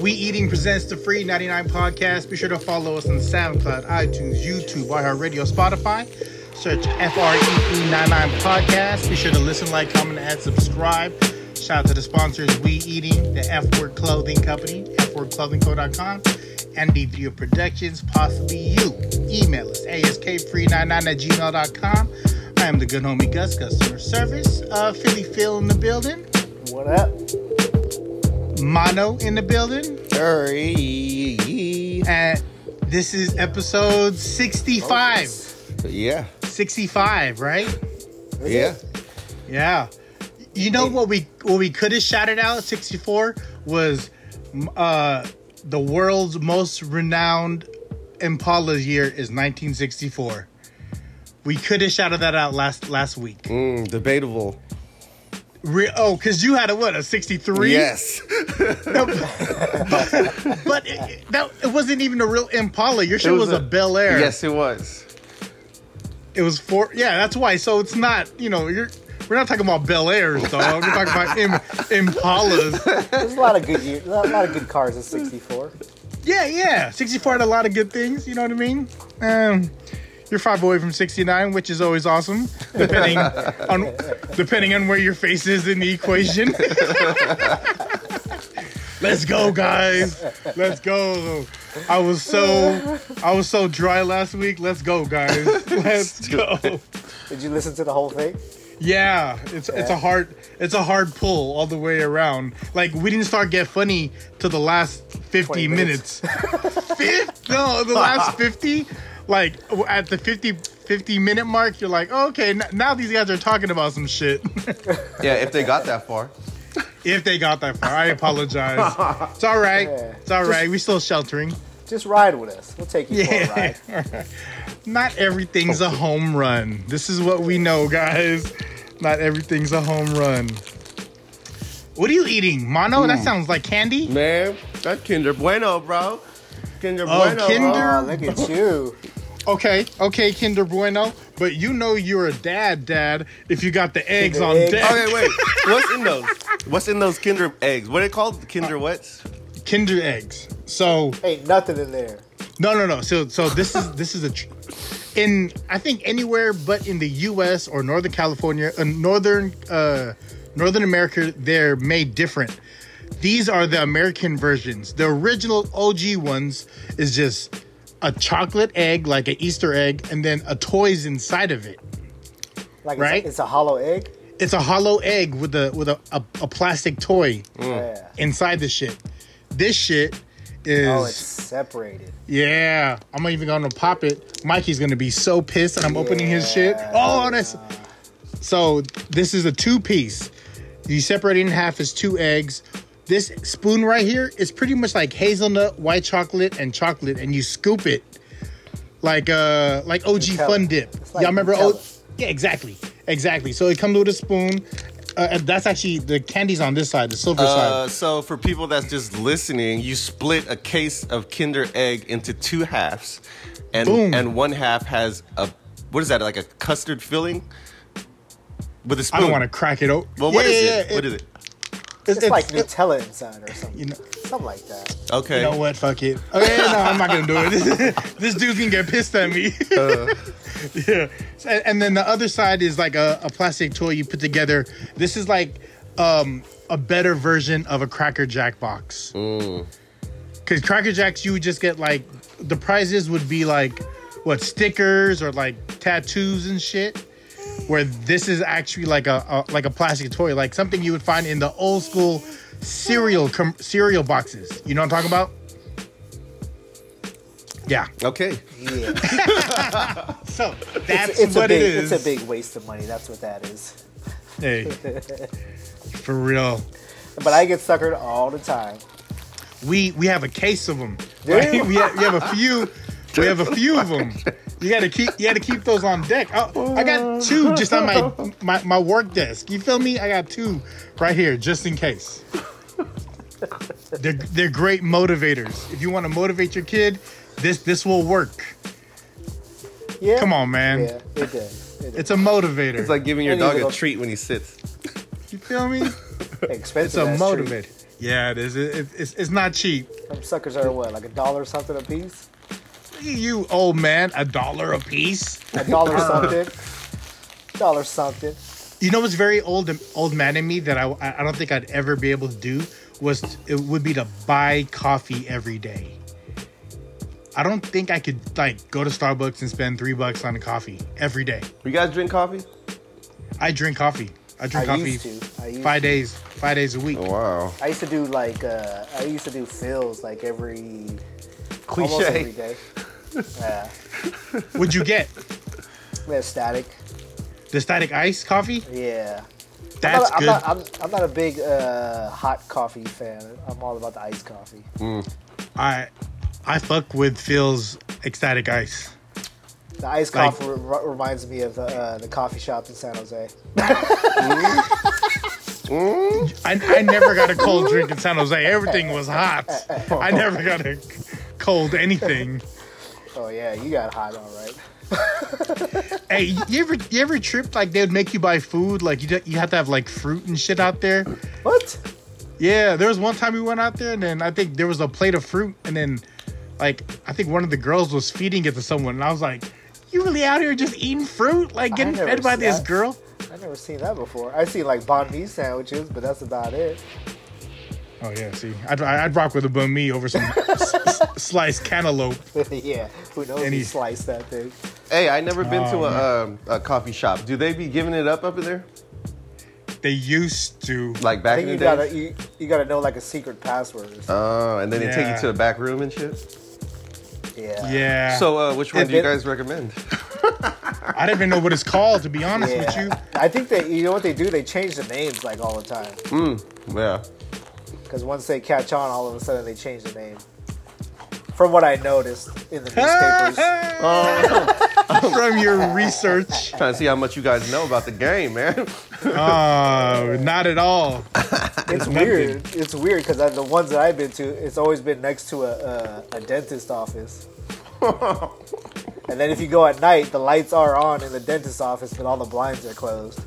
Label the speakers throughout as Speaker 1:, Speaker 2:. Speaker 1: We Eating presents the Free 99 podcast. Be sure to follow us on SoundCloud, iTunes, YouTube, iHeartRadio, Spotify. Search E FREE99 podcast. Be sure to listen, like, comment, and subscribe. Shout out to the sponsors We Eating, the F Word Clothing Company, fwordclothingco.com, and the View Productions, possibly you. Email us, askfree99 at gmail.com. I am the good homie Gus, customer service. Uh, Philly Phil in the building,
Speaker 2: What up?
Speaker 1: Mono in the building.
Speaker 2: Hurry.
Speaker 1: And this is episode 65.
Speaker 2: Yeah.
Speaker 1: 65, right?
Speaker 2: yeah.
Speaker 1: Yeah. You know what we what we could have shouted out at 64 was m- uh the world's most renowned Impala year is 1964. We could have shouted that out last last week.
Speaker 2: Mm, debatable.
Speaker 1: Re- oh, because you had a what a 63?
Speaker 2: Yes.
Speaker 1: But it, it- that it wasn't even a real Impala. Your shit was,
Speaker 3: was
Speaker 1: a,
Speaker 3: a-
Speaker 1: Bel Air.
Speaker 3: Yes, it was.
Speaker 1: It was four. Yeah, that's why. So it's not. You know, you're. We're not talking about Bel Airs, though. We're talking about Im- Impalas.
Speaker 4: There's a lot of good years, a lot of good cars in '64.
Speaker 1: Yeah, yeah. 64 had a lot of good things. You know what I mean? Um, you're five away from 69, which is always awesome, depending on depending on where your face is in the equation. Let's go, guys. Let's go. I was so I was so dry last week. Let's go, guys. Let's go.
Speaker 4: Did you listen to the whole thing?
Speaker 1: Yeah, it's it's a hard it's a hard pull all the way around. Like we didn't start get funny till the last fifty
Speaker 4: 20
Speaker 1: minutes.
Speaker 4: minutes.
Speaker 1: Fif- no, the last fifty. Like w- at the 50, 50 minute mark, you're like, okay, n- now these guys are talking about some shit.
Speaker 3: Yeah, if they got that far.
Speaker 1: if they got that far, I apologize. It's all right. It's all right. We still sheltering.
Speaker 4: Just ride with us. We'll take you for a
Speaker 1: Yeah.
Speaker 4: ride.
Speaker 1: Not everything's a home run. This is what we know, guys. Not everything's a home run. What are you eating? Mono? That sounds like candy.
Speaker 3: Man, that Kinder Bueno, bro. Kinder
Speaker 1: Oh,
Speaker 3: Bueno.
Speaker 1: Kinder-
Speaker 3: bro.
Speaker 4: Oh, look at you.
Speaker 1: Okay, okay, Kinder Bueno. But you know you're a dad, dad, if you got the eggs on
Speaker 4: egg.
Speaker 1: deck.
Speaker 3: Okay, wait. What's in those? What's in those Kinder eggs? What are they called? Kinder what?
Speaker 1: Kinder eggs. So
Speaker 4: Ain't nothing in there.
Speaker 1: No, no, no. So, so this is this is a tr- in I think anywhere but in the U.S. or Northern California, uh, Northern uh, Northern America, they're made different. These are the American versions. The original OG ones is just a chocolate egg, like an Easter egg, and then a toys inside of it.
Speaker 4: Like it's,
Speaker 1: Right?
Speaker 4: it's a hollow egg.
Speaker 1: It's a hollow egg with a with a, a, a plastic toy
Speaker 4: Yeah.
Speaker 1: inside the shit. This shit is
Speaker 4: Oh, it's separated.
Speaker 1: Yeah, I'm not even gonna pop it. Mikey's gonna be so pissed that I'm opening his shit. Oh, that's so. This is a two piece. You separate it in half as two eggs. This spoon right here is pretty much like hazelnut, white chocolate, and chocolate, and you scoop it like uh like OG
Speaker 4: Nutella.
Speaker 1: Fun Dip.
Speaker 4: It's like
Speaker 1: Y'all remember?
Speaker 4: Nutella.
Speaker 1: O- yeah, exactly, exactly. So it comes with a spoon. Uh, and that's actually the candy's on this side, the silver
Speaker 3: Uh,
Speaker 1: side.
Speaker 3: so for people that's just listening, you split a case of Kinder egg into two halves, and
Speaker 1: Boom.
Speaker 3: and one half has a what is that like a custard filling with a spoon?
Speaker 1: I don't want to crack it open.
Speaker 3: Well, what is it? What is it?
Speaker 4: It's, like Nutella inside or something.
Speaker 1: You know-
Speaker 4: something like that.
Speaker 3: Okay.
Speaker 1: You know what? Fuck it. Okay, no, I'm not gonna do it. this dude's gonna get pissed at me. yeah. So, and then the other side is like a, a plastic toy you put together. This is like um, a better version of a Cracker Jack box. Because Cracker Jacks, you would just get like the prizes would be like what stickers or like tattoos and shit. Where this is actually like a, a like a plastic toy, like something you would find in the old school cereal com- cereal boxes. You know what I'm talking about? Yeah.
Speaker 3: Okay.
Speaker 4: Yeah.
Speaker 1: So that's
Speaker 4: it's
Speaker 1: what
Speaker 4: a big,
Speaker 1: it is.
Speaker 4: It's a big waste of money. That's what that is.
Speaker 1: Hey, for real.
Speaker 4: But I get suckered all the time.
Speaker 1: we we have a case of them.
Speaker 4: Do you?
Speaker 1: We, have, we have a few. We have a few of them. You gotta keep you gotta keep those on deck. Oh, I got two just on my, my my work desk. You feel me? I got two right here just in case. They're they're great motivators. If you want to motivate your kid, this this will work.
Speaker 4: Yeah.
Speaker 1: Come on, man.
Speaker 4: Yeah, it does. It does.
Speaker 1: It's a motivator.
Speaker 3: It's like giving your
Speaker 4: Any
Speaker 3: dog a
Speaker 4: little-
Speaker 3: treat when he sits.
Speaker 1: you feel me?
Speaker 4: expensive.
Speaker 1: It's a
Speaker 4: ass treat.
Speaker 1: motivator. Yeah, it is. It, it, it's, it's not cheap.
Speaker 4: Some suckers are what, like a dollar something a piece?
Speaker 1: You old man, a dollar a piece.
Speaker 4: A dollar
Speaker 1: Uh.
Speaker 4: something. Dollar something.
Speaker 1: You know what's very old old man in me that I I don't think I'd ever be able to do was it would be to buy coffee every day. I don't think I could like go to Starbucks and spend three bucks on a coffee every day.
Speaker 3: You guys drink coffee?
Speaker 1: I drink coffee. I drink
Speaker 4: I
Speaker 1: coffee
Speaker 4: used to. I used
Speaker 1: five days, five days a week.
Speaker 2: Oh, wow.
Speaker 4: I used to do like uh, I used to do fills like every almost every
Speaker 3: Cliche.
Speaker 4: day. Yeah,
Speaker 1: What'd you get?
Speaker 4: we had static.
Speaker 1: The static ice coffee?
Speaker 4: Yeah,
Speaker 1: That's
Speaker 4: I'm
Speaker 1: good.
Speaker 4: not, I'm, not, I'm, I'm not a big uh, hot coffee fan. I'm all about the iced coffee.
Speaker 1: I I fuck with Phil's ecstatic ice.
Speaker 4: The iced
Speaker 1: Like-
Speaker 4: coffee re- reminds me of the, uh, the coffee shops in San Jose.
Speaker 1: I, I never got a cold drink in San Jose. Everything was hot. I never got a cold anything.
Speaker 4: Oh yeah, you got hot, all right.
Speaker 1: Hey, you ever you ever tripped like they would make you buy food like you d- you have to have like fruit and shit out there?
Speaker 4: What?
Speaker 1: Yeah, there was one time we went out there and then I think there was a plate of fruit and then like I think one of the girls was feeding it to someone and I was like, "You really out here just eating fruit? Like getting
Speaker 4: never
Speaker 1: fed by
Speaker 4: see
Speaker 1: this
Speaker 4: that.
Speaker 1: girl?"
Speaker 4: I never seen that before. I seen like banh mi sandwiches, but that's about it.
Speaker 1: Oh yeah, see, I'd, I'd rock with a bun me over some s- s- sliced cantaloupe.
Speaker 4: yeah, who knows?
Speaker 1: Any-
Speaker 4: Any... slice that thing.
Speaker 3: Hey, I never been
Speaker 1: Oh,
Speaker 3: to a, um, a coffee shop. Do they be giving it up up in there?
Speaker 1: They used to.
Speaker 3: Like
Speaker 4: I
Speaker 3: back
Speaker 4: think
Speaker 3: in the
Speaker 4: you
Speaker 3: day?
Speaker 4: gotta you, you gotta know like a secret password. Or something.
Speaker 3: Oh, and then they take
Speaker 1: Yeah.
Speaker 3: you to the back room and shit.
Speaker 4: yeah.
Speaker 1: Yeah. So
Speaker 3: So, uh, which one
Speaker 4: And
Speaker 3: do you
Speaker 4: then-
Speaker 3: guys recommend?
Speaker 1: I didn't even know what it's called, to be honest with
Speaker 4: Yeah.
Speaker 1: you.
Speaker 4: I think they, you know what they do? They change the names like all the time.
Speaker 3: Hmm? Yeah.
Speaker 4: Because once they catch on, all of a sudden they change the name. From what I noticed in the newspapers. Oh.
Speaker 1: From your research,
Speaker 3: Trying to see how much you guys know about the game, man.
Speaker 1: oh, not at all.
Speaker 4: it's
Speaker 1: one thing.
Speaker 4: weird. It's weird because the ones that I've been to, it's always been next to a, a, a dentist office. and then if you go at night, the lights are on in the dentist's office, but all the blinds are closed.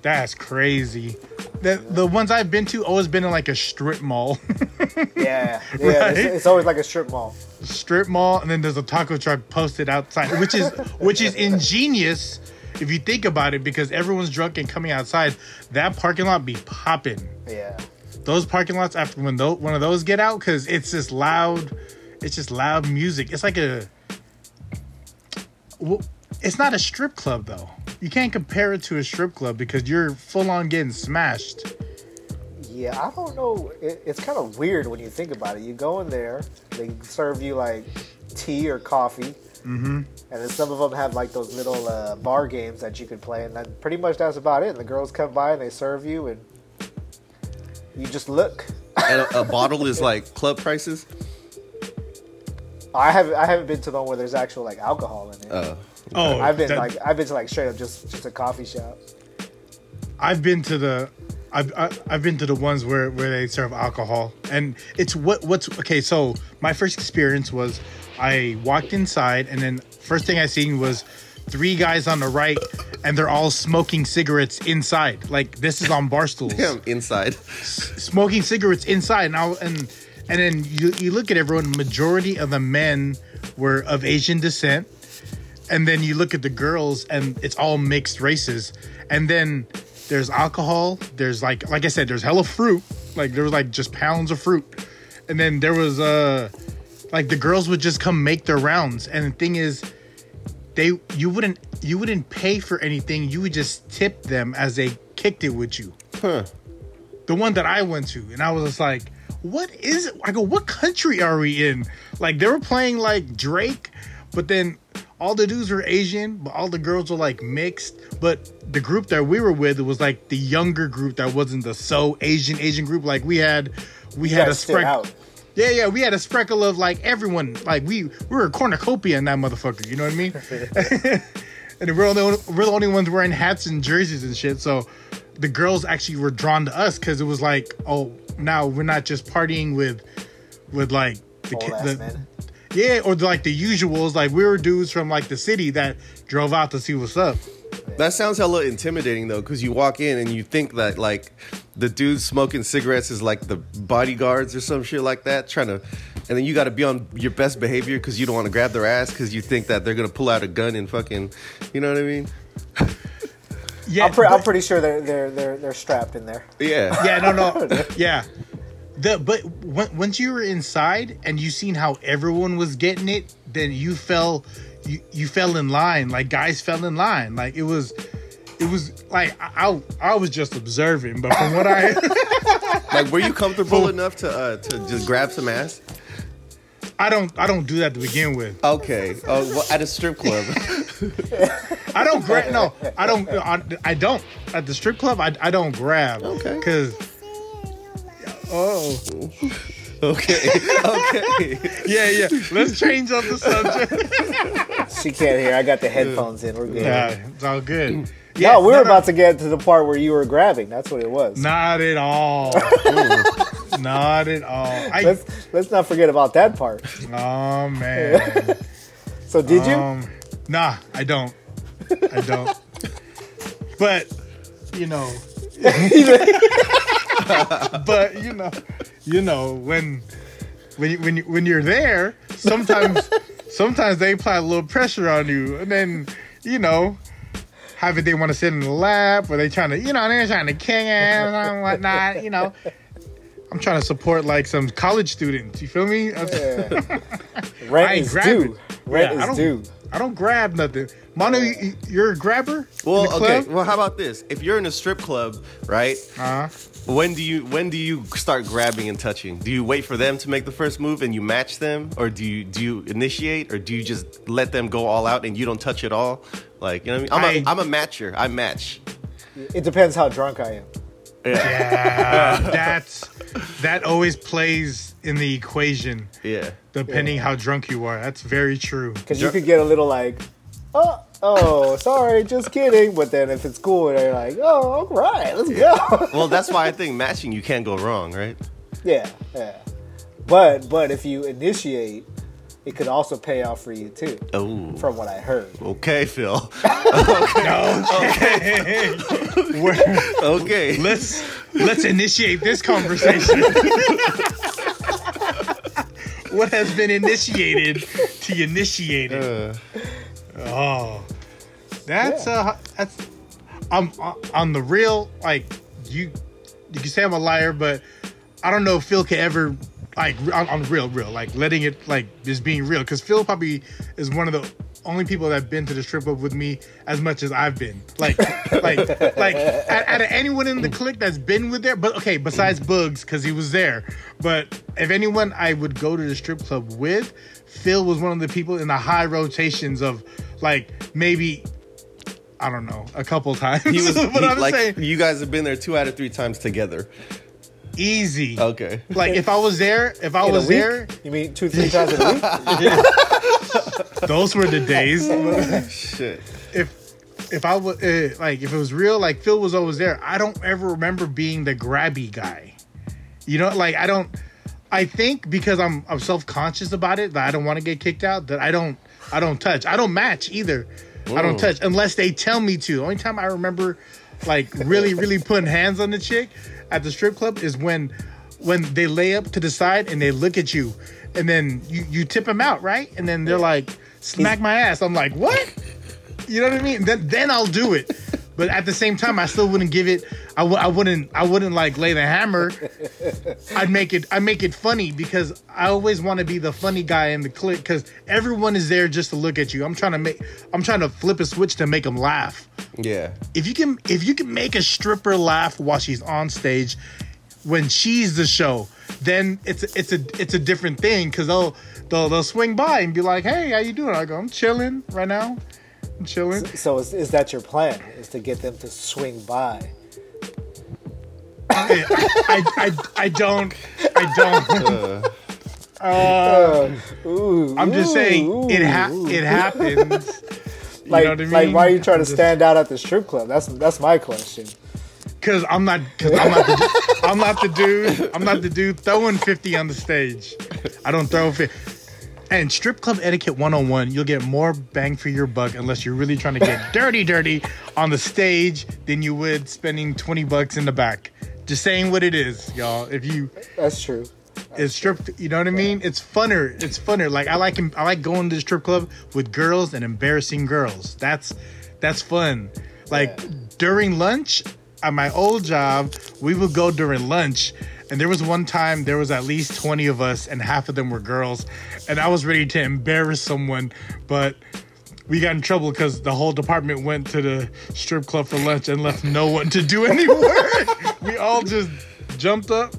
Speaker 1: That's crazy. The the ones I've been to always been in like a strip mall,
Speaker 4: Yeah. Yeah.
Speaker 1: Right?
Speaker 4: It's, it's always like a strip mall.
Speaker 1: strip mall, and then there's a taco truck posted outside, which is which is ingenious if you think about it, because everyone's drunk and coming outside. That parking lot be popping.
Speaker 4: Yeah.
Speaker 1: those parking lots after when those one of those get out because it's just loud it's just loud music it's like a well, it's not a strip club though you can't compare it to a strip club because you're full on getting smashed
Speaker 4: Yeah, I don't know. It, it's kind of weird when you think about it. You go in there, they serve you like tea or coffee, mm-hmm. and then some of them have like those little uh, bar games that you can play, and then pretty much that's about it. And the girls come by and they serve you, and you just look.
Speaker 3: and a, a bottle is like club prices.
Speaker 4: I haven't I haven't been to the one where there's actual like alcohol in it.
Speaker 1: oh
Speaker 4: I've been
Speaker 1: that-
Speaker 4: like I've been to like straight up just just a coffee shop.
Speaker 1: I've been to the I've, I- I've been to the ones where, where they serve alcohol and it's what what's okay so my first experience was i walked inside and then first thing i seen was three guys on the right and they're all smoking cigarettes inside like this is on bar stools
Speaker 3: Damn, inside.
Speaker 1: smoking cigarettes inside and I, and and then you, you look at everyone majority of the men were of asian descent and then you look at the girls and it's all mixed races and then there's alcohol there's like like i said there's hella fruit like there was like just pounds of fruit and then there was uh like the girls would just come make their rounds and the thing is they you wouldn't you wouldn't pay for anything you would just tip them as they kicked it with you the one that I went to, and I was just like, "What is it?" I go, "What country are we in?" Like they were playing like Drake, but then all the dudes were Asian, but all the girls were like mixed. But the group that we were with was like the younger group that wasn't the so Asian Asian group. Like we had, we had a
Speaker 4: guys stood
Speaker 1: spread.
Speaker 4: out.
Speaker 1: Yeah, yeah, we had a sprinkle of like everyone, like we we were a cornucopia in that motherfucker. You know what I mean? and we're the only, we're the only ones wearing hats and jerseys and shit. So the girls actually were drawn to us because it was like, oh, now we're not just partying with with like the,
Speaker 4: Old
Speaker 1: ki-
Speaker 4: ass
Speaker 1: the-
Speaker 4: men.
Speaker 1: yeah, or the, like the usuals. Like we were dudes from like the city that drove out to see what's up.
Speaker 3: That sounds hella intimidating though, because you walk in and you think that like the dude smoking cigarettes is like the bodyguards or some shit like that, trying to, and then you got to be on your best behavior because you don't want to grab their ass because you think that they're gonna pull out a gun and fucking, you know what I mean?
Speaker 1: Yeah,
Speaker 4: I'm, pre- I'm
Speaker 1: but-
Speaker 4: pretty sure they're they're they're they're strapped in there.
Speaker 3: Yeah.
Speaker 1: yeah, no, no, yeah. The but when, once you were inside and you seen how everyone was getting it, then you fell, you you fell in line. Like guys fell in line. Like it was, it was like I I, I was just observing, but from what I
Speaker 3: Like, were you comfortable enough to uh, to just grab some ass?
Speaker 1: I don't I don't do that to begin with.
Speaker 3: Okay. Oh, well, at a strip club.
Speaker 1: I don't grab. No, I don't. I, I don't at the strip club. I I don't grab.
Speaker 3: Okay.
Speaker 1: Cause oh
Speaker 3: okay. Okay.
Speaker 1: yeah yeah. Let's change up the subject.
Speaker 4: She can't hear. I got the headphones in. We're good.
Speaker 1: Yeah, it's all good.
Speaker 4: no, we were about to get to the part where you were grabbing. That's what it was.
Speaker 1: Not at all. Not at all. I,
Speaker 4: Let's let's not forget about that part.
Speaker 1: oh man.
Speaker 4: So did you?
Speaker 1: Um, nah, I don't. I don't. But you know. but you know, you know when when you- when you- when you're there, sometimes sometimes they apply a little pressure on you, and then you know. Have it they want to sit in the lap, or they trying to, you know, they're trying to king ass and whatnot, you know. I'm trying to support like some college students. You feel me?
Speaker 4: Yeah.
Speaker 1: I
Speaker 4: Rent is
Speaker 1: grab
Speaker 4: due.
Speaker 1: it.
Speaker 4: Rent
Speaker 1: Yeah, I
Speaker 4: is
Speaker 1: don't-
Speaker 4: due.
Speaker 1: I don't grab nothing. Mono, you, you're a grabber. in the
Speaker 3: Well, okay.
Speaker 1: club?
Speaker 3: Well, how about this? If you're in a strip club, right?
Speaker 1: Uh-huh.
Speaker 3: When do you when do you start grabbing and touching? Do you wait for them to make the first move and you match them, or do you do you initiate, or do you just let them go all out and you don't touch at all? Like you know, what I mean?
Speaker 1: I-
Speaker 3: I'm a, I'm a matcher. I match.
Speaker 4: It depends how drunk I am.
Speaker 1: Yeah, that's that always plays in the equation
Speaker 3: Yeah.
Speaker 1: depending how drunk you are. That's very true.
Speaker 4: Because you could get a little like, oh, oh, sorry, just kidding. But then if it's cool, they're like, oh, all right, let's go.
Speaker 3: Well, that's why I think matching you can't go wrong, right?
Speaker 4: yeah, yeah. But but if you initiate, it could also pay off for you too.
Speaker 3: Oh.
Speaker 4: From what I heard,
Speaker 3: Okay, Phil.
Speaker 1: Okay, We're-
Speaker 3: Okay.
Speaker 1: let's let's initiate this conversation. what has been initiated to initiate it?
Speaker 3: Uh,
Speaker 1: Oh, that's uh, that's I'm uh, on the real like you. You can say I'm a liar, but I don't know if Phil can ever like on, on real, real like letting it like just being real because Phil probably is one of the only people that've been to the strip club with me as much as I've been. Like, like, like out, out of anyone in the clique that's been with there, but okay, besides Bugs because he was there. But if anyone I would go to the strip club with, Phil was one of the people in the high rotations of like maybe. I don't know, a couple times.
Speaker 3: he was
Speaker 1: but
Speaker 3: he-
Speaker 1: I'm
Speaker 3: like
Speaker 1: saying
Speaker 3: you guys have been there two out of three times together.
Speaker 1: easy.
Speaker 3: Okay.
Speaker 1: Like if I was there, if I
Speaker 4: in a
Speaker 1: was
Speaker 4: week,
Speaker 1: there,
Speaker 4: you mean two three times a week?
Speaker 1: those were the days.
Speaker 3: Shit.
Speaker 1: if if I was uh, like if it was real, like Phil was always there. I don't ever remember being the grabby guy. You know, like I don't. I think because I'm I'm self conscious about it that I don't want to get kicked out. That I don't I don't touch. I don't match either. I don't touch unless they tell me to. Only time I remember like really really putting hands on the chick at the strip club is when when they lay up to the side and they look at you and then you you tip them out right and then they're like smack my ass. I'm like what? You know what I mean? Then then I'll do it. But at the same time, I still wouldn't give it. I w- I wouldn't. I wouldn't like lay the hammer. I'd make it. I make it funny because I always want to be the funny guy in the clique because everyone is there just to look at you. I'm trying to make. I'm trying to flip a switch to make them laugh.
Speaker 3: Yeah.
Speaker 1: If you can, if you can make a stripper laugh while she's on stage, when she's the show, then it's it's a it's a different thing because they'll they'll they'll swing by and be like, "Hey, how you doing?" I go, "I'm chilling right now. I'm chilling."
Speaker 4: So is, is that your plan? Is to get them to swing by?
Speaker 1: I, I, I don't. I don't.
Speaker 3: Uh,
Speaker 4: Ooh,
Speaker 1: I'm just
Speaker 4: ooh,
Speaker 1: saying it
Speaker 4: ooh,
Speaker 1: ha-
Speaker 4: ooh.
Speaker 1: it happens.
Speaker 4: Like,
Speaker 1: what I
Speaker 4: like, why are you
Speaker 1: mean?
Speaker 4: trying to
Speaker 1: Just-
Speaker 4: stand out at the strip club? That's that's my question.
Speaker 1: Cause I'm not. Cause I'm not. The, du- I'm not the dude. I'm not the dude throwing fifty on the stage. I don't throw fifty. And strip club etiquette 101, you'll get more bang for your buck unless you're really trying to get dirty, dirty on the stage than you would spending 20 bucks in the back. Just saying what it is, y'all. If you
Speaker 4: That's true.
Speaker 1: it's strip, you know what I mean? It's funner. It's funner. Like I like I like going to the strip club with girls and embarrassing girls. That's that's fun. Like during lunch at my old job, we would go during lunch. And there was one time there was at least 20 of us and half of them were girls. And I was ready to embarrass someone, but we got in trouble because the whole department went to the strip club for lunch and left no one to do any work. we all just jumped up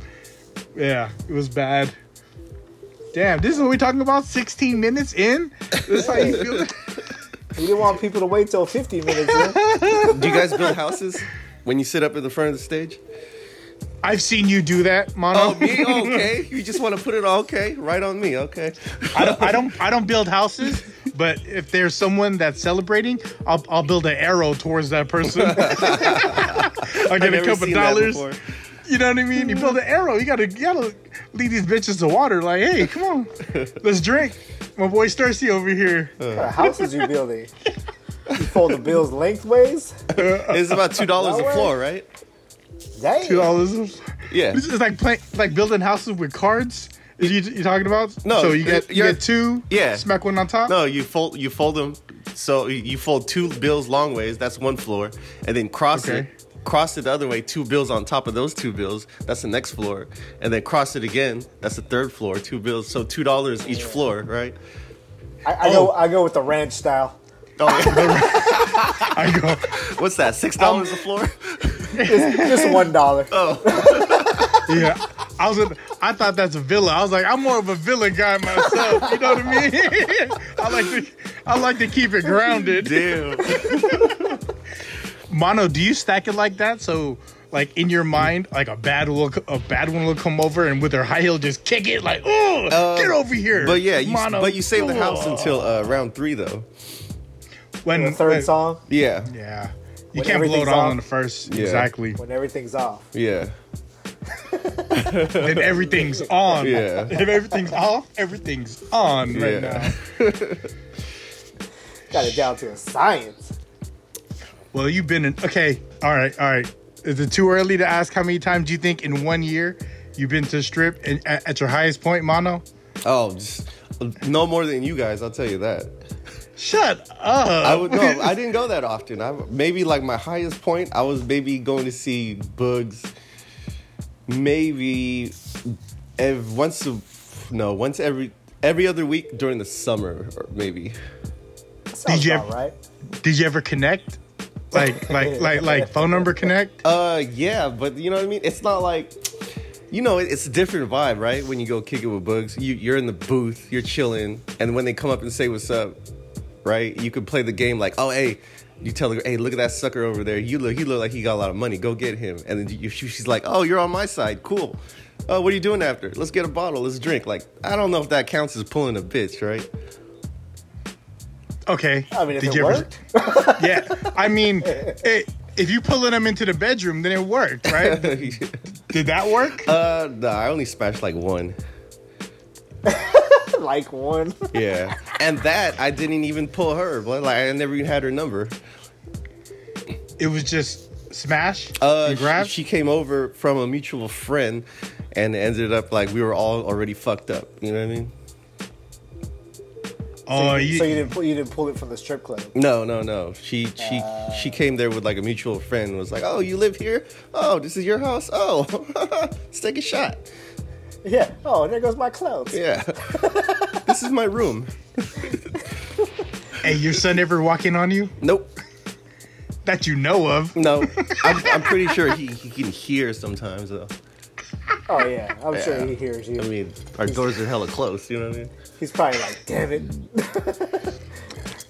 Speaker 1: yeah, it was bad. Damn, this is what we're talking about. 16 minutes in. This is how you feel.
Speaker 4: We didn't want people to wait till 15 minutes. in.
Speaker 3: Do you guys build houses when you sit up in the front of the stage?
Speaker 1: I've seen you do that, Mono.
Speaker 3: Oh, me? Okay. You just want to put it all okay? Right on me. Okay.
Speaker 1: I don't, I don't, I don't build houses. But if there's someone that's celebrating, I'll, I'll build an arrow towards that person. I get a
Speaker 3: never
Speaker 1: couple
Speaker 3: seen that
Speaker 1: dollars.
Speaker 3: before.
Speaker 1: You know what I mean? You build an arrow. You gotta, you gotta lead these bitches to water. Like, hey, come on, let's drink. My boy's thirsty over here.
Speaker 4: What kind of houses you building? You fold the bills lengthways?
Speaker 3: It's about two dollars
Speaker 4: That
Speaker 3: a
Speaker 4: way?
Speaker 3: floor, right?
Speaker 4: Dang.
Speaker 1: Two dollars.
Speaker 3: Yeah.
Speaker 1: It's, it's like playing, like building houses with cards. Is you you talking about?
Speaker 3: No,
Speaker 1: So you get you
Speaker 3: you're-
Speaker 1: get two.
Speaker 3: yeah.
Speaker 1: Smack one on top.
Speaker 3: No, you fold you fold them. So you fold two bills long ways. That's one floor, and then cross
Speaker 1: Okay.
Speaker 3: it. Cross it the other way, two bills on top of those two bills. That's the next floor, and then cross it again. That's the third floor, two bills. So two dollars each floor, right?
Speaker 4: I, I
Speaker 1: Oh.
Speaker 4: go. I go with the ranch style.
Speaker 3: Oh,
Speaker 1: I go.
Speaker 3: what's that? Six dollars a floor?
Speaker 4: It's just one dollar.
Speaker 1: Oh, Yeah. I was. in- I thought that's a villa. I was like, I'm more of a villa guy myself. You know what I mean? I like to. I like to keep it grounded.
Speaker 3: Damn.
Speaker 1: Mono, do you stack it like that? So, like in your mind, like a bad will, a bad one will come over and with her high heel just kick it, like, oh, get over here.
Speaker 3: Uh, But yeah, you,
Speaker 1: Mono.
Speaker 3: but you save the house
Speaker 1: Ugh.
Speaker 3: until uh, round three, though.
Speaker 1: when
Speaker 4: The third
Speaker 1: when-
Speaker 4: song
Speaker 3: Yeah,
Speaker 1: Yeah. You
Speaker 4: When
Speaker 1: can't blow it
Speaker 4: everything's
Speaker 1: all
Speaker 4: off.
Speaker 1: in the first.
Speaker 3: Yeah.
Speaker 1: Exactly.
Speaker 4: when everything's off.
Speaker 3: yeah.
Speaker 1: if everything's on.
Speaker 3: Yeah.
Speaker 1: If everything's off, everything's on right
Speaker 3: Yeah.
Speaker 1: now.
Speaker 4: Got it down to a science.
Speaker 1: Well, you've been in. Okay. All right. All right. Is it too early to ask how many times you think in one year you've been to strip and at, at your highest point, Mono?
Speaker 3: Oh, just no more than you guys. I'll tell you that.
Speaker 1: Shut up.
Speaker 3: I would no. I didn't go that often. I maybe like my highest point. I was maybe going to see Bugs. Maybe ev- once a, no once every every other week during the summer or maybe.
Speaker 4: Sounds
Speaker 1: Did you
Speaker 4: about
Speaker 1: ever-
Speaker 4: right?
Speaker 1: Did you ever connect? Like, like, like, like phone number connect?
Speaker 3: Uh yeah, but you know what I mean. It's not like. You know, it's a different vibe, right? When you go kick it with Bugs, you, you're in the booth, you're chilling, and when they come up and say what's up, right? You could play the game like, oh, hey, you tell her, hey, look at that sucker over there. You look, he look like he got a lot of money. Go get him. And then you, she- she's like, oh, you're on my side. Cool. Uh, what are you doing after? Let's get a bottle. Let's drink. Like, I don't know if that counts as pulling a bitch, right?
Speaker 1: Okay.
Speaker 4: I mean, if
Speaker 1: Did
Speaker 4: it
Speaker 1: you ever-
Speaker 4: worked,
Speaker 1: Yeah. I mean, it, if you pulling them into the bedroom, then it worked, right? Did that work?
Speaker 3: uh, nah, I only smashed like one.
Speaker 4: like one.
Speaker 3: Yeah, and that I didn't even pull her. But like, I never even had her number.
Speaker 1: It was just smash
Speaker 3: Uh,
Speaker 1: and grab.
Speaker 3: She, she came over from a mutual friend, and ended up like we were all already fucked up. You know what I mean?
Speaker 1: oh, you,
Speaker 4: so you didn't pull, you didn't pull it from the strip club.
Speaker 3: No, no, no. She she she came there with like a mutual friend. and Was like, oh, you live here? Oh, this is your house? Oh, let's take a shot.
Speaker 4: Yeah. Oh, there goes my clothes.
Speaker 3: Yeah, this is my room.
Speaker 1: hey, your son ever walking on you
Speaker 3: Nope,
Speaker 1: that you know of?
Speaker 3: no. I'm, I'm pretty sure he, he can hear sometimes though.
Speaker 4: Oh yeah, I'm
Speaker 3: Yeah.
Speaker 4: sure he hears you.
Speaker 3: I mean, our doors are hella close. You know what I mean?
Speaker 4: He's probably like, damn it.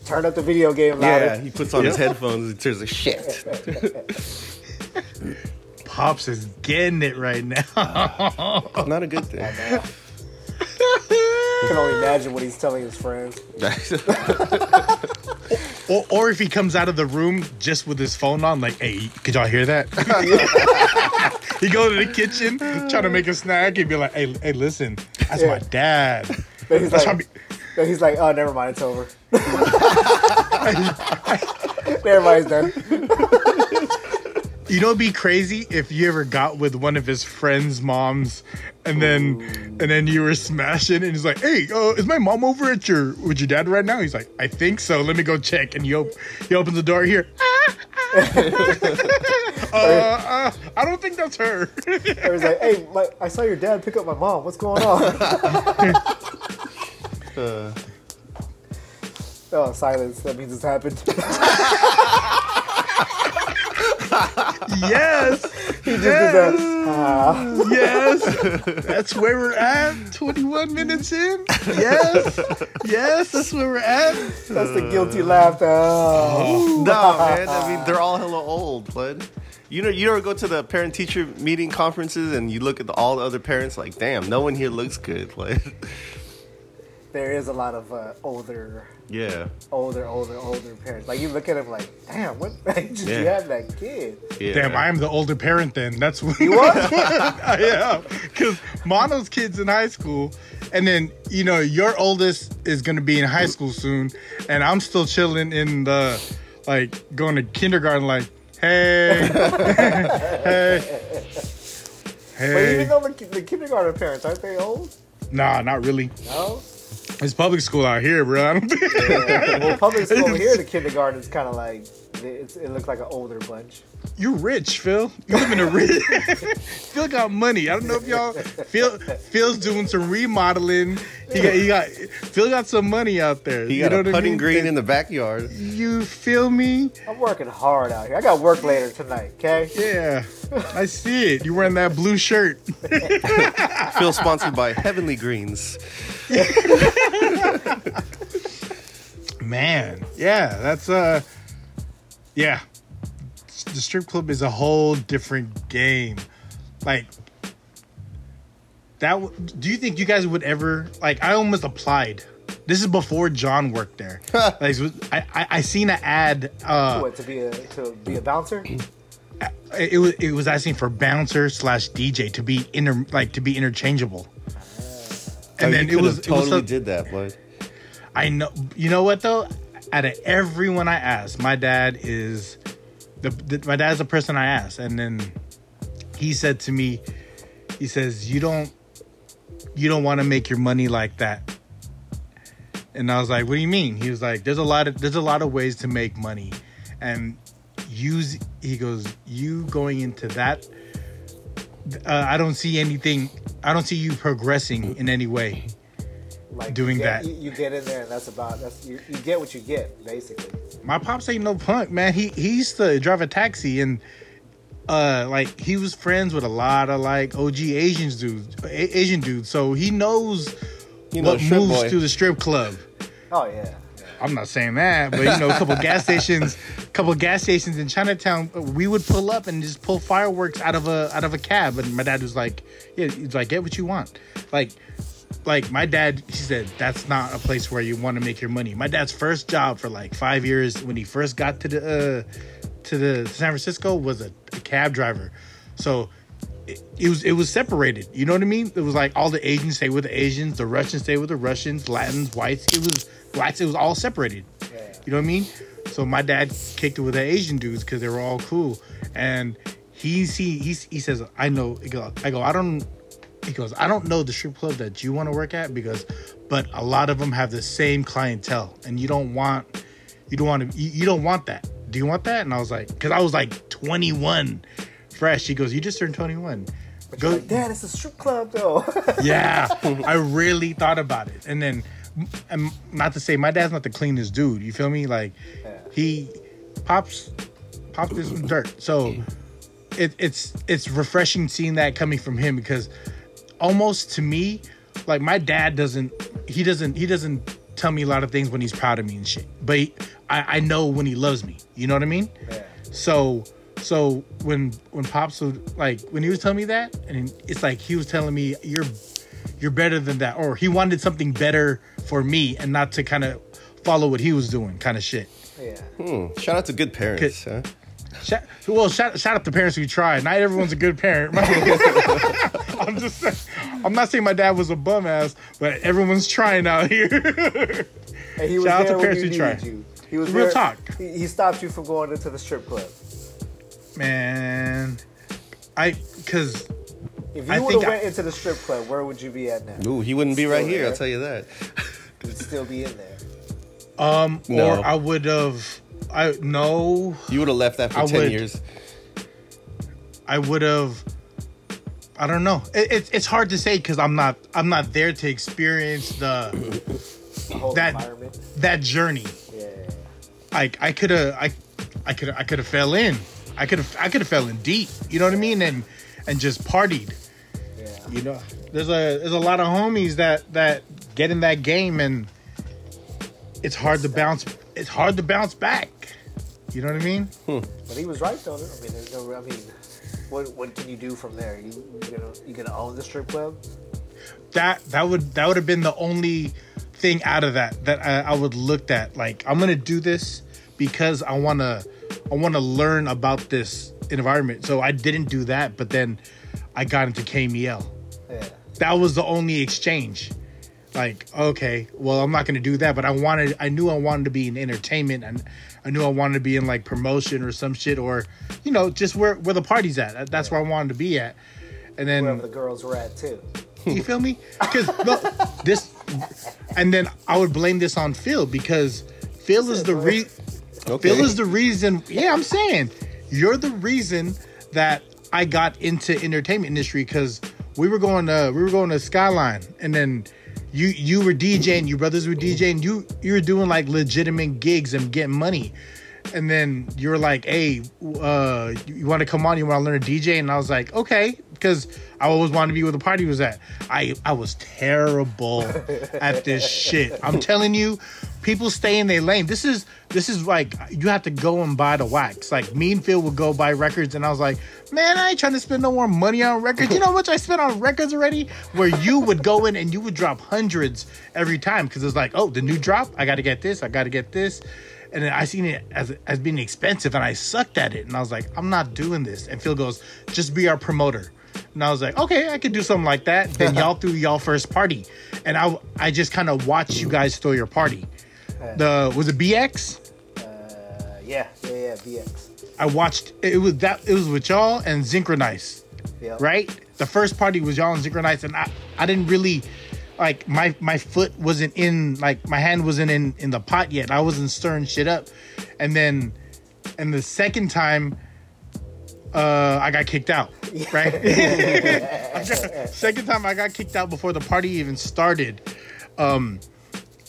Speaker 4: Turn up the video game louder.
Speaker 3: Yeah, he puts on his headphones and turns like shit.
Speaker 1: Pops is getting it right now.
Speaker 3: Not a good thing.
Speaker 4: I can only imagine what he's telling his friends.
Speaker 1: or, or if he comes out of the room just with his phone on, like, hey, could y'all hear that? he go to the kitchen, trying to make a snack, and be like, hey, hey, listen, that's my
Speaker 4: Yeah.
Speaker 1: dad.
Speaker 4: Then he's
Speaker 1: That's
Speaker 4: like,
Speaker 1: probably-
Speaker 4: So he's like, oh, never mind, it's over. never mind, it's done.
Speaker 1: You know, it'd be crazy if you ever got with one of his friends' moms, and then and then you were smashing, and he's like, "Hey, uh, is my mom over at your with your dad right now?" He's like, "I think so. Let me go check." And he op- he opens the door here. uh, uh, I don't think that's her.
Speaker 4: Or he's like, hey, my, I saw your dad pick up my mom. What's going on?
Speaker 3: Uh,
Speaker 4: oh, silence. That means it's happened.
Speaker 1: yes, yes,
Speaker 4: Ah.
Speaker 1: yes. That's where we're at. Twenty-one minutes in. Yes, yes. That's where we're at.
Speaker 4: That's the guilty laugh. Oh.
Speaker 3: no, man. I mean, they're all hella old, bud. You know, you ever go to the parent-teacher meeting conferences and you look at the, all the other parents, like, damn, no one here looks good. Like,
Speaker 4: There is a lot of uh, older,
Speaker 3: yeah,
Speaker 4: older, older, older parents. Like, you look at them like, damn, what did you
Speaker 3: Yeah.
Speaker 4: have that kid?
Speaker 3: yeah.
Speaker 1: Damn, I am the older parent then. That's what,
Speaker 4: are?
Speaker 1: that's what I am. Because Mono's kids in high school, and then you know your oldest is gonna be in high school soon, and I'm still chilling in the like going to kindergarten. Like, hey,
Speaker 4: But
Speaker 1: hey,
Speaker 4: even
Speaker 1: hey.
Speaker 4: though the, ki- the kindergarten parents, aren't they old?
Speaker 1: Nah, not really.
Speaker 4: No?
Speaker 1: It's public school out here, bro. I don't think.
Speaker 4: well, public school over here, the kindergarten is kind of like, it's, it looks like an older bunch.
Speaker 1: You're rich, Phil. You live in a rich. Phil got money. I don't know if y'all. Phil Phil's doing some remodeling. He got he got Phil got some money out there.
Speaker 3: He
Speaker 1: you
Speaker 3: got
Speaker 1: know
Speaker 3: a
Speaker 1: what I
Speaker 3: putting
Speaker 1: mean?
Speaker 3: green in the backyard.
Speaker 1: You feel me?
Speaker 4: I'm working hard out here. I got work later tonight, okay?
Speaker 1: Yeah, I see it. You wearing that blue shirt?
Speaker 3: Feel sponsored by Heavenly Greens.
Speaker 1: Man, yeah, that's uh, yeah. S- The strip club is a whole different game. Like that. W- do you think you guys would ever like? I almost applied. This is before John worked there. like I, I, I seen an ad. Uh,
Speaker 4: What, to be a, to be a bouncer?
Speaker 1: it, was it was asking for bouncer slash DJ to be inter like to be interchangeable. And
Speaker 3: Oh,
Speaker 1: then
Speaker 3: you
Speaker 1: it
Speaker 3: could
Speaker 1: was
Speaker 3: have
Speaker 1: it was
Speaker 3: totally
Speaker 1: some-
Speaker 3: did that, bud.
Speaker 1: I know. You know what though? Out of everyone I asked, my dad is the, the my dad's the person I asked, and then he said to me, he says, "You don't, you don't want to make your money like that." And I was like, "What do you mean?" He was like, "There's a lot of there's a lot of ways to make money, and use." He goes, "You going into that? Uh, I don't see anything. I don't see you progressing in any way."
Speaker 4: Like
Speaker 1: Doing
Speaker 4: you get-
Speaker 1: that.
Speaker 4: You, you get in there, and that's about that's you, you get what you get, basically.
Speaker 1: my pops ain't no punk, man. He he used to drive a taxi and uh like he was friends with a lot of like OG Asians dudes, A- Asian dudes. So he knows
Speaker 3: You know,
Speaker 1: what
Speaker 3: strip
Speaker 1: moves
Speaker 3: boy.
Speaker 1: through the strip club.
Speaker 4: Oh yeah.
Speaker 1: I'm not saying that, but you know, a couple gas stations, couple gas stations in Chinatown, we would pull up and just pull fireworks out of a out of a cab. And my dad was like, "Yeah, he's like, get what you want." Like, like my dad, he said, "That's not a place where you want to make your money." My dad's first job for like five years when he first got to the uh, to the San Francisco was a, a cab driver, so. It, it was it was separated. You know what I mean? It was like all the Asians stay with the Asians, the Russians stay with the Russians, Latins, whites. It was blacks. It was all separated. You know what I mean? So my dad kicked it with the Asian dudes because they were all cool. And he's, he he he says, I know. He go- I go. I don't. He goes, I don't know the strip club that you want to work at because, but a lot of them have the same clientele, and you don't want, you don't want to, you, you don't want that. Do you want that? And I was like, because I was like 21, fresh. He goes, you just turned 21. Go,
Speaker 4: Like, Dad, it's a strip club though.
Speaker 1: yeah, I really thought about it. And then, and not to say my dad's not the cleanest dude. You feel me? Like, he pops pops in some dirt. So it, it's it's refreshing seeing that coming from him because almost to me, like my dad doesn't he doesn't he doesn't tell me a lot of things when he's proud of me and shit. But he, I I know when he loves me. You know what I mean?
Speaker 4: Yeah.
Speaker 1: So so when when pops would like when he was telling me that and it's like he was telling me you're you're better than that or he wanted something better for me and not to kind of follow what he was doing kind of shit.
Speaker 4: yeah.
Speaker 1: Hmm.
Speaker 3: Shout out to good parents. Huh?
Speaker 1: Shout, well, shout, shout out to parents who try. Not everyone's a good parent. I I'm just saying. I'm not saying my dad was a bum ass, but everyone's trying out here.
Speaker 4: And he was
Speaker 1: Shout out to
Speaker 4: there when
Speaker 1: Parents
Speaker 4: you
Speaker 1: Who Try.
Speaker 4: needed you. He was
Speaker 1: Real
Speaker 4: there-
Speaker 1: talk.
Speaker 4: He, he stopped you from going into the strip club.
Speaker 1: Man, I because
Speaker 4: If
Speaker 1: I
Speaker 4: you would
Speaker 1: think
Speaker 4: have
Speaker 1: I-
Speaker 4: went into the strip club, where would you be at now?
Speaker 3: Ooh, he wouldn't be right
Speaker 4: Still
Speaker 3: here. I'll
Speaker 4: there.
Speaker 3: tell you that.
Speaker 4: You'd still be in there.
Speaker 1: um
Speaker 3: No.
Speaker 1: or I would have I no
Speaker 3: You would have left after
Speaker 1: I
Speaker 3: ten
Speaker 1: would.
Speaker 3: years.
Speaker 1: I would have. I don't know. It, it's it's hard to say because I'm not I'm not there to experience the
Speaker 4: The whole
Speaker 1: That-
Speaker 4: environment.
Speaker 1: that journey.
Speaker 4: Yeah.
Speaker 1: Like I could have I I could I could have fell in. I could have I could have fell in deep. You know what I mean? And and just partied.
Speaker 4: Yeah.
Speaker 1: You know, there's a there's a lot of homies that that get in that game and it's hard to bounce. It's hard to bounce back. You know what I mean?
Speaker 4: But he was right though. I mean, there's no. I mean, what what can you do from there? You you gonna you gonna own the strip club?
Speaker 1: that that would that would have been the only thing out of that that I, I would looked at like i'm gonna do this because i want to i want to learn about this environment so i didn't do that but then i got into E kmel
Speaker 4: Yeah.
Speaker 1: that was the only exchange like okay well i'm not gonna do that but i wanted i knew i wanted to be in entertainment and i knew i wanted to be in like promotion or some shit or you know just where where the party's at that's where i wanted to be at and then
Speaker 4: Wherever the girls were at too.
Speaker 1: you feel me? Because this, and then I would blame this on Phil because Phil is the re,
Speaker 3: Okay.
Speaker 1: Phil is the reason. Yeah, I'm saying you're the reason that I got into entertainment industry because we were going to we were going to Skyline, and then you you were DJing, you brothers were DJing, you you were doing like legitimate gigs and getting money. And then you were like, "Hey, uh, you want to come on? You want to learn to DJ?" And I was like, "Okay," because I always wanted to be where the party was at. I I was terrible at this shit. I'm telling you, people stay in their lane. This is this is like you have to go and buy the wax. Like me and Phil would go buy records, and I was like, "Man, I ain't trying to spend no more money on records. You know how much I spent on records already?" Where you would go in and you would drop hundreds every time because it's like, "Oh, the new drop. I got to get this. I got to get this." and then I seen it as as being expensive, and I sucked at it, and I was like, I'm not doing this. And Phil goes, just be our promoter, and I was like, okay, I could do something like that. Then y'all threw y'all first party, and I I just kind of watched you guys throw your party. The was it BX?
Speaker 4: Uh, yeah. Yeah. Yeah. VX.
Speaker 1: I watched it was that it was with y'all and Synchronize,
Speaker 4: Yep.
Speaker 1: right? The first party was y'all and Synchronize, and I I didn't really. Like my my foot wasn't in like my hand wasn't in in the pot yet. I wasn't stirring shit up, and then and the second time uh i got kicked out right I got- second time i got kicked out before the party even started um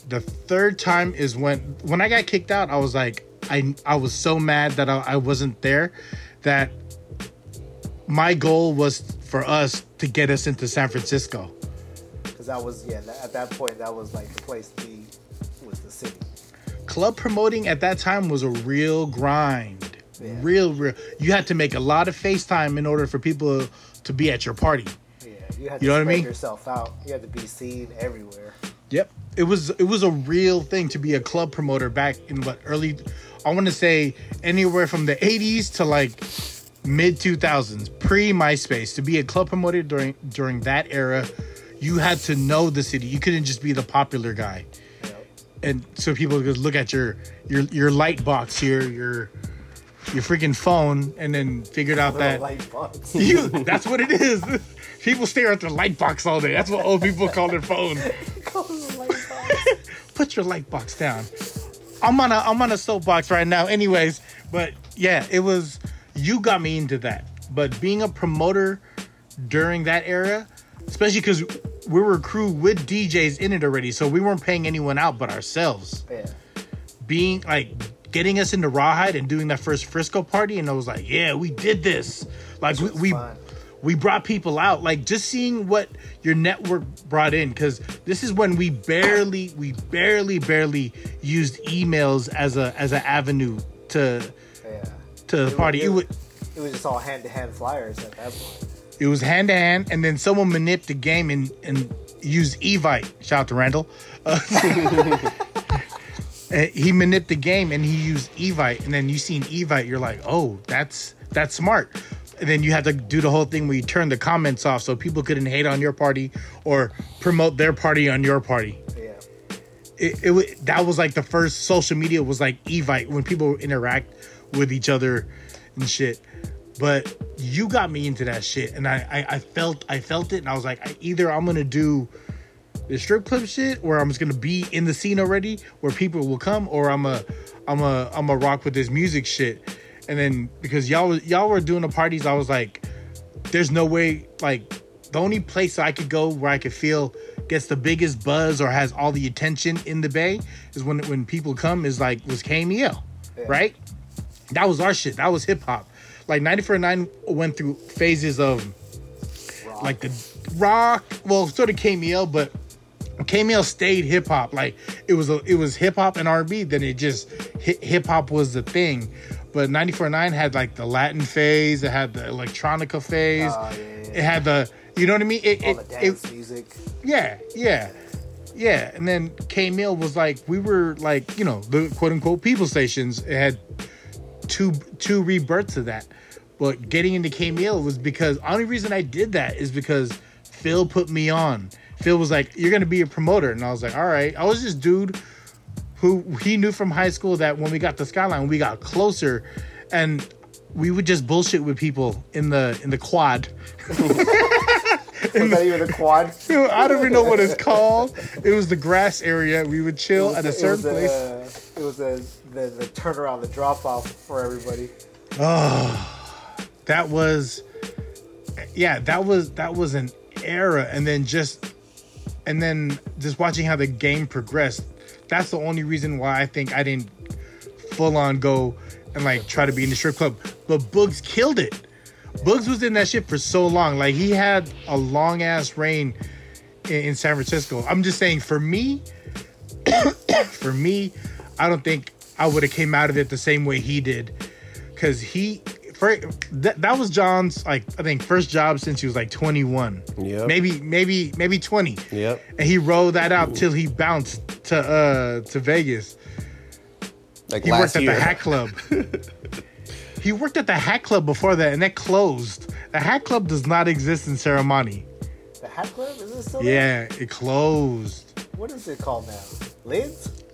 Speaker 1: the third time is when when i got kicked out i was like i i was so mad that i, I wasn't there that my goal was for us to get us into san francisco
Speaker 4: Because that was yeah. That, at that point, that was like the place to be was the city.
Speaker 1: club promoting at that time was a real grind.
Speaker 4: Yeah.
Speaker 1: Real, real. You had to make a lot of FaceTime in order for people to be at your party.
Speaker 4: Yeah. You had to
Speaker 1: You know what I
Speaker 4: spread
Speaker 1: mean?
Speaker 4: yourself out. You had to be seen everywhere.
Speaker 1: Yep. It was it was a real thing to be a club promoter back in what early I want to say anywhere from the 80s to like mid 2000s, pre MySpace to be a club promoter during during that era, you had to know the city. You couldn't just be the popular guy.
Speaker 4: You know?
Speaker 1: and so people just look at your your your light box here, your your freaking phone, and then figured out
Speaker 4: Little
Speaker 1: that
Speaker 4: light bulbs.
Speaker 1: you that's what it is. People stare at their light box all day. That's what old people call their phone.
Speaker 4: Little light bulbs.
Speaker 1: Put your light box down. I'm on a I'm on a soapbox right now, anyways. But yeah, it was you got me into that. But being a promoter during that era, especially because we were a crew with DJs in it already, so we weren't paying anyone out but ourselves
Speaker 4: yeah.
Speaker 1: being like getting us into Rawhide and doing that first Frisco party, and I was like, yeah, we did this. Like we we,
Speaker 4: fun.
Speaker 1: we brought people out. Like just seeing what your network brought in, because this is when we barely we barely barely used emails as a as an avenue to
Speaker 4: Yeah.
Speaker 1: to the
Speaker 4: It
Speaker 1: party.
Speaker 4: was-
Speaker 1: It
Speaker 4: it
Speaker 1: would.
Speaker 4: was- It was just all hand to hand flyers at that point.
Speaker 1: It was hand to hand, and then someone manipulated the game and and used Evite. Shout out to Randall. Uh, uh, he manipulated the game and he used Evite, and then you seen Evite, you're like, oh, that's that's smart. and then you had to do the whole thing where you turned the comments off so people couldn't hate on your party or promote their party on your party.
Speaker 4: Yeah.
Speaker 1: It, it wa- that was like the first social media was like Evite when people interact with each other and shit. But you got me into that shit, and I I, I felt I felt it, and I was like, I, either I'm gonna do the strip club shit where I'm just gonna be in the scene already where people will come or I'm a I'm a I'm a rock with this music shit. And then because y'all was- y'all were doing the parties, I was like, there's no way like the only place I could go where I could feel gets the biggest buzz or has all the attention in the bay is when when people come is like was KMEL, E right? That was our shit. That was hip hop. Like 949 went through phases of like the rock, well, sort of KMEL, but KML stayed hip hop. Like it was a, it was hip hop and R&B. Then it just hip hop was the thing. But 94.9 had like the Latin phase. It had the electronica phase.
Speaker 4: Oh, yeah, yeah,
Speaker 1: It had the you know what I mean. It,
Speaker 4: All
Speaker 1: it,
Speaker 4: the
Speaker 1: it
Speaker 4: dance music.
Speaker 1: yeah yeah yeah. And then KML was like we were like you know the quote unquote people stations. It had two two rebirths of that. But getting into KML was because only reason I did that is because Phil put me on. Phil was like, "You're gonna be a promoter," and I was like, "All right." I was this dude who he knew from high school that when we got to Skyline, we got closer, and we would just bullshit with people in the in the quad.
Speaker 4: Was that even a quad?
Speaker 1: I don't even know what it's called. It was the grass area. We would
Speaker 4: It
Speaker 1: chill
Speaker 4: was
Speaker 1: at
Speaker 4: the-
Speaker 1: a
Speaker 4: it
Speaker 1: certain
Speaker 4: was the,
Speaker 1: place.
Speaker 4: uh, It was the, the, the turnaround, the drop off for everybody.
Speaker 1: that was yeah that was that was an era and then just and then just watching how the game progressed that's the only reason why i think i didn't full on go and like try to be in the strip club but bugs killed it bugs was in that shit for so long like he had a long ass reign in, in san francisco i'm just saying for me for me i don't think i would have came out of it the same way he did because he for, that, that was John's like I think first job since he was like 21.
Speaker 3: Yep.
Speaker 1: Maybe maybe maybe 20.
Speaker 3: Yep.
Speaker 1: And he rolled that out till he bounced to uh to Vegas.
Speaker 2: Like
Speaker 1: He
Speaker 2: last
Speaker 1: worked at
Speaker 2: year.
Speaker 1: the Hat Club. he worked at the Hat Club before that and that closed. The Hat Club does not exist in Ceremony.
Speaker 4: The Hat Club? Is it still there?
Speaker 1: Yeah, it closed.
Speaker 4: What is it called now? Lids?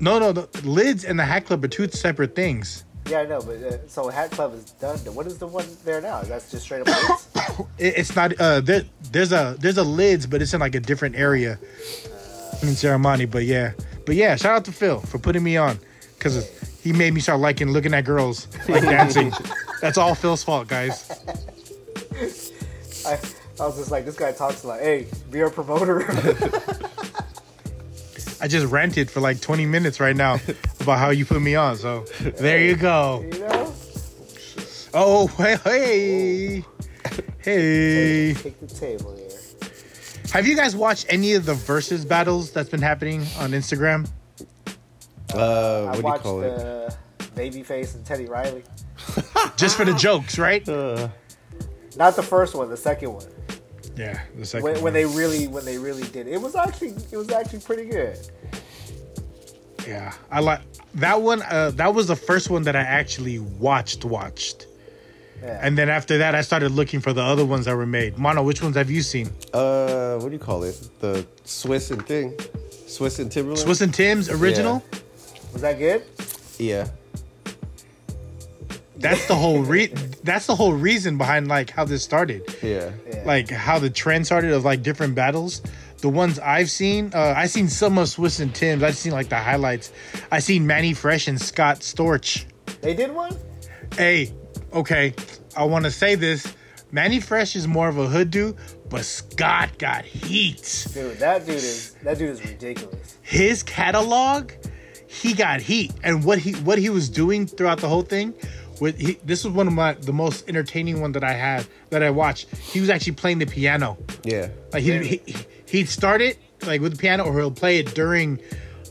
Speaker 1: No, no, the lids and the Hat Club are two separate things.
Speaker 4: Yeah, I know, but uh, so Hat Club is done. What is the one there now? That's just straight up Lids?
Speaker 1: It, it's not uh there, there's a there's a lids, but it's in like a different area in Ceremony. But yeah, but yeah, shout out to Phil for putting me on because he made me start liking looking at girls like dancing. That's all Phil's fault, guys.
Speaker 4: I, I was just like, this guy talks like, hey, be our promoter.
Speaker 1: I just ranted for like 20 minutes right now about how you put me on. So there you go.
Speaker 4: you know?
Speaker 1: Oh hey hey hey.
Speaker 4: Take the table here.
Speaker 1: Have you guys watched any of the versus battles that's been happening on Instagram?
Speaker 3: Uh,
Speaker 4: I
Speaker 3: what do you
Speaker 4: watched
Speaker 3: call it?
Speaker 4: uh, Babyface and Teddy Riley.
Speaker 1: Just for the jokes, right?
Speaker 3: Uh,
Speaker 4: Not the first one, the second one.
Speaker 1: Yeah, the second
Speaker 4: When,
Speaker 1: one.
Speaker 4: when they really, when they really did it, it was actually, it was actually pretty good.
Speaker 1: Yeah, I like that one. Uh, that was the first one that I actually watched. Watched,
Speaker 4: Yeah.
Speaker 1: and then after that, I started looking for the other ones that were made. Mono, which ones have you seen?
Speaker 3: Uh, what do you call it? The Swiss and thing, Swiss and Timberland.
Speaker 1: Swiss and Tim's original.
Speaker 4: was that good?
Speaker 3: Yeah.
Speaker 1: That's the whole re- That's the whole reason behind like how this started.
Speaker 3: Yeah.
Speaker 4: Yeah.
Speaker 1: like how the trend started of like different battles. The ones I've seen, uh, I've seen some of Swiss and Tim's. I've seen like the highlights. I've seen Manny Fresh and Scott Storch.
Speaker 4: they did one.
Speaker 1: Hey, okay, I want to say this. Manny Fresh is more of a hood dude, but Scott got heat.
Speaker 4: Dude, that dude is that dude is ridiculous.
Speaker 1: His catalog, he got heat, and what he what he was doing throughout the whole thing. With he, this was one of my the most entertaining one that I had that I watched. He was actually playing the piano.
Speaker 3: Yeah.
Speaker 1: Like he, he he- he'd start it like with the piano, or he'll play it during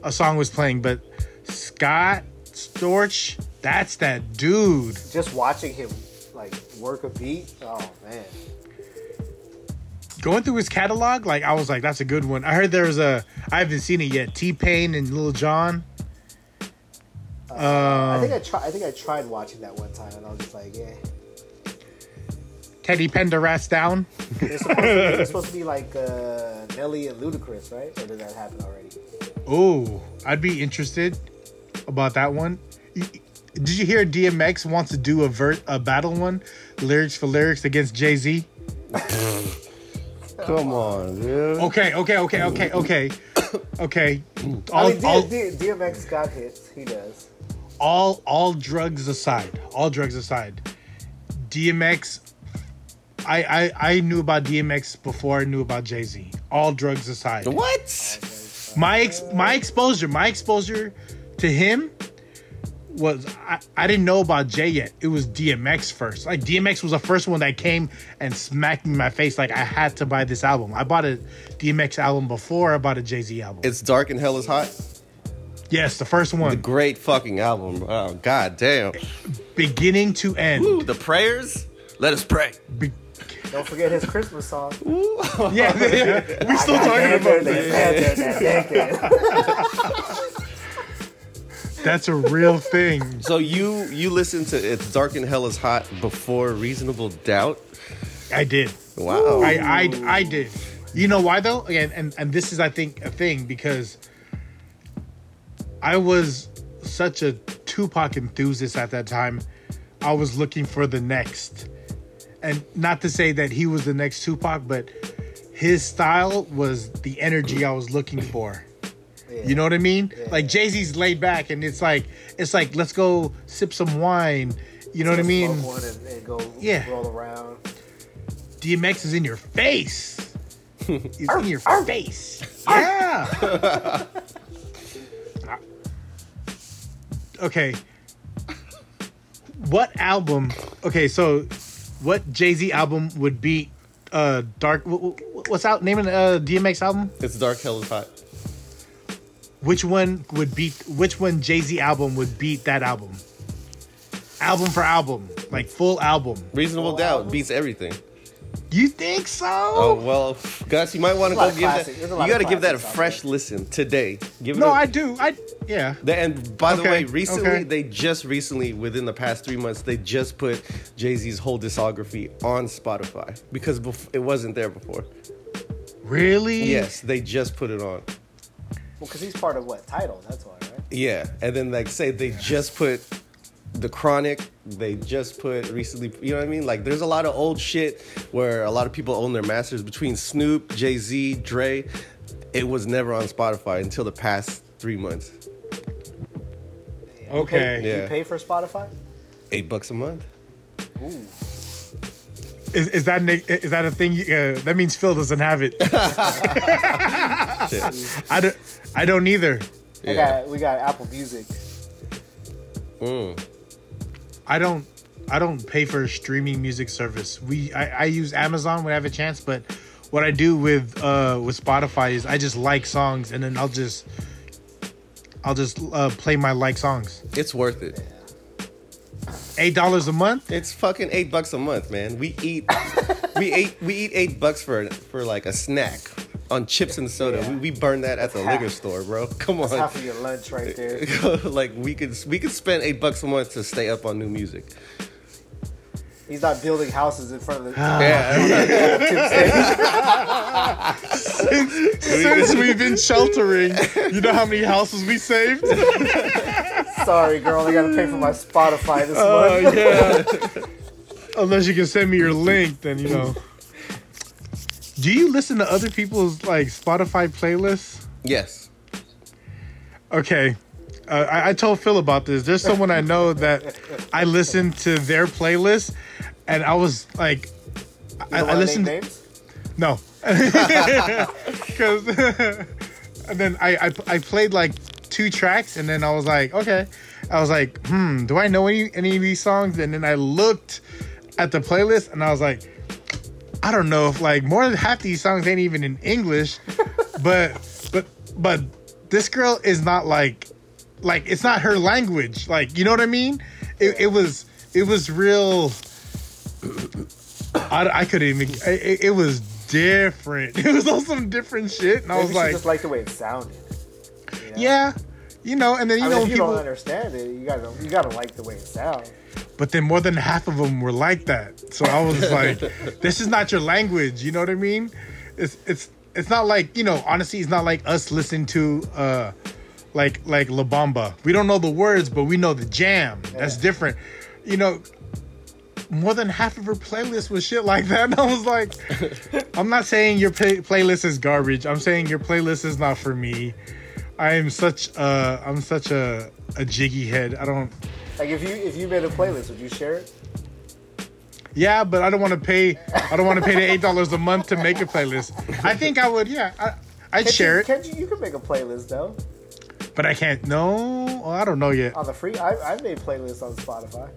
Speaker 1: a song was playing. But Scott Storch, that's that dude.
Speaker 4: Just watching him like work a beat. Oh man,
Speaker 1: Going through his catalog, like I was like, that's a good one. I heard there was a I haven't seen it yet. T Pain and Lil Jon. Um.
Speaker 4: I think I tried. I think I tried watching that one time, and I was just like, yeah.
Speaker 1: Teddy Pendergrass down.
Speaker 4: It's supposed, to be, it's supposed to be like uh, Nelly and Ludacris, right? Or did that happen already?
Speaker 1: Oh, I'd be interested about that one. Y- Did you hear DMX wants to do a vert a battle one, lyrics for lyrics against Jay Z?
Speaker 3: Come on, dude.
Speaker 1: Okay, okay, okay, okay, okay, okay. All,
Speaker 4: I mean, D-
Speaker 1: all,
Speaker 4: D- DMX got hits. He does.
Speaker 1: all all drugs aside, all drugs aside, DMX. I, I, I knew about DMX before I knew about Jay Z. All drugs aside,
Speaker 3: What?
Speaker 1: my ex- my exposure my exposure to him was I, I didn't know about Jay yet. It was DMX first. Like DMX was the first one that came and smacked me in my face. Like I had to buy this album. I bought a DMX album before I bought a Jay Z album.
Speaker 3: It's dark and hell is hot.
Speaker 1: yes, the first one,
Speaker 3: Great fucking album. Oh god damn.
Speaker 1: beginning to end.
Speaker 3: Ooh, the prayers. Let us pray.
Speaker 1: Be-
Speaker 4: Don't forget his Christmas song.
Speaker 1: yeah, we're still talking about that.
Speaker 4: that.
Speaker 1: That's a real thing.
Speaker 3: So you you listen to "It's Dark and Hell is Hot" before "Reasonable Doubt."
Speaker 1: I did.
Speaker 3: Wow.
Speaker 1: I, I, I did. You know why though? Again, and and this is I think a thing because I was such a Tupac enthusiast at that time. I was looking for the next, and not to say that he was the next Tupac, but his style was the energy I was looking for. You know what I mean? Like Jay Z's laid back, and it's like it's like let's go sip some wine. You know what I mean?
Speaker 4: Smoke one and, and go
Speaker 1: Yeah.
Speaker 4: roll around.
Speaker 1: DMX is in your face. He's in your face. Yeah. okay. What album? Okay, so what Jay Z album would be? Uh, Dark. wh- wh- What's out? Naming uh DMX album.
Speaker 3: it's dark, hell is hot.
Speaker 1: Which one would beat? Which one Jay Z album would beat that album? Album for album, like full album.
Speaker 3: Reasonable doubt beats everything.
Speaker 1: You think so?
Speaker 3: Oh well, Gus, you might want to
Speaker 4: There's a lot
Speaker 3: go
Speaker 4: of
Speaker 3: give that.
Speaker 4: classic-
Speaker 3: You
Speaker 4: there's a lot of
Speaker 3: got to give that a
Speaker 4: classics out
Speaker 3: fresh listen today. Give it
Speaker 1: no,
Speaker 3: a-
Speaker 1: I do. I yeah.
Speaker 3: The- And by the
Speaker 1: Okay,
Speaker 3: way, recently
Speaker 1: okay.
Speaker 3: they just recently, within the past three months, they just put Jay Z's whole discography on Spotify because bef- it wasn't there before.
Speaker 1: Really?
Speaker 3: Yes, they just put it on.
Speaker 4: Well, because he's part of what title? That's why, right?
Speaker 3: Yeah, and then like say they just put the chronic. They just put recently. You know what I mean? Like there's a lot of old shit where a lot of people own their masters between Snoop, Jay Z, Dre. It was never on Spotify until the past three months.
Speaker 1: Okay.
Speaker 4: You
Speaker 3: Yeah.
Speaker 4: pay for Spotify?
Speaker 3: Eight bucks a month.
Speaker 4: Ooh.
Speaker 1: Is, is that Nick- is that a thing? You, uh, that means Phil doesn't have it. Ah.
Speaker 3: Shit.
Speaker 1: I don't. I don't either.
Speaker 4: I
Speaker 3: Yeah.
Speaker 4: got, we got Apple Music.
Speaker 3: Mm.
Speaker 1: I don't. I don't pay for a streaming music service. We I, I use Amazon when I have a chance, but what I do with uh with Spotify is I just like songs and then I'll just I'll just uh, play my like songs.
Speaker 3: It's worth it.
Speaker 1: Eight dollars a month.
Speaker 3: It's fucking eight bucks a month, man. We eat, we ate, we eat eight bucks for for like a snack on chips and soda.
Speaker 4: Yeah.
Speaker 3: We, we burn that at the
Speaker 4: half.
Speaker 3: liquor store, bro. Come on,
Speaker 4: Half of your lunch right there.
Speaker 3: like we could we could spend eight bucks a month to stay up on new music.
Speaker 4: He's not building houses in front of the.
Speaker 3: Yeah,
Speaker 1: Since we've been sheltering, you know how many houses we saved.
Speaker 4: Sorry, girl, I gotta pay for my Spotify this
Speaker 1: Uh,
Speaker 4: month.
Speaker 1: yeah. Unless you can send me your link, then you know. Do you listen to other people's like Spotify playlists?
Speaker 3: yes.
Speaker 1: Okay. Uh, I, I told Phil about this. There's someone I know that I listened to their playlist, and I was like, I,
Speaker 4: You
Speaker 1: I
Speaker 4: wanna
Speaker 1: listened.
Speaker 4: name names?
Speaker 1: No. Because, and then I, I I played like two tracks, and then I was like, okay, I was like, hmm, do I know any any of these songs? And then I looked at the playlist, and I was like, I don't know if like more than half these songs ain't even in English, but but but this girl is not like like it's not her language, like you know what I mean? It, it was it was real. I, I couldn't even. I- It, it was different. It was on some different shit, and I
Speaker 4: Maybe
Speaker 1: was
Speaker 4: she
Speaker 1: like,
Speaker 4: just liked the way it sounded. you know?
Speaker 1: yeah, you know. And then you
Speaker 4: I
Speaker 1: know
Speaker 4: mean, if
Speaker 1: when
Speaker 4: you
Speaker 1: people.
Speaker 4: don't understand it, you gotta you gotta like the way it sounds.
Speaker 1: But then more than half of them were like that. So I was like, this is not your language. You know what I mean? It's it's it's not like you know. Honestly, it's not like us listening to uh, like like La Bamba. We don't know the words, but we know the jam. That's different. You know, more than half of her playlist was shit like that. And I was like, I'm not saying your play- playlist is garbage. I'm saying your playlist is not for me. I am such a I'm such a a jiggy head. I don't.
Speaker 4: Like if you if you made a playlist, would you share it?
Speaker 1: Yeah, but I don't want to pay. I don't want to pay the eight dollars a month to make a playlist. I think I would. Yeah, I, I'd
Speaker 4: Can't
Speaker 1: share
Speaker 4: you,
Speaker 1: it,
Speaker 4: Can't you? You can make a playlist though
Speaker 1: but I can't. No, oh, I don't know yet.
Speaker 4: on the free. I I made playlists on Spotify.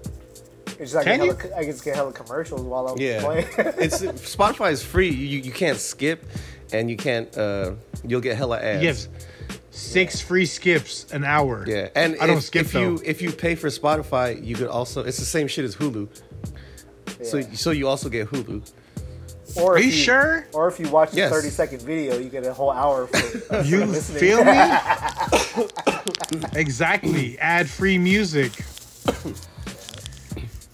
Speaker 4: It's just I
Speaker 1: Can
Speaker 4: can
Speaker 1: you?
Speaker 4: hella, I just get hella commercials while I'm
Speaker 3: Yeah,
Speaker 4: playing.
Speaker 3: it's Spotify is free. You you can't skip, and you can't. Uh, you'll get hella ads.
Speaker 1: Yes, six free skips an hour.
Speaker 3: Yeah, and
Speaker 1: I don't
Speaker 3: if,
Speaker 1: skip
Speaker 3: if
Speaker 1: though.
Speaker 3: you if you pay for Spotify, you could also. It's the same shit as Hulu. So
Speaker 4: Yeah.
Speaker 3: so you also get Hulu.
Speaker 4: Or
Speaker 1: Are
Speaker 4: if
Speaker 1: you sure?
Speaker 4: Or if you watch
Speaker 3: Yes.
Speaker 4: the 30 second video, you get a whole hour for of
Speaker 1: You
Speaker 4: listening.
Speaker 1: feel me? exactly. Ad free music.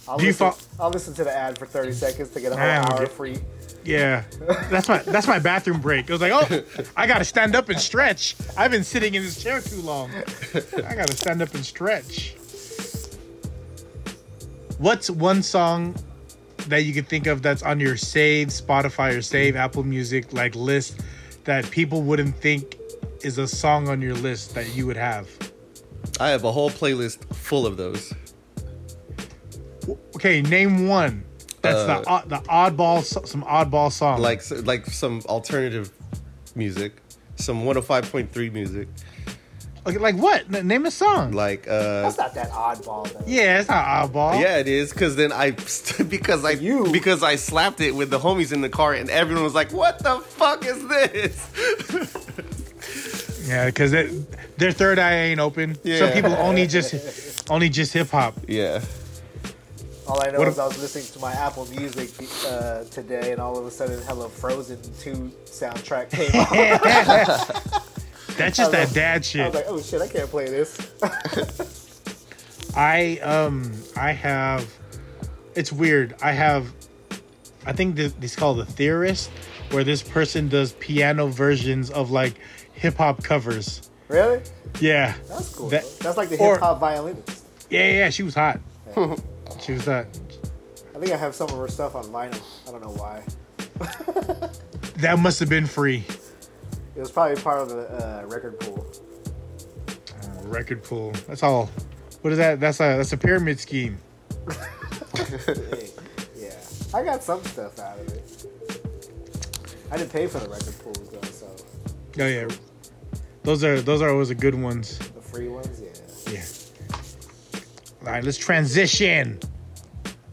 Speaker 4: I'll,
Speaker 1: Do you
Speaker 4: listen,
Speaker 1: fo-
Speaker 4: I'll listen to the ad for 30 seconds to get a whole
Speaker 1: Damn,
Speaker 4: hour
Speaker 1: dude.
Speaker 4: free.
Speaker 1: Yeah, that's my that's my bathroom break. It was like, oh, I gotta stand up and stretch. I've been sitting in this chair too long. I gotta stand up and stretch. What's one song that you can think of that's on your save Spotify or save Apple Music like list that people wouldn't think is a song on your list that you would have?
Speaker 3: I have a whole playlist full of those.
Speaker 1: Okay, name one. That's the odd- the oddball so- some oddball song.
Speaker 3: Uh, Like s- like some alternative music, some 105.3 music,
Speaker 1: okay, like what? N- Name a song.
Speaker 3: like uh
Speaker 4: That's not that oddball, though.
Speaker 1: yeah, it's not oddball.
Speaker 3: yeah, it is because then I because I
Speaker 4: You.
Speaker 3: because I slapped it with the homies in the car and everyone was like, "What the fuck is this?"
Speaker 1: Yeah, because their third eye ain't open. Some
Speaker 3: Yeah.
Speaker 1: people only just only just hip hop.
Speaker 3: yeah,
Speaker 4: All I know
Speaker 1: What
Speaker 4: is
Speaker 1: a-
Speaker 4: I was listening to my Apple Music uh, today, and all of a sudden, Hello Frozen 2 soundtrack came on.
Speaker 1: That's just that dad
Speaker 4: I was
Speaker 1: shit.
Speaker 4: like, oh shit, I can't play this.
Speaker 1: I um I have it's weird. I have I think th- this called the theorist, where this person does piano versions of like hip hop covers.
Speaker 4: Really?
Speaker 1: Yeah.
Speaker 4: That's cool.
Speaker 1: That-
Speaker 4: though. That's like the
Speaker 1: or-
Speaker 4: hip hop violinist.
Speaker 1: Yeah, yeah, yeah, she was hot. she was hot.
Speaker 4: I think I have some of her stuff on vinyl. I don't know why.
Speaker 1: That must have been free.
Speaker 4: It was probably part of the uh, record pool.
Speaker 1: Record pool. That's all. What is that? That's a that's a pyramid scheme.
Speaker 4: Hey, yeah, I got some stuff out of it. I didn't pay for the record pools though, so
Speaker 1: Oh yeah. Those are those are always the good ones.
Speaker 4: the free ones, yeah.
Speaker 1: Yeah. All right, let's transition.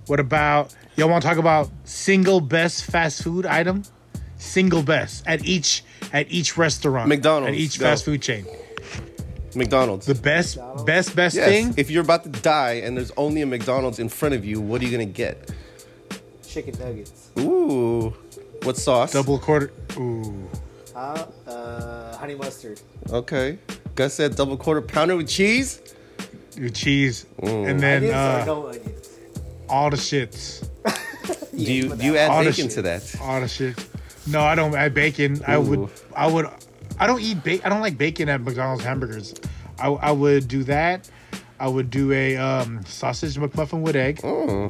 Speaker 1: What about y'all want to talk about single best fast food item? Single best at each at each restaurant.
Speaker 3: McDonald's,
Speaker 1: At each
Speaker 3: go.
Speaker 1: fast food chain.
Speaker 3: McDonald's.
Speaker 1: The best
Speaker 4: McDonald's?
Speaker 1: best best
Speaker 3: Yes.
Speaker 1: thing?
Speaker 3: If you're about to die and there's only a McDonald's in front of you, what are you gonna get?
Speaker 4: Chicken nuggets,
Speaker 3: Ooh, what sauce?
Speaker 1: Double quarter ooh.
Speaker 4: huh? Uh, honey mustard.
Speaker 3: Okay, Gus said double quarter pounder with cheese.
Speaker 1: Your cheese.
Speaker 3: Mm.
Speaker 1: And
Speaker 4: And,
Speaker 1: then
Speaker 4: uh,
Speaker 1: uh,
Speaker 4: no onions.
Speaker 1: all the shits.
Speaker 3: do you do you add
Speaker 1: All the
Speaker 3: bacon
Speaker 1: shit.
Speaker 3: to that?
Speaker 1: All the shit. No, I don't add bacon. I would.
Speaker 3: Ooh.
Speaker 1: I would. I don't eat bacon. I don't like bacon at McDonald's hamburgers. I, I would do that. I would do a um, sausage McMuffin with egg,
Speaker 3: Oh.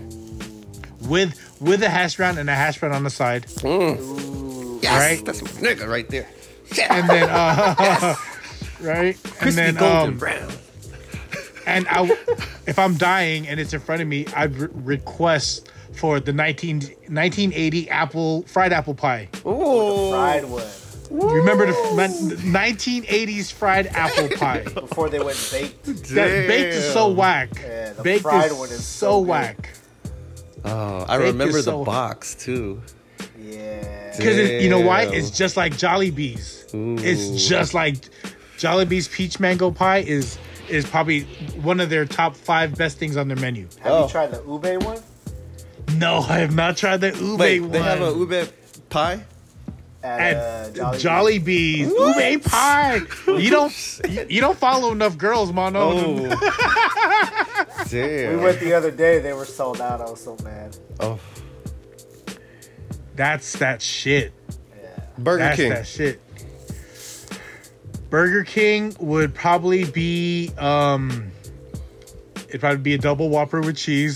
Speaker 1: with with a hash brown and a hash brown on the side,
Speaker 3: Yes,
Speaker 1: Right.
Speaker 3: that's my nigga right there.
Speaker 1: and then uh, right,
Speaker 3: Crispy
Speaker 1: and then
Speaker 3: golden
Speaker 1: um,
Speaker 3: brown.
Speaker 1: and I, w- if I'm dying and it's in front of me, I'd re- request for the 19, 1980 apple fried apple pie.
Speaker 3: Ooh,
Speaker 4: Fried one
Speaker 1: Remember the f- ni- 1980s fried apple pie.
Speaker 4: before they went baked.
Speaker 1: That baked is so whack.
Speaker 4: Yeah, the
Speaker 1: baked
Speaker 4: fried
Speaker 1: is,
Speaker 4: one is
Speaker 1: so,
Speaker 4: so good.
Speaker 1: whack.
Speaker 3: Oh, I
Speaker 1: Bacon
Speaker 3: remember the
Speaker 1: so-
Speaker 3: box too.
Speaker 4: Yeah.
Speaker 1: Because you know why?
Speaker 3: Damn.
Speaker 1: It's just like Jolly Bees. It's just like Jolly Bees peach mango pie is is probably one of their top five best things on their menu.
Speaker 4: Have
Speaker 3: Oh.
Speaker 4: you tried the ube one?
Speaker 1: No, I have not tried the ube
Speaker 3: Wait,
Speaker 1: one.
Speaker 3: they have a ube pie.
Speaker 1: At
Speaker 4: At, uh, Jolly.
Speaker 1: Jolly Bees, ube Oh. pie. You don't you, you don't follow enough girls, Mono.
Speaker 3: Oh, damn.
Speaker 4: We went the other day. They were sold out. I was so mad.
Speaker 3: oh,
Speaker 1: That's that shit.
Speaker 4: Yeah.
Speaker 3: Burger
Speaker 1: That's
Speaker 3: King.
Speaker 1: that shit. Burger King would probably be um it'd probably be a double whopper with cheese.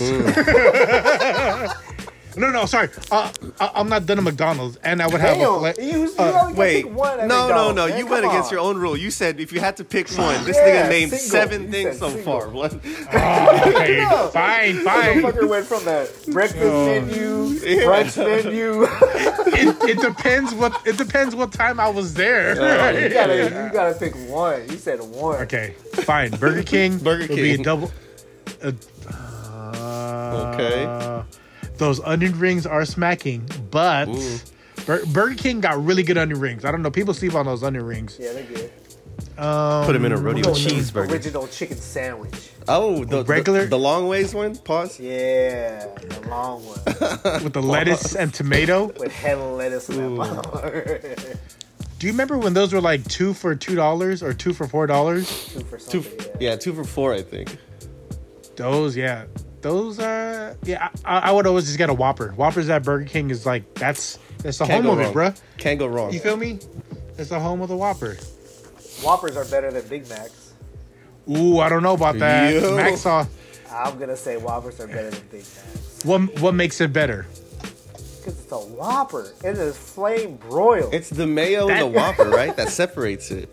Speaker 1: no, no, sorry. Uh, I, I'm not done at McDonald's, and I would have
Speaker 4: Damn,
Speaker 1: a.
Speaker 4: you,
Speaker 1: fle-
Speaker 4: you only gotta
Speaker 3: Wait,
Speaker 4: pick one.
Speaker 3: no,
Speaker 4: at
Speaker 3: no,
Speaker 4: McDonald's,
Speaker 3: no!
Speaker 4: man,
Speaker 3: You
Speaker 4: come
Speaker 3: went against
Speaker 4: on.
Speaker 3: your own rule. You said if you had to pick one, this
Speaker 4: Yeah,
Speaker 3: nigga named
Speaker 4: single.
Speaker 3: seven
Speaker 4: You
Speaker 3: things
Speaker 4: said
Speaker 3: so
Speaker 4: single.
Speaker 3: far. What?
Speaker 1: okay,
Speaker 4: No.
Speaker 1: fine, fine.
Speaker 4: Motherfucker went from the breakfast menu,
Speaker 3: Yeah.
Speaker 4: brunch menu.
Speaker 1: It, it depends what it depends what time I was there.
Speaker 4: you, gotta, you gotta pick one. You said one.
Speaker 1: okay, fine. Burger King.
Speaker 3: Burger
Speaker 1: would be a
Speaker 3: King.
Speaker 1: double. A,
Speaker 3: Okay.
Speaker 1: Uh, those onion rings are smacking, but
Speaker 3: Ooh.
Speaker 1: Bur- Burger King got really good onion rings. I don't know. People sleep on those onion rings.
Speaker 4: Yeah, they good.
Speaker 3: Put him in a
Speaker 1: Um,
Speaker 3: rodeo
Speaker 4: Oh, the
Speaker 3: cheeseburger.
Speaker 4: Original chicken sandwich.
Speaker 3: Oh, the
Speaker 1: Regular?
Speaker 3: regular, the, long ways one. Pause.
Speaker 4: Yeah, the long one
Speaker 1: With the lettuce and tomato.
Speaker 4: with head of lettuce in that motherfucker.
Speaker 1: Do you remember when those were like two for $2 or two for $4?
Speaker 4: Two for
Speaker 3: Two,
Speaker 4: something. yeah.
Speaker 3: yeah, two for four, I think.
Speaker 1: Those, yeah. Those are, yeah, I, I would always just get a Whopper. Whoppers at Burger King is like, that's, that's the
Speaker 3: Can't
Speaker 1: home of
Speaker 3: go
Speaker 1: it,
Speaker 3: wrong.
Speaker 1: bruh.
Speaker 3: Can't go wrong.
Speaker 1: You feel me? That's the home of the Whopper.
Speaker 4: Whoppers are better than Big Macs.
Speaker 1: Ooh, I don't know about that.
Speaker 3: Yo.
Speaker 1: Mac saw,
Speaker 4: I'm gonna say Whoppers are better than Big Macs
Speaker 1: what, what makes it better?
Speaker 4: because it's a Whopper and it's flame broiled,
Speaker 3: It's the mayo and the
Speaker 1: That-
Speaker 3: Whopper, right? That separates it.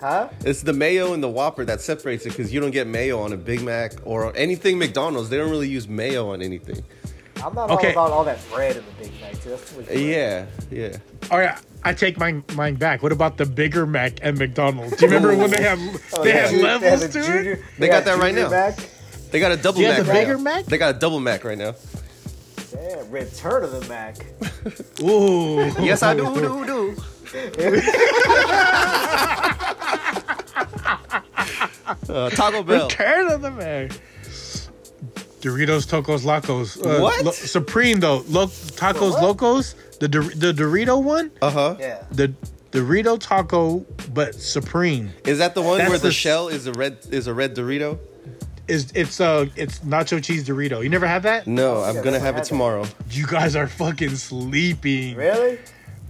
Speaker 4: huh?
Speaker 3: It's the mayo and the Whopper that separates it because you don't get mayo on a Big Mac or on anything McDonald's. They don't really use mayo on anything.
Speaker 4: I'm not
Speaker 1: Okay.
Speaker 4: all about all that bread in the Big Mac. Too. That's too much bread.
Speaker 3: Yeah, yeah.
Speaker 1: All right, I take mine mine back. What about the bigger Mac and McDonald's? Do you remember when they had
Speaker 4: Oh,
Speaker 1: they
Speaker 4: yeah.
Speaker 1: had
Speaker 4: Ju-
Speaker 1: levels
Speaker 4: had a
Speaker 1: to it?
Speaker 4: junior-
Speaker 3: They
Speaker 4: had
Speaker 3: got that right
Speaker 4: junior
Speaker 3: now.
Speaker 4: Mac.
Speaker 3: They got a double
Speaker 1: Yeah,
Speaker 3: Mac.
Speaker 1: the
Speaker 3: right
Speaker 1: bigger
Speaker 3: now.
Speaker 1: Mac?
Speaker 3: They got a double Mac right now.
Speaker 4: Yeah, return of the Mac.
Speaker 1: Ooh,
Speaker 3: Yes, I do, do, do. Uh, Taco Bell.
Speaker 1: Return of the Mac. Doritos, Tacos, Locos. Uh,
Speaker 3: What?
Speaker 1: Supreme though. Lo- tacos,
Speaker 4: what?
Speaker 1: Locos. The Dor- the Dorito one.
Speaker 3: Uh huh.
Speaker 4: Yeah.
Speaker 1: The Dorito taco, but Supreme
Speaker 3: Is that the one
Speaker 1: That's
Speaker 3: where the,
Speaker 1: the s-
Speaker 3: shell is a red is a red Dorito?
Speaker 1: is it's uh it's nacho cheese Dorito. You never had that?
Speaker 3: No,
Speaker 4: Yeah,
Speaker 3: I'm
Speaker 4: I
Speaker 3: gonna have
Speaker 4: had
Speaker 3: it
Speaker 4: that.
Speaker 3: tomorrow.
Speaker 1: You guys are fucking sleeping.
Speaker 4: Really?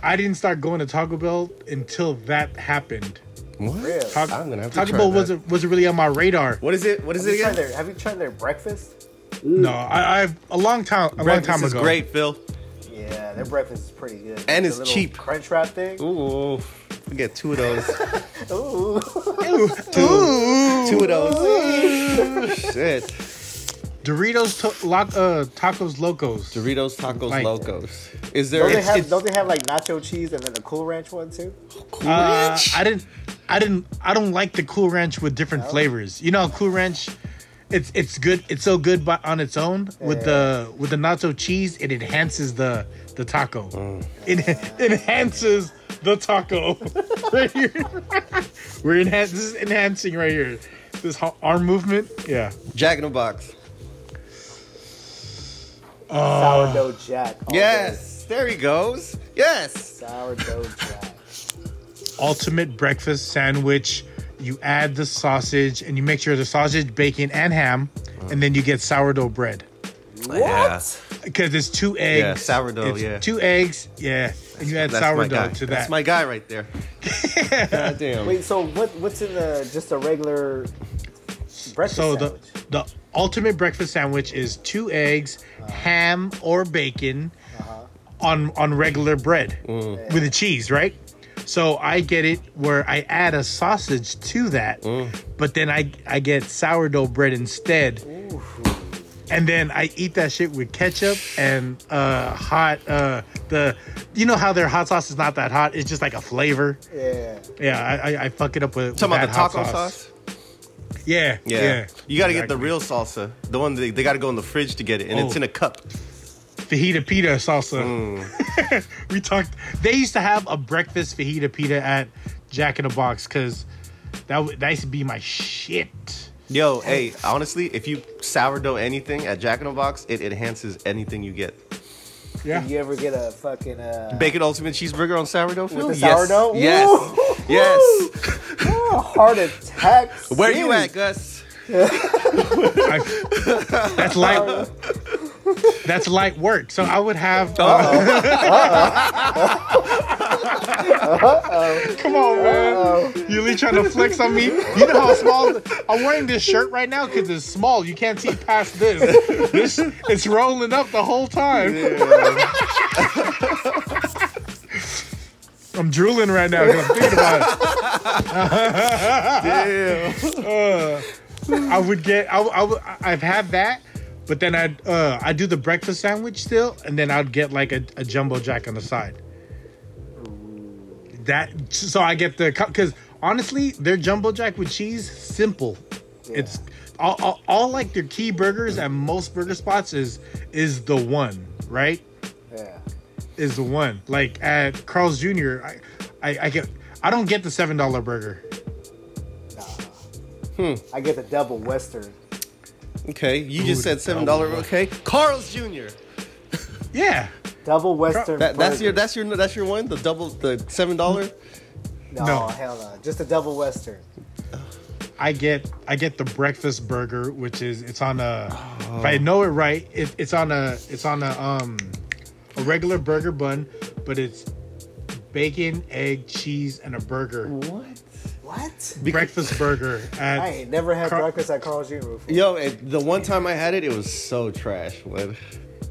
Speaker 1: I didn't start going to Taco Bell until that happened.
Speaker 3: What?
Speaker 4: Really?
Speaker 1: Taco,
Speaker 3: I'm gonna have to
Speaker 1: Taco
Speaker 3: try
Speaker 1: Bell
Speaker 3: that.
Speaker 1: wasn't wasn't really on my radar.
Speaker 3: What is it? What is
Speaker 4: Have
Speaker 3: it
Speaker 4: you, tried
Speaker 3: again?
Speaker 4: their, have you tried their breakfast?
Speaker 1: No, I, I've a long time a long
Speaker 3: Breakfast
Speaker 1: time
Speaker 3: is
Speaker 1: ago.
Speaker 3: great, Phil.
Speaker 4: Yeah, their breakfast is pretty good.
Speaker 3: And
Speaker 4: The
Speaker 3: it's
Speaker 4: little
Speaker 3: cheap.
Speaker 4: Crunch wrap thing.
Speaker 3: Ooh, we get two of those.
Speaker 4: Ooh.
Speaker 3: two of those. Shit.
Speaker 1: Doritos, to- lock, uh, tacos, locos.
Speaker 3: Doritos, tacos,
Speaker 1: Like-
Speaker 3: locos. Is there?
Speaker 4: Don't they
Speaker 3: it's-
Speaker 4: have
Speaker 3: it's-
Speaker 4: don't they have like nacho cheese and then a cool ranch one too?
Speaker 1: Uh,
Speaker 3: Ranch?
Speaker 1: I didn't, I didn't, I don't like the Cool Ranch with different flavors. You know, Cool Ranch, it's it's good. It's so good, but on its own with the with the nacho cheese, it enhances the the taco. It enhances the taco. right here, we're enhan- this is enhancing right here. This ho- arm movement, yeah.
Speaker 3: Jack in the Box.
Speaker 4: Sourdough jack. Oh, all day.
Speaker 3: Uh, Yes, there he goes. Yes.
Speaker 4: Sourdough jack.
Speaker 1: ultimate breakfast sandwich. You add the sausage and you make sure the sausage, bacon, and ham, and then you get sourdough bread
Speaker 4: What?
Speaker 3: Yeah.
Speaker 1: because it's two eggs.
Speaker 3: sourdough,
Speaker 1: It's
Speaker 3: yeah.
Speaker 1: Two eggs, yeah, and you add
Speaker 3: That's my guy.
Speaker 1: sourdough to
Speaker 3: That's
Speaker 1: that.
Speaker 3: my guy right there. God damn.
Speaker 4: Wait, so what what's in the just a regular breakfast
Speaker 1: so the
Speaker 4: sandwich?
Speaker 1: the ultimate breakfast sandwich is two eggs,
Speaker 3: Uh-huh.
Speaker 1: ham or bacon, on on regular bread
Speaker 3: Mm.
Speaker 1: with the cheese, right? So I get it where I add a sausage to that,
Speaker 3: Mm.
Speaker 1: but then I I get sourdough bread instead. And then I eat that shit with ketchup and uh, hot uh, the you know how their hot sauce is not that hot it's just like a flavor
Speaker 4: yeah.
Speaker 1: yeah I, I, I fuck it up with, with
Speaker 3: Talking
Speaker 1: that
Speaker 3: about the
Speaker 1: hot
Speaker 3: taco sauce.
Speaker 1: yeah yeah,
Speaker 3: Yeah. You got to get the
Speaker 1: Exactly.
Speaker 3: real salsa. The one they, they got to go in the fridge to get it, and it's
Speaker 1: Oh.
Speaker 3: in a cup.
Speaker 1: fajita pita salsa. we talked. They used to have a breakfast fajita pita at Jack in the Box because that w- that used to be my shit.
Speaker 3: Yo, hey, honestly, if you sourdough anything at Jack in the Box, it enhances anything you get.
Speaker 1: Yeah.
Speaker 4: Did you ever get a fucking uh
Speaker 3: Bacon ultimate cheeseburger on sourdough? Phil?
Speaker 4: the
Speaker 3: Yes.
Speaker 4: sourdough?
Speaker 3: Yes.
Speaker 4: Woo!
Speaker 3: Yes.
Speaker 4: oh, heart attack?
Speaker 3: Where you
Speaker 4: serious.
Speaker 3: at, Gus?
Speaker 1: I- that's light. That's light work. So I would have. uh, Come on, man. You really trying to flex on me? You know how small I'm wearing this shirt right now because it's small. You can't see past this. This it's rolling up the whole time. I'm drooling right now because I'm thinking about it.
Speaker 3: Damn.
Speaker 1: I would get I, I would- I've had that, but then I'd uh I do the breakfast sandwich still, and then I'd get like a, a jumbo jack on the side. That so I get the because honestly their jumbo jack with cheese simple, it's all, all, all like their key burgers at most burger spots is is the one right
Speaker 4: Yeah.
Speaker 1: is the one like at Carl's Jr. I I, I get I don't get the seven dollar burger. Hmm.
Speaker 4: I get the double western.
Speaker 3: Okay, you just said seven dollar. Okay, Carl's Jr.
Speaker 1: Yeah.
Speaker 4: Double western.
Speaker 3: That, that's
Speaker 4: burger.
Speaker 3: your that's your that's your one. The double the seven dollar.
Speaker 4: No,
Speaker 1: No.
Speaker 4: hell no. Just a double western.
Speaker 1: I get I get the breakfast burger, which is it's on a if
Speaker 4: Oh.
Speaker 1: I know it right, it, it's on a it's on a um a regular burger bun, but it's bacon, egg, cheese, and a burger.
Speaker 3: What?
Speaker 4: What?
Speaker 1: Breakfast burger at
Speaker 4: I ain't never had
Speaker 1: Car-
Speaker 4: breakfast at Carl's Jr. before.
Speaker 3: Yo, and the one time I had it, it was so trash. man.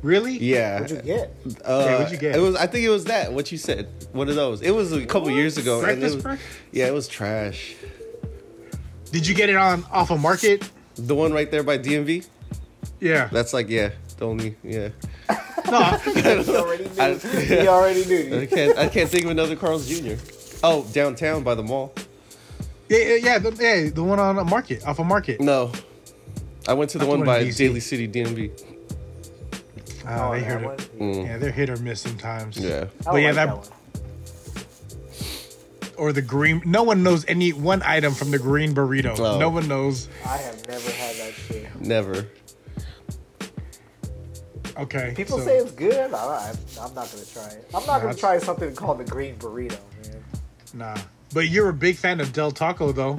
Speaker 1: really?
Speaker 3: Yeah.
Speaker 4: What'd you get?
Speaker 3: Uh,
Speaker 1: Yeah, what'd you get?
Speaker 3: It was. I think it was that. What you said. One of those. It was a couple years ago. and it
Speaker 1: Breakfast
Speaker 3: was-
Speaker 1: burger?
Speaker 3: Yeah, it was trash.
Speaker 1: Did you get it on off a market?
Speaker 3: The one right there by DMV.
Speaker 1: Yeah.
Speaker 3: That's like yeah, the only yeah.
Speaker 4: He already knew.
Speaker 3: I-
Speaker 4: He already knew.
Speaker 3: I can't I can't think of another Carl's Jr. Oh, downtown by the mall.
Speaker 1: Yeah, yeah, yeah, the, yeah, the one on a market, off a market.
Speaker 3: No, I went to
Speaker 1: Not
Speaker 3: the
Speaker 1: the
Speaker 3: one
Speaker 1: one in
Speaker 3: by
Speaker 1: DC.
Speaker 3: Daly City DMV.
Speaker 1: Oh, they
Speaker 4: that
Speaker 1: hit
Speaker 4: one?
Speaker 1: it. Yeah, they're hit or miss sometimes.
Speaker 4: I
Speaker 3: Yeah.
Speaker 1: But
Speaker 4: don't
Speaker 1: yeah,
Speaker 4: like
Speaker 1: that-
Speaker 4: that one.
Speaker 1: Or the green. No one knows any one item from the green burrito.
Speaker 3: Oh.
Speaker 1: No one knows.
Speaker 4: I have never had that shit.
Speaker 3: Never.
Speaker 1: Okay.
Speaker 4: People
Speaker 1: so-
Speaker 4: say it's good. I, I, I'm not gonna try it. I'm not gonna
Speaker 1: it's-
Speaker 4: try something called the green burrito, man.
Speaker 1: Nah. But you're a big fan of Del Taco, though.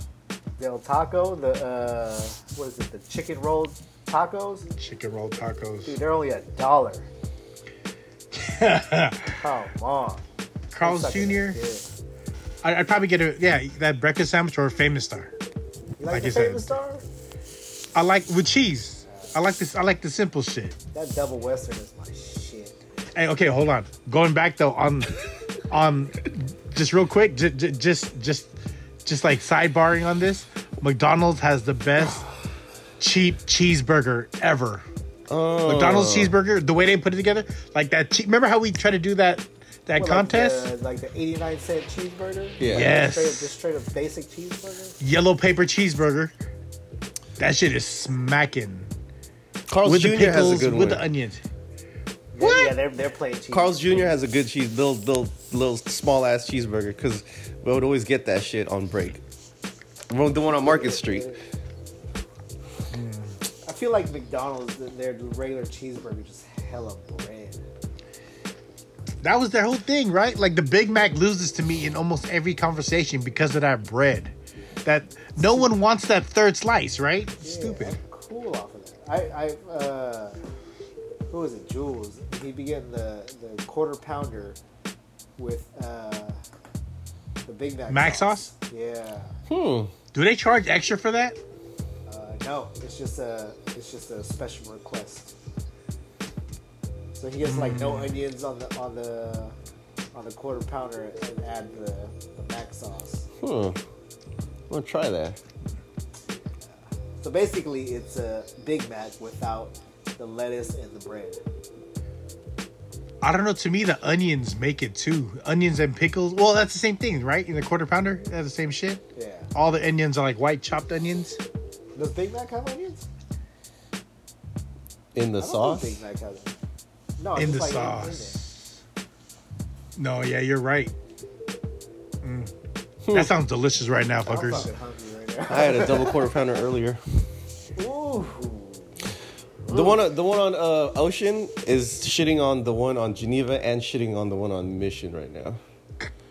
Speaker 4: Del Taco, the uh, what is it? The chicken rolled tacos.
Speaker 1: Chicken roll
Speaker 4: Dude,
Speaker 1: tacos.
Speaker 4: they're only a dollar. Come on.
Speaker 1: Carl's
Speaker 4: Suck it.
Speaker 1: Jr.
Speaker 4: Yeah.
Speaker 1: I, I'd probably get a yeah that breakfast sandwich or a famous star.
Speaker 4: You
Speaker 1: Like
Speaker 4: like, the
Speaker 1: you said.
Speaker 4: famous star?
Speaker 1: I like with cheese. I like this. I like the simple shit.
Speaker 4: That double western is my shit.
Speaker 1: Hey, okay, hold on. Going back though on, on, just real quick, j- j- just just just like sidebarring on this. McDonald's has the best cheap cheeseburger ever.
Speaker 3: Oh.
Speaker 1: McDonald's cheeseburger, the way they put it together, like that. Che- remember how we tried to do that that
Speaker 4: What,
Speaker 1: contest?
Speaker 4: like the, like the 89 cent cheeseburger.
Speaker 3: Yeah.
Speaker 1: Yes.
Speaker 4: Straight up, just straight up basic cheeseburger.
Speaker 1: yellow paper cheeseburger. That shit is smacking.
Speaker 3: Carl's
Speaker 1: with
Speaker 3: Jr.
Speaker 1: the pickles,
Speaker 3: has a good
Speaker 1: with
Speaker 3: one.
Speaker 1: the onions.
Speaker 4: What? Yeah, they're they're playing cheese.
Speaker 3: Carl's Jr. has a good cheese, little little little small ass cheeseburger because we would always get that shit on break. Well, The one on Market Street.
Speaker 4: I feel like McDonald's th- their regular cheeseburger just hella bread.
Speaker 1: That was their whole thing, right? Like the Big Mac loses to me in almost every conversation because of that bread. That no one wants that third slice, right?
Speaker 4: Yeah,
Speaker 1: Stupid.
Speaker 4: I'm cool off of that. I I uh, who was it? Jules. He began the the quarter pounder with uh the Big Mac.
Speaker 1: Mac sauce?
Speaker 4: Yeah.
Speaker 3: Hmm.
Speaker 1: Do they charge extra for that?
Speaker 4: Uh, no, it's just a it's just a special request. So he gets like
Speaker 1: Hmm.
Speaker 4: no onions on the on the on the quarter pounder and add the, the mac sauce.
Speaker 3: Hmm. I'm gonna try that.
Speaker 4: So basically, it's a Big Mac without the lettuce and the bread.
Speaker 1: I don't know. To me, the onions make it too. Onions and pickles. Well, that's the same thing, right? In the quarter pounder, that's the same shit.
Speaker 4: Yeah.
Speaker 1: All the onions are like white chopped onions.
Speaker 4: Does Big Mac have onions?
Speaker 3: In the
Speaker 4: I don't
Speaker 3: sauce.
Speaker 4: think Big Mac has onions. No, it's
Speaker 1: in the
Speaker 4: just like in it.
Speaker 1: sauce. No, yeah, you're right. Mm. That sounds delicious right now,
Speaker 4: Hmm. I'm
Speaker 1: fuckers.
Speaker 4: fucking hungry right
Speaker 3: I had a double quarter pounder earlier.
Speaker 4: now. Ooh.
Speaker 3: The one, on- the one on uh, Ocean is shitting on the one on Geneva and shitting on the one on Mission right now.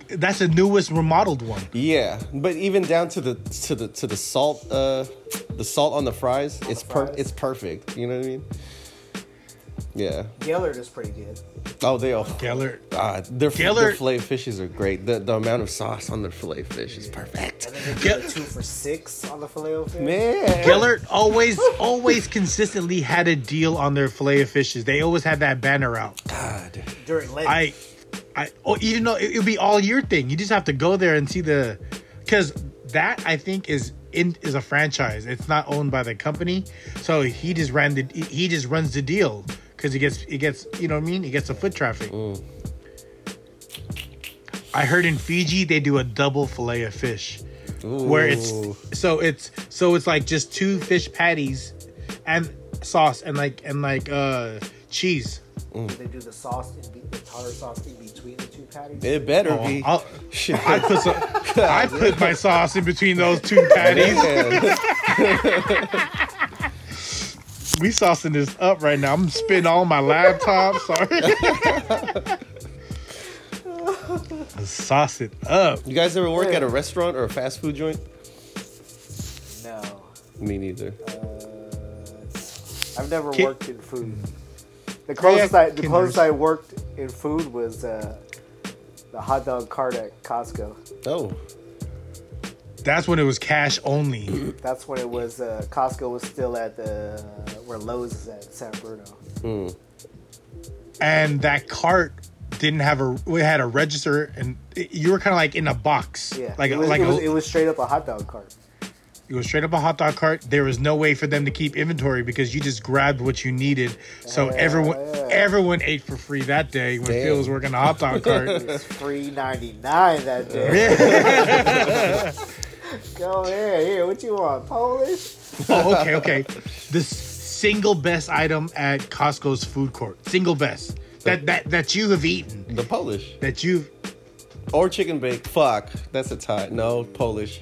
Speaker 1: That's the newest remodeled one.
Speaker 3: Yeah, but even down to the to the to the salt uh, the salt on the fries, it's per
Speaker 4: fries.
Speaker 3: it's perfect. You know what I mean? Yeah.
Speaker 4: Gellert is pretty good.
Speaker 3: Oh, they all.
Speaker 1: Geller.
Speaker 3: Ah, their, their
Speaker 1: Geller-
Speaker 3: filet fishes are great. The, the amount of sauce on their filet fish is perfect.
Speaker 4: And then they
Speaker 1: Gel-
Speaker 4: get two for six on the filet fish.
Speaker 3: Man.
Speaker 1: Gellert always, always consistently had a deal on their fillet of fishes. They always had that banner out.
Speaker 3: God.
Speaker 4: during Lent.
Speaker 1: I, I, oh, even though it, it'll be all year thing, you just have to go there and see the, because that I think is in is a franchise. It's not owned by the company, so he just ran the he- he just runs the deal because he gets he gets you know what I mean. He gets the foot traffic. I heard in Fiji they do a double fillet of fish, where it's
Speaker 3: Ooh.
Speaker 1: so it's so it's like just two fish patties, and sauce and like and like uh cheese.
Speaker 4: they do the sauce in be- the tartar sauce in between the two patties.
Speaker 3: It better
Speaker 1: Oh,
Speaker 3: be.
Speaker 1: I'll-
Speaker 3: Shit.
Speaker 1: I put some, I put my sauce in between those two patties.
Speaker 3: Man.
Speaker 1: We saucing this up right now. I'm spitting all my laptop. Sorry. Sauce it up.
Speaker 3: You guys ever work at a restaurant or a fast food joint?
Speaker 4: No, Uh,
Speaker 3: Me neither.
Speaker 4: I've never
Speaker 1: Ki-
Speaker 4: worked in food. The closest I the
Speaker 1: Kinders.
Speaker 4: closest I worked in food was uh, the hot dog cart at Costco.
Speaker 3: Oh.
Speaker 1: That's when it was cash only.
Speaker 4: That's when it was uh, Costco was still at the where Lowe's is at San Bruno.
Speaker 1: And that cart didn't have a, we had a register and it- you were kind of like in a box.
Speaker 4: Yeah,
Speaker 1: Like,
Speaker 4: it
Speaker 1: a-
Speaker 4: was,
Speaker 1: like
Speaker 4: it, was,
Speaker 1: a,
Speaker 4: it was straight up a hot dog cart.
Speaker 1: It was straight up a hot dog cart. There was no way for them to keep inventory because you just grabbed what you needed. So everyone
Speaker 4: Ah, yeah.
Speaker 1: everyone ate for free that day when
Speaker 3: Damn.
Speaker 1: Phil was working the hot dog cart.
Speaker 4: It was three ninety nine that day. Go here, here. What you want, Polish?
Speaker 1: oh, okay, okay. The s- single best item at Costco's food court. Single best. That that that you have eaten.
Speaker 3: The Polish.
Speaker 1: That you've
Speaker 3: Or chicken bake. Fuck. That's a tie. No, Polish.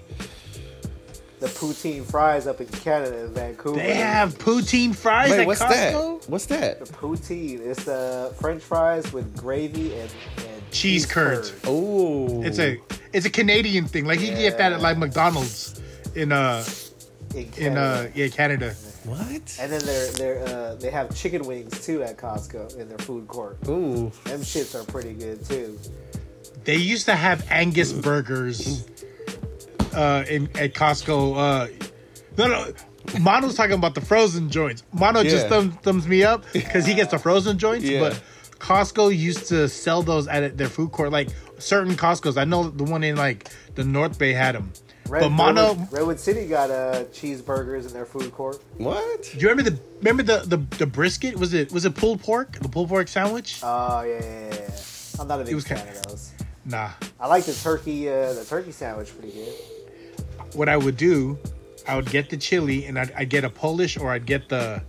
Speaker 4: The poutine fries up in Canada, in Vancouver.
Speaker 1: they have poutine fries
Speaker 3: Wait,
Speaker 1: at
Speaker 3: what's
Speaker 1: Costco?
Speaker 3: that? What's that?
Speaker 4: poutine. It's uh, French fries with gravy and, and
Speaker 1: Cheese curds.
Speaker 3: Oh.
Speaker 1: It's a it's a Canadian thing. Like you can get that at like McDonald's in uh
Speaker 4: in
Speaker 1: in uh
Speaker 4: Canada.
Speaker 1: yeah, Canada.
Speaker 3: What?
Speaker 4: and then they're, they're, uh, they have chicken wings too at Costco in their food court.
Speaker 3: Ooh.
Speaker 4: Them shits are pretty good too.
Speaker 1: They used to have Angus burgers uh, in at Costco. Uh, no, no, Mono's talking about the frozen joints. Mono just
Speaker 3: Yeah.
Speaker 1: thumb, thumbs me up because he gets the frozen joints.
Speaker 3: Yeah.
Speaker 1: But Costco used to sell those at their food court, like certain Costcos. I know the one in like the North Bay had them. but Mono,
Speaker 4: Redwood, Redwood City got uh, cheeseburgers in their food court.
Speaker 3: What?
Speaker 1: do you remember the remember the, the the brisket? Was it was it pulled pork? The pulled pork sandwich?
Speaker 4: Oh yeah, yeah, yeah, yeah. I'm not a big
Speaker 1: was
Speaker 4: fan
Speaker 1: kinda-
Speaker 4: of those.
Speaker 1: nah.
Speaker 4: I like the turkey, uh, the turkey sandwich pretty good.
Speaker 1: what I would do, I would get the chili and I'd, I'd get a Polish or I'd get the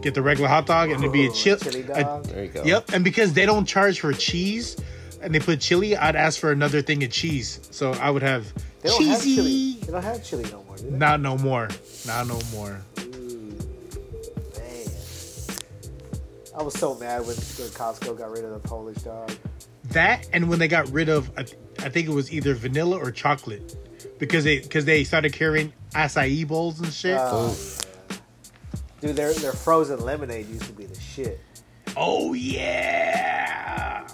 Speaker 1: get the regular hot dog and it'd be a
Speaker 4: Ooh,
Speaker 1: chili.
Speaker 4: chili dog.
Speaker 3: There you go.
Speaker 1: Yep, and because they don't charge for cheese and they put chili, I'd ask for another thing of cheese. So I would have
Speaker 4: They don't have chili.
Speaker 1: cheesy.
Speaker 4: They don't have chili no more. Do they?
Speaker 1: Not no more. Not no more.
Speaker 4: Man. I was so mad when when Costco got rid of the Polish dog.
Speaker 1: That and when they got rid of, I, th- I think it was either vanilla or chocolate, because they because they started carrying acai bowls and shit.
Speaker 4: Oh, yeah. Dude, their, their frozen lemonade used to be the shit.
Speaker 1: oh yeah.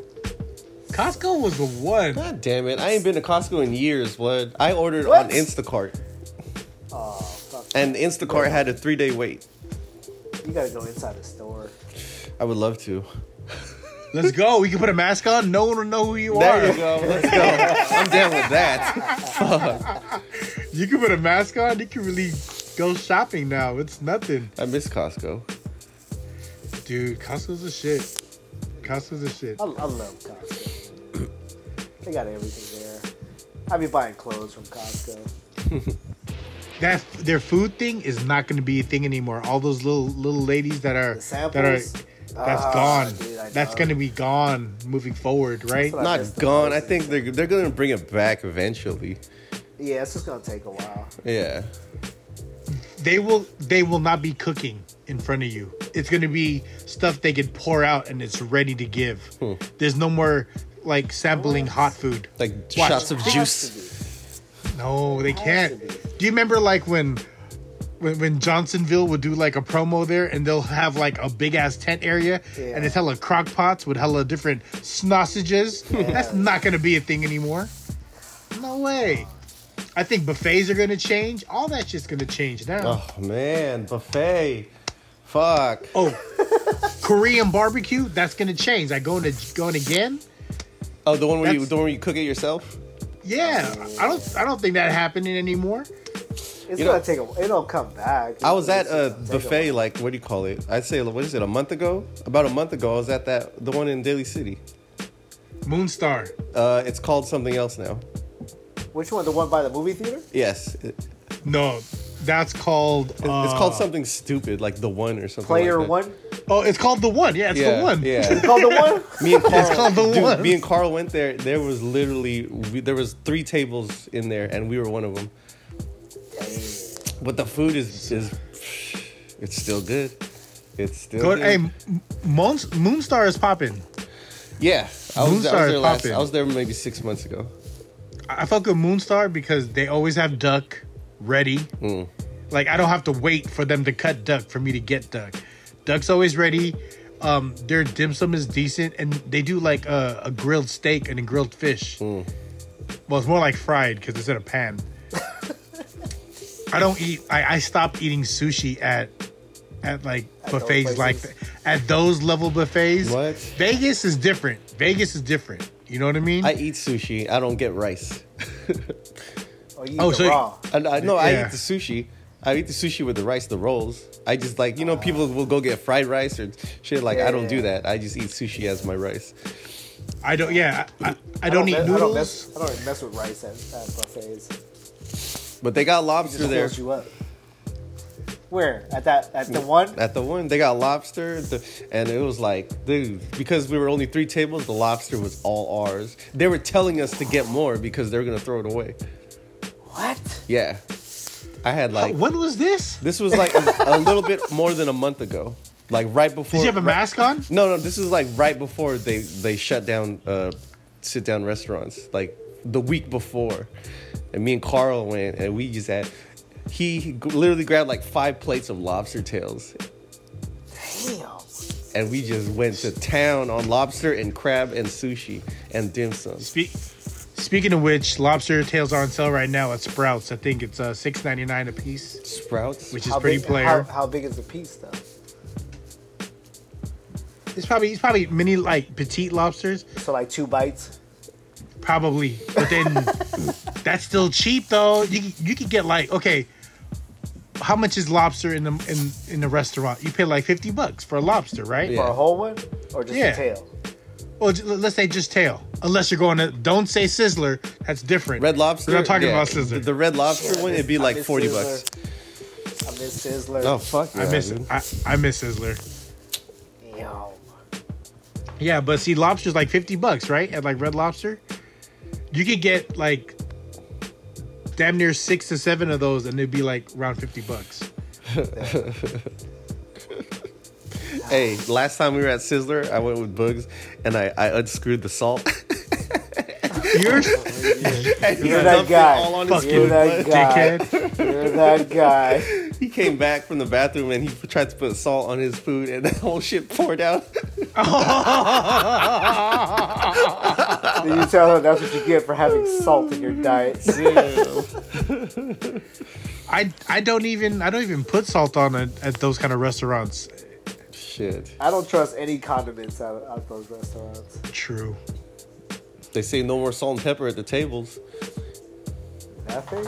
Speaker 1: Costco was the one.
Speaker 3: God damn it. I ain't been to Costco in years, blood. I ordered
Speaker 4: What?
Speaker 3: on Instacart.
Speaker 4: Oh, fuck.
Speaker 3: And Instacart had a three day wait.
Speaker 4: You gotta go inside the store.
Speaker 3: I would love to.
Speaker 1: Let's go. We can put a mask on. No one will know who you are.
Speaker 3: There you go. Let's go. I'm down with that.
Speaker 1: You can put a mask on. You can really go shopping now. It's nothing,
Speaker 3: I miss Costco.
Speaker 1: dude. Costco's a shit. Costco's a shit.
Speaker 4: I, I love Costco. they got everything there. I be buying clothes from Costco.
Speaker 1: That their food thing is not going to be a thing anymore. All those little little ladies that are
Speaker 4: The
Speaker 1: that
Speaker 4: samples?
Speaker 1: are that's
Speaker 4: Ah,
Speaker 1: gone.
Speaker 4: dude, I
Speaker 1: that's
Speaker 4: know.
Speaker 1: going to be gone moving forward, right?
Speaker 4: what I- miss
Speaker 3: Not
Speaker 4: the
Speaker 3: gone. I
Speaker 4: frozen
Speaker 3: think they're they're gonna bring it back eventually.
Speaker 4: Yeah, it's just gonna take a while.
Speaker 3: Yeah.
Speaker 1: They will they will not be cooking in front of you. It's going to be stuff they can pour out and it's ready to give.
Speaker 3: Hmm.
Speaker 1: There's no more like sampling hot food.
Speaker 3: Like
Speaker 1: Watch.
Speaker 3: shots of
Speaker 4: Has to
Speaker 3: juice.
Speaker 4: be.
Speaker 1: No, they
Speaker 4: has to
Speaker 1: can't. Do you remember like when when, when Johnsonville would do like a promo there, and they'll have like a big ass tent area, and it's hella crock pots with hella different sausages. That's not gonna be a thing anymore. No way. I think buffets are gonna change. All that shit's gonna change now.
Speaker 3: Oh man, buffet. Fuck.
Speaker 1: Oh, Korean barbecue. That's gonna change. I going to going again.
Speaker 3: Oh, the one where you
Speaker 1: That's-
Speaker 3: the one where you cook it yourself?
Speaker 1: Yeah, I don't. I don't think that happening anymore.
Speaker 4: It's
Speaker 3: You know-
Speaker 4: gonna take a. It'll come back.
Speaker 3: I was at
Speaker 4: It's
Speaker 3: a
Speaker 4: gonna take
Speaker 3: buffet
Speaker 4: while.
Speaker 3: like what do you call it? I'd say what is it? A month ago? About a month ago, I was at that the one in Daly City.
Speaker 1: Moonstar.
Speaker 3: Uh, it's called something else now.
Speaker 4: Which one? The one by the movie theater?
Speaker 3: Yes, it- it-
Speaker 1: No, that's called. uh,
Speaker 3: it's called
Speaker 1: Ah.
Speaker 3: something stupid like the one or something.
Speaker 4: Player
Speaker 3: like that.
Speaker 4: one.
Speaker 1: Oh, it's called the one. Yeah, it's
Speaker 3: Yeah,
Speaker 1: the one.
Speaker 3: Yeah.
Speaker 4: Called the one.
Speaker 3: Me and Carl,
Speaker 1: It's called the
Speaker 3: dude,
Speaker 1: one.
Speaker 3: Me and Carl went there. There was literally we, there was three tables in there, and we were one of them. But the food is is it's still good. It's still
Speaker 1: Go,
Speaker 3: good.
Speaker 1: hey, M- Moon, Moonstar is popping.
Speaker 3: yeah, I
Speaker 1: Moonstar
Speaker 3: was, I was
Speaker 1: is
Speaker 3: there last.
Speaker 1: popping.
Speaker 3: I was there maybe six months ago.
Speaker 1: I I fuck with Moonstar because they always have duck ready. Like I don't have to wait for them to cut duck for me to get duck. Duck's always ready. Um, their dim sum is decent, and they do like a, a grilled steak and a grilled fish. Well, it's more like fried because it's in a pan. I don't eat. I, I stopped eating sushi at at like
Speaker 4: those
Speaker 1: buffets like
Speaker 4: places.
Speaker 1: th- at those level buffets.
Speaker 3: What?
Speaker 1: Vegas is different. Vegas is different. You know what I mean?
Speaker 3: I eat sushi. I don't get rice.
Speaker 4: Oh, you
Speaker 1: Oh,
Speaker 4: oh,
Speaker 1: so-
Speaker 4: raw.
Speaker 3: I, I, no, I
Speaker 1: Yeah.
Speaker 3: eat the sushi. I eat the sushi with the rice, the rolls. I just like you know people will go get fried rice or shit. Like I don't do
Speaker 4: Yeah.
Speaker 3: that. I just eat sushi as my rice.
Speaker 1: I don't. Yeah, I, I, I don't,
Speaker 4: me-
Speaker 1: eat
Speaker 4: I don't,
Speaker 1: noodles.
Speaker 4: mess, I don't mess with rice at, at buffets. It
Speaker 3: But they got lobster
Speaker 4: just
Speaker 3: there.
Speaker 4: fills you up. Where at that at the one?
Speaker 3: At the one, they got lobster, the, and it was like, dude, because we were only three tables, the lobster was all ours. They were telling us to get more because they were gonna throw it away.
Speaker 4: What?
Speaker 3: Yeah, I had like
Speaker 1: when was this?
Speaker 3: this was like a, a little bit more than a month ago, like right before.
Speaker 1: Did you have a
Speaker 3: right-
Speaker 1: mask on?
Speaker 3: No, no, this is like right before they they shut down uh, sit down restaurants, like the week before. And me and Carl went, and we just had he he literally grabbed like five plates of lobster tails,
Speaker 4: Damn.
Speaker 3: and we just went to town on lobster and crab and sushi and dim sum.
Speaker 1: Speak, speaking of which, lobster tails are on sale right now at Sprouts. I think it's uh, six ninety nine a piece,
Speaker 3: Sprouts.
Speaker 1: which is pretty
Speaker 4: big,
Speaker 1: player.
Speaker 4: How, how big is the piece though?
Speaker 1: it's probably it's probably mini like petite lobsters,
Speaker 4: So like two bites.
Speaker 1: probably. But then that's still cheap though. You c- you could get like okay, how much is lobster in the in in the restaurant? You pay like fifty bucks for a lobster, right?
Speaker 3: Yeah.
Speaker 4: For a whole one, or just
Speaker 1: Yeah.
Speaker 4: a tail?
Speaker 1: Well, j- let's say just tail. Unless you're going to don't say sizzler. That's different.
Speaker 3: Red lobster.
Speaker 1: We're not talking
Speaker 3: yeah,
Speaker 1: about sizzler.
Speaker 3: The, the red lobster one, it'd be
Speaker 4: I
Speaker 3: like
Speaker 4: miss
Speaker 3: forty bucks.
Speaker 4: Sizzler. I miss Sizzler.
Speaker 3: Oh fuck!
Speaker 1: I
Speaker 3: yeah,
Speaker 1: miss
Speaker 3: dude.
Speaker 1: I, I miss Sizzler.
Speaker 4: Damn.
Speaker 1: Yeah, but see, lobster's like fifty bucks, right? At like Red Lobster, you could get like damn near six to seven of those, and it'd be like around fifty bucks.
Speaker 3: Hey, last time we were at Sizzler, I went with Bugs, and I, I unscrewed the salt.
Speaker 1: You're
Speaker 3: And he
Speaker 4: You're that
Speaker 3: dumped it
Speaker 4: guy.
Speaker 3: all on his
Speaker 1: Fucking
Speaker 4: You're
Speaker 3: food,
Speaker 4: that
Speaker 3: but
Speaker 4: guy.
Speaker 1: dickhead.
Speaker 4: You're that guy.
Speaker 3: He came back from the bathroom and he tried to put salt on his food, and the whole shit poured out.
Speaker 4: Did you tell him that's what you get for having salt in your diet?
Speaker 1: I I don't even I don't even put salt on at, at those kind of restaurants.
Speaker 3: shit.
Speaker 4: I don't trust any condiments out of, out of those restaurants.
Speaker 1: True.
Speaker 3: They say no more salt and pepper at the tables.
Speaker 4: Nothing.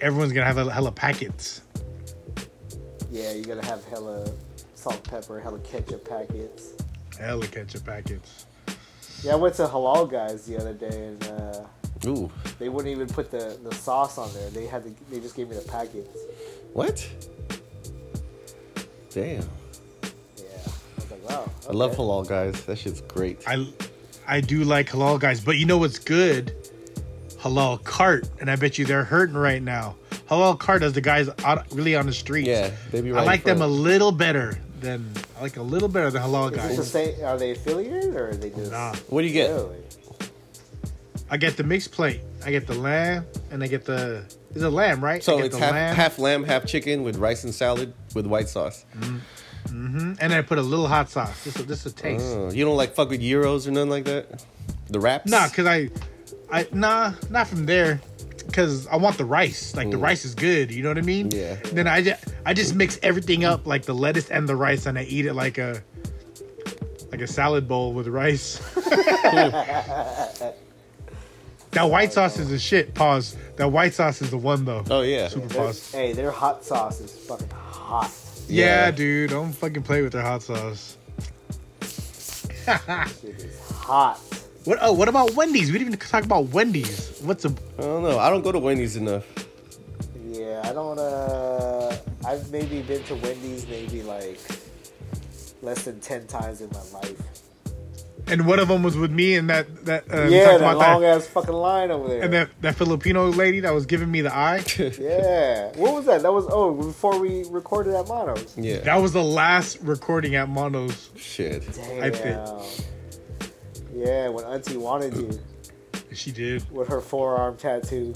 Speaker 1: Everyone's gonna have a hella packets.
Speaker 4: Yeah, you're gonna have hella salt, pepper, hella ketchup packets.
Speaker 1: Hella ketchup packets.
Speaker 4: Yeah, I went to Halal Guys the other day and uh,
Speaker 3: Ooh,
Speaker 4: they wouldn't even put the, the sauce on there. They had to, they just gave me the packets.
Speaker 3: what? Damn.
Speaker 4: Yeah, I was like, wow.
Speaker 3: I love
Speaker 4: okay.
Speaker 3: halal guys. That shit's great.
Speaker 1: I I do like halal guys, but you know what's good? Halal cart, and I bet you they're hurting right now. Halal cart is the guys out, really on the streets.
Speaker 3: yeah, they be
Speaker 1: I
Speaker 3: right.
Speaker 1: like
Speaker 3: in
Speaker 1: them a
Speaker 3: front.
Speaker 1: little better than I like a little better than halal
Speaker 4: Is this
Speaker 1: guys.
Speaker 4: the same? Are they affiliated or are they just?
Speaker 1: Nah,
Speaker 3: What do you get?
Speaker 4: Really?
Speaker 1: I get the mixed plate. I get the lamb and I get the It's a lamb, right?
Speaker 3: So
Speaker 1: I get
Speaker 3: it's
Speaker 1: the
Speaker 3: half
Speaker 1: lamb,
Speaker 3: half lamb, half chicken with rice and salad with white sauce.
Speaker 1: Mm. and I put a little hot sauce. This is this is a taste.
Speaker 3: Oh, you don't like fuck with euros or nothing like that. The wraps.
Speaker 1: Nah, cause I, I nah, not from there, cause I want the rice. Like the rice is good. You know what I mean?
Speaker 3: Mm. Yeah.
Speaker 1: Then I just I just mix everything up like the lettuce and the rice, and I eat it like a like a salad bowl with rice. that white sauce is a shit. Pause. That white sauce is the one though.
Speaker 3: Oh yeah.
Speaker 1: Super
Speaker 4: Their-
Speaker 1: pause.
Speaker 4: hey, their hot sauce is fucking hot.
Speaker 1: Yeah,
Speaker 3: Yeah.
Speaker 1: dude, don't fucking play with their hot sauce.
Speaker 4: It is hot.
Speaker 1: What? Oh, what about Wendy's? We didn't even talk about Wendy's. What's a
Speaker 3: I don't know. I don't go to Wendy's enough.
Speaker 4: Yeah, I don't. Uh, I've maybe been to Wendy's maybe like less than ten times in my life.
Speaker 1: and one of them was with me and that that uh, we
Speaker 4: yeah,
Speaker 1: talked
Speaker 4: that
Speaker 1: about
Speaker 4: long ass fucking line over there.
Speaker 1: And that, that Filipino lady that was giving me the eye,
Speaker 4: yeah, what was that? That was oh before we recorded at Monos.
Speaker 3: Yeah.
Speaker 1: that was the last recording at Mono's.
Speaker 3: Shit.
Speaker 4: Damn.
Speaker 1: I think-
Speaker 4: Yeah, when Auntie wanted you
Speaker 1: She did.
Speaker 4: with her forearm tattoo.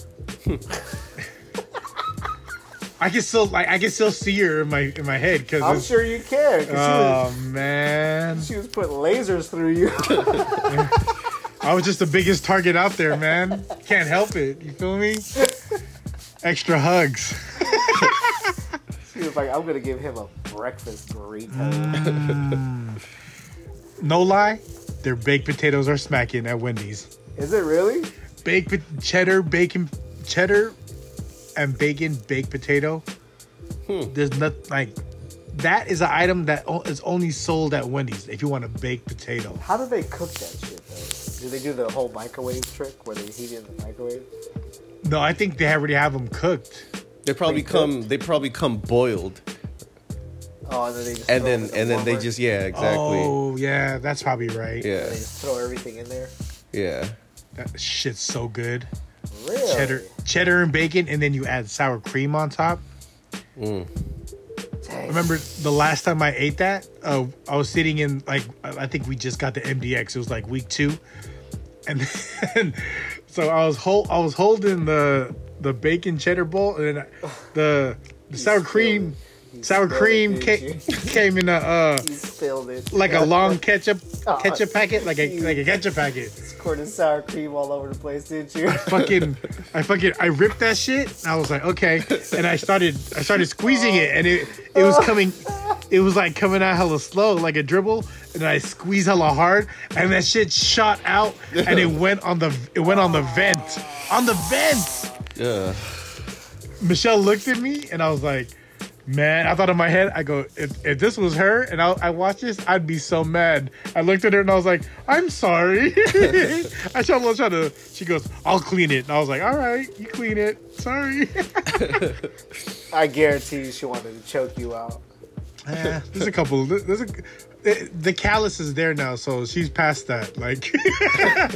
Speaker 1: I can still like I can still see her in my in my head
Speaker 4: I'm
Speaker 1: because
Speaker 4: sure you can. 'cause she was-
Speaker 1: oh man,
Speaker 4: she was putting lasers through you.
Speaker 1: I was just the biggest target out there, man. Can't help it. You feel me? Extra hugs.
Speaker 4: she was like, I'm gonna give him a breakfast burrito.
Speaker 1: Mm. No lie, their baked potatoes are smacking at Wendy's.
Speaker 4: Is it really?
Speaker 1: Baked pot- cheddar, bacon, cheddar, and bacon baked potato.
Speaker 3: Hmm.
Speaker 1: There's not like that is an item that o- is only sold at Wendy's if you want a baked potato.
Speaker 4: How do they cook that shit though? Do they do the whole microwave trick where they heat it in the microwave?
Speaker 1: No, I think they already have them cooked.
Speaker 3: They probably come. They probably come boiled,
Speaker 4: Oh, and then they just
Speaker 3: and
Speaker 4: throw it
Speaker 3: then
Speaker 4: in the
Speaker 3: and then they
Speaker 4: warmer,
Speaker 3: just yeah exactly
Speaker 1: Oh yeah, that's probably right.
Speaker 4: and
Speaker 3: yeah
Speaker 4: they just throw everything in there.
Speaker 3: yeah.
Speaker 1: That shit's so good.
Speaker 4: Really?
Speaker 1: Cheddar, cheddar and bacon, and then you add sour cream on top.
Speaker 4: Dang.
Speaker 1: Remember the last time I ate that? Uh, I was sitting in like I I think we just got the MDX. It was like week two, and then, so I was hol- I was holding the the bacon cheddar bowl, and then I- the the sour
Speaker 4: spilled
Speaker 1: cream
Speaker 4: You
Speaker 1: sour
Speaker 4: spilled
Speaker 1: cream
Speaker 4: it,
Speaker 1: came,
Speaker 4: didn't
Speaker 1: came in a uh,
Speaker 4: You You spilled it.
Speaker 1: like a long ketchup
Speaker 4: Aw,
Speaker 1: ketchup packet, like a like a ketchup packet.
Speaker 4: squirted sour cream all over the place, didn't you?
Speaker 1: Fucking, I fucking, I ripped that shit. And I was like, okay, and I started, I started squeezing it, and it, it was coming, it was like coming out hella slow, like a dribble, and I squeezed hella hard, and that shit shot out, and it went on the, it went on the vent, on the vent.
Speaker 3: Yeah.
Speaker 1: Michelle looked at me, and I was like. Man, I thought in my head, I go, if, if this was her and I, I watched this, I'd be so mad. I looked at her and I was like, I'm sorry. I tried, I tried to, she goes, I'll clean it. And I was like, all right, you clean it. Sorry.
Speaker 4: I guarantee you she wanted to choke you out.
Speaker 1: Yeah, there's a couple. There's a, the, the callus is there now, so she's past that. Like,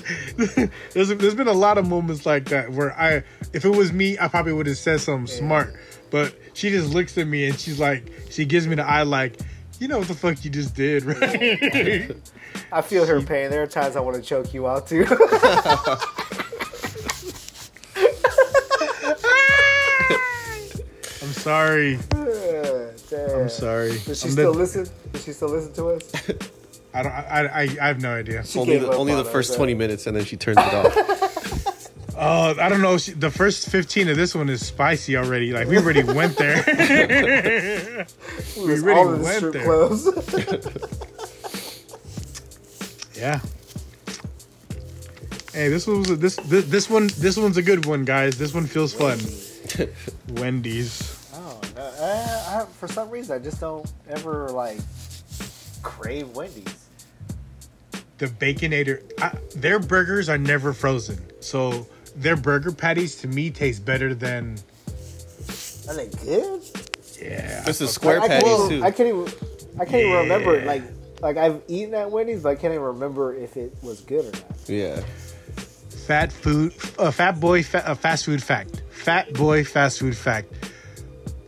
Speaker 1: there's, there's been a lot of moments like that where I, if it was me, I probably would have said something smart. But she just looks at me and she's like, she gives me the eye, like, you know what the fuck you just did, right?
Speaker 4: I feel her pain. There are times I want to choke you out too.
Speaker 1: I'm sorry.
Speaker 4: Damn.
Speaker 1: I'm sorry.
Speaker 4: Does she
Speaker 1: I'm
Speaker 4: still
Speaker 1: the-
Speaker 4: listen? Does she still listen to us?
Speaker 1: I don't. I, I. I have no idea.
Speaker 3: Only
Speaker 4: gave
Speaker 3: the,
Speaker 4: up
Speaker 3: only the
Speaker 4: on us,
Speaker 3: first
Speaker 4: uh,
Speaker 3: twenty minutes, and then she turns it off.
Speaker 1: Uh, I don't know. She, the first 15 of this one is spicy already. Like we already went there.
Speaker 4: We was
Speaker 1: really
Speaker 4: all in the
Speaker 1: went
Speaker 4: strip
Speaker 1: there.
Speaker 4: clubs.
Speaker 1: yeah. Hey, this was this, this this one this one's a good one, guys. This one feels fun. Wendy's.
Speaker 4: Oh, no, uh, I, for some reason, I just don't ever like crave Wendy's.
Speaker 1: the baconator I, their burgers are never frozen so their burger patties to me taste better than
Speaker 4: Are they good?
Speaker 1: yeah
Speaker 3: This is
Speaker 4: Like,
Speaker 3: square
Speaker 4: I can't
Speaker 3: patties
Speaker 4: even-
Speaker 3: too.
Speaker 4: I can't even. I can't even remember.
Speaker 1: Yeah.
Speaker 4: Like, like I've eaten at Wendy's, but I can't even remember if it was good or not.
Speaker 3: yeah.
Speaker 1: fat food uh, fat boy fa- uh, fast food fact fat boy fast food fact